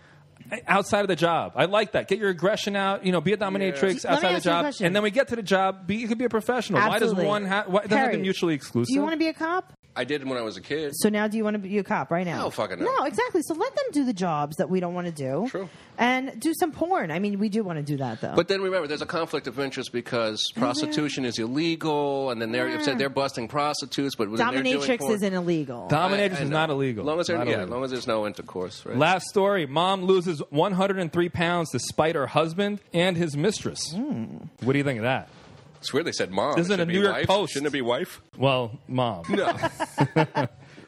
Speaker 1: uh, outside of the job. I like that. Get your aggression out. You know, be a dominatrix
Speaker 2: Yeah. Let
Speaker 1: outside of
Speaker 2: me ask
Speaker 1: the
Speaker 2: you a
Speaker 1: job,
Speaker 2: question.
Speaker 1: and then we get to the job. Be, you could be a professional. Why
Speaker 2: Absolutely.
Speaker 1: does one? Ha- why, it doesn't have to
Speaker 2: Harry,
Speaker 1: be mutually exclusive.
Speaker 2: Do you want to be a cop?
Speaker 3: I did when I was a kid.
Speaker 2: So now, do you want to be a cop right now?
Speaker 3: No, fucking no.
Speaker 2: no. exactly. So let them do the jobs that we don't want to do.
Speaker 3: True.
Speaker 2: And do some porn. I mean, we do want to do that though.
Speaker 3: But then remember, there's a conflict of interest because prostitution is illegal, and then they're upset they're busting prostitutes, but then they're doing
Speaker 2: dominatrix
Speaker 3: porn.
Speaker 2: isn't illegal.
Speaker 1: Dominatrix
Speaker 3: I- I
Speaker 1: is
Speaker 3: know.
Speaker 1: not illegal.
Speaker 3: Long as there-
Speaker 1: Not
Speaker 3: yeah,
Speaker 1: illegal.
Speaker 3: long as there's no intercourse, right?
Speaker 1: Last story: Mom loses 103 pounds to spite her husband and his mistress.
Speaker 2: Hmm.
Speaker 1: What do you think of that?
Speaker 3: It's weird they said mom.
Speaker 1: This is in
Speaker 3: It should
Speaker 1: a
Speaker 3: be
Speaker 1: New York
Speaker 3: wife.
Speaker 1: Post.
Speaker 3: Shouldn't it be wife?
Speaker 1: Well, mom.
Speaker 3: No.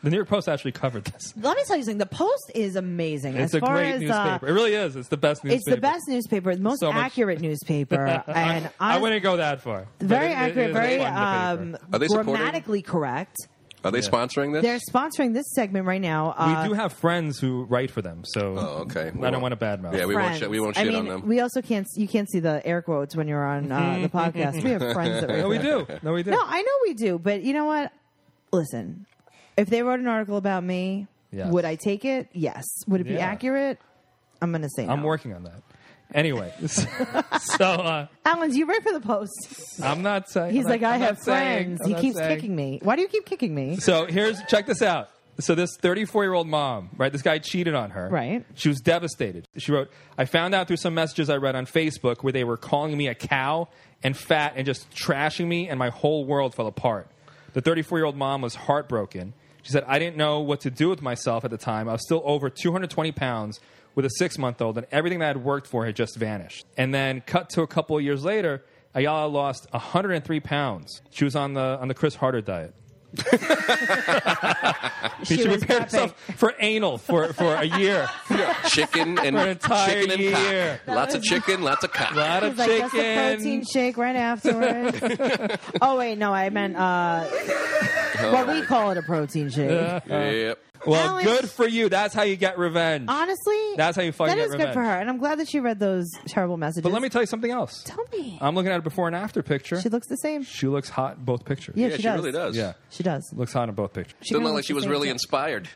Speaker 1: The New York Post actually covered this.
Speaker 2: Let me tell you something. The Post is amazing.
Speaker 1: It's
Speaker 2: as
Speaker 1: a
Speaker 2: far
Speaker 1: great
Speaker 2: as uh,
Speaker 1: newspaper. it really is. It's the best newspaper.
Speaker 2: It's the best newspaper, the most
Speaker 1: So much.
Speaker 2: accurate newspaper, and
Speaker 1: I
Speaker 2: honest-
Speaker 1: wouldn't go that far.
Speaker 2: very
Speaker 1: But it- it
Speaker 2: accurate,
Speaker 1: is
Speaker 2: very
Speaker 1: fun, the
Speaker 2: um,
Speaker 1: paper.
Speaker 3: Are they supporting-
Speaker 2: grammatically correct.
Speaker 3: Are they sponsoring this?
Speaker 2: They're sponsoring this segment right now. Uh,
Speaker 1: we do have friends who write for them, so
Speaker 3: Oh, okay.
Speaker 1: I don't want to badmouth.
Speaker 3: Yeah, we won't.
Speaker 2: friends.
Speaker 3: Sh- we won't
Speaker 2: I
Speaker 3: shit
Speaker 2: mean,
Speaker 3: on them.
Speaker 2: We also can't. You can't see the air quotes when you're on uh, the podcast. We have friends that
Speaker 1: no, we do. No, we do.
Speaker 2: No, I know we do, but you know what? Listen, if they wrote an article about me,
Speaker 1: Yes.
Speaker 2: would I take it? Yes. Would it be
Speaker 1: Yeah.
Speaker 2: accurate? I'm going to say
Speaker 1: I'm
Speaker 2: no.
Speaker 1: working on that. Anyway, so uh,
Speaker 2: Alan, do you write for the Post?
Speaker 1: I'm not saying.
Speaker 2: He's
Speaker 1: I'm
Speaker 2: like,
Speaker 1: not-
Speaker 2: I
Speaker 1: I'm
Speaker 2: have
Speaker 1: not saying-
Speaker 2: friends.
Speaker 1: I'm
Speaker 2: He
Speaker 1: not
Speaker 2: keeps
Speaker 1: saying-
Speaker 2: kicking me. Why do you keep kicking me?
Speaker 1: So here's check this out. So this 34 year old mom, right? This guy cheated on her.
Speaker 2: Right.
Speaker 1: She was devastated. She wrote, "I found out through some messages I read on Facebook where they were calling me a cow and fat and just trashing me, and my whole world fell apart." The 34 year old mom was heartbroken. She said, I didn't know what to do with myself at the time. I was still over 220 pounds with a six month old, and everything that I had worked for had just vanished. And then, cut to a couple of years later, Ayala lost 103 pounds. She was on the, on the Chris Harder diet. she,
Speaker 2: She was
Speaker 1: prepared
Speaker 2: prepping.
Speaker 1: herself for anal for, for a year.
Speaker 3: Chicken and
Speaker 1: For an entire
Speaker 3: chicken and cock.
Speaker 1: year.
Speaker 3: Lots of chicken, lots of cock.
Speaker 1: A lot of
Speaker 2: It's like just a
Speaker 1: chicken.
Speaker 2: protein shake right afterwards. oh wait, no, I meant uh, well,
Speaker 1: Uh-huh.
Speaker 2: we call it a protein shake.
Speaker 3: Yep.
Speaker 1: Well,
Speaker 2: Alex-
Speaker 1: good for you. That's how you get revenge.
Speaker 2: Honestly,
Speaker 1: That's how you fucking
Speaker 2: That
Speaker 1: get
Speaker 2: is good for
Speaker 1: revenge.
Speaker 2: her, and I'm glad that she read those terrible messages.
Speaker 1: But let me Um, tell you something else.
Speaker 2: tell me,
Speaker 1: I'm looking at a before and after picture.
Speaker 2: she looks the same.
Speaker 1: She looks hot in both pictures.
Speaker 2: Yeah,
Speaker 3: Yeah,
Speaker 2: she,
Speaker 3: she
Speaker 2: does.
Speaker 3: really does.
Speaker 1: Yeah.
Speaker 2: She does.
Speaker 1: Looks hot in both pictures.
Speaker 2: She
Speaker 3: Doesn't
Speaker 2: kinda
Speaker 3: look like
Speaker 2: looks
Speaker 3: she
Speaker 2: the
Speaker 3: was
Speaker 2: same,
Speaker 3: really
Speaker 2: too.
Speaker 3: inspired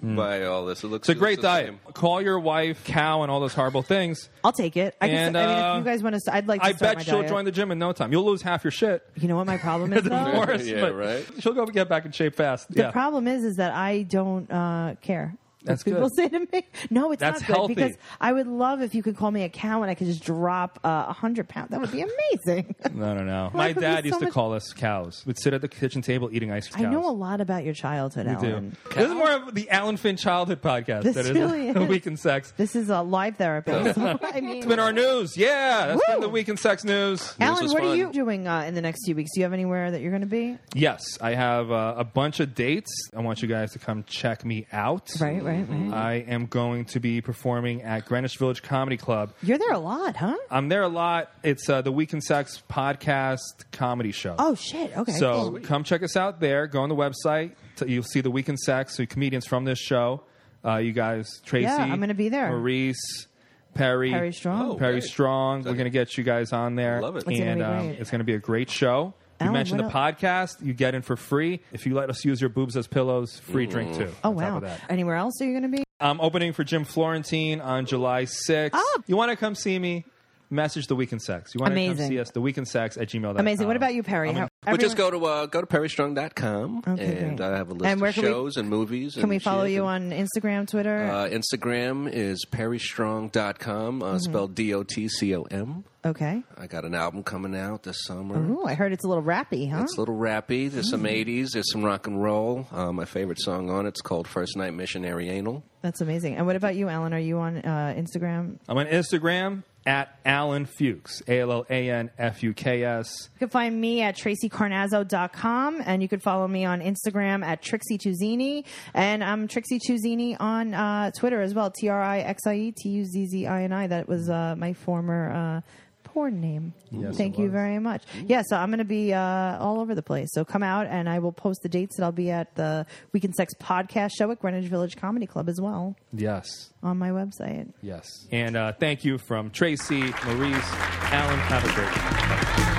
Speaker 3: by all this. It looks
Speaker 1: Hmm. It's a great
Speaker 3: looks the
Speaker 1: diet.
Speaker 3: same.
Speaker 1: Call your wife cow and all those horrible things.
Speaker 2: I'll take it. I, can,
Speaker 1: And,
Speaker 2: I mean,
Speaker 1: uh,
Speaker 2: if you guys want to, I'd like. To
Speaker 1: I
Speaker 2: start
Speaker 1: bet
Speaker 2: my
Speaker 1: she'll
Speaker 2: diet.
Speaker 1: join the gym in no time. You'll lose half your shit.
Speaker 2: You know what my problem is? though?
Speaker 1: Of course,
Speaker 3: Yeah,
Speaker 1: but
Speaker 3: right.
Speaker 1: She'll go get back in shape fast.
Speaker 2: The
Speaker 1: yeah.
Speaker 2: problem is, is that I don't uh, care. what
Speaker 1: That's good.
Speaker 2: people say to me. No, it's
Speaker 1: That's
Speaker 2: not good
Speaker 1: healthy.
Speaker 2: because I would love if you could call me a cow and I could just drop uh, a hundred pounds. That would be amazing.
Speaker 1: no, no, no.
Speaker 2: Why
Speaker 1: My
Speaker 2: could we
Speaker 1: dad
Speaker 2: so
Speaker 1: used to
Speaker 2: much-
Speaker 1: call us cows. We'd sit at the kitchen table eating ice
Speaker 2: I
Speaker 1: cream.
Speaker 2: know a lot about your childhood, Alan.
Speaker 1: This is more of the Alan Finn childhood podcast.
Speaker 2: This
Speaker 1: that is
Speaker 2: really
Speaker 1: the
Speaker 2: is.
Speaker 1: Week in Sex.
Speaker 2: This is a live therapy. So, I mean,
Speaker 1: It's been our news. Yeah, that's been
Speaker 2: Woo!
Speaker 1: the Week in Sex news.
Speaker 2: Alan,
Speaker 3: was
Speaker 2: what are
Speaker 3: fun.
Speaker 2: you doing uh, in the next few weeks? Do you have anywhere that you're going to be?
Speaker 1: Yes, I have uh, a bunch of dates. I want you guys to come check me out.
Speaker 2: Right, right, right.
Speaker 1: I am going to be performing at Greenwich Village Comedy Club.
Speaker 2: You're there a lot, huh?
Speaker 1: I'm there a lot. It's uh, the Week in Sex podcast comedy show.
Speaker 2: Oh shit. Okay.
Speaker 1: so
Speaker 2: cool.
Speaker 1: come check us out there. Go on the website. T- You'll see the Week in Sex, so comedians from this show. Uh, you guys, Tracy.
Speaker 2: Yeah, I'm gonna be there.
Speaker 1: Maurice, Perry.
Speaker 2: Perry Strong. Oh,
Speaker 1: Perry
Speaker 3: great.
Speaker 1: Strong. We're going to get you guys on there.
Speaker 3: Love it.
Speaker 2: It's gonna
Speaker 1: and
Speaker 2: be
Speaker 1: um,
Speaker 2: great.
Speaker 1: it's going to be a great show.
Speaker 2: Alan,
Speaker 1: you mentioned the
Speaker 2: what
Speaker 1: podcast. You get in for free. If you let us use your boobs as pillows, free
Speaker 3: Mm.
Speaker 1: drink too.
Speaker 2: Oh
Speaker 1: on top
Speaker 2: wow.
Speaker 1: of that.
Speaker 2: Anywhere else are you going to be?
Speaker 1: I'm opening for Jim Florentine on July 6th.
Speaker 2: Oh.
Speaker 1: You want to come see me? Message The Weekend Sex. You want to come
Speaker 2: Amazing.
Speaker 1: see us, The Weekend Sex at gmail.com.
Speaker 2: Amazing. What about you, Perry? How-
Speaker 3: But just
Speaker 2: everyone-
Speaker 3: go to uh, go to perrystrong.com
Speaker 2: Okay,
Speaker 3: and
Speaker 2: great.
Speaker 3: I have a list
Speaker 2: And where
Speaker 3: of
Speaker 2: can we-
Speaker 3: shows and movies.
Speaker 2: Can we follow you on Instagram, Twitter?
Speaker 3: Uh, Instagram is perrystrong.com,
Speaker 2: Mm-hmm.
Speaker 3: uh, spelled D O T C O M.
Speaker 1: Uh,
Speaker 2: okay.
Speaker 3: I got an album coming out this summer.
Speaker 2: Ooh, Mm. I heard it's a little rappy, huh?
Speaker 3: It's a little rappy. There's some 80s. There's some rock and roll. Uh, my favorite song on it's called First Night Missionary Anal.
Speaker 2: That's amazing. And what about you, Alan? Are you on uh, Instagram?
Speaker 1: I'm on Instagram at Alan Fuchs, A L L A N F U K S.
Speaker 2: You can find me at tracycarnazzo.com and you can follow me on Instagram at Trixie Tuzini. And I'm Trixie Tuzini on uh, Twitter as well. T R I X I E T U Z Z I N I. That was uh, my former uh, porn name. Thank you very much. Yeah, so I'm going to be uh, all over the place. So come out and I will post the dates that I'll be at the Weekend Sex podcast show at Greenwich Village Comedy Club as well
Speaker 1: Yes.
Speaker 2: on my website.
Speaker 1: Yes. And uh, thank you from Tracy, Maurice, Alan. Have a great day.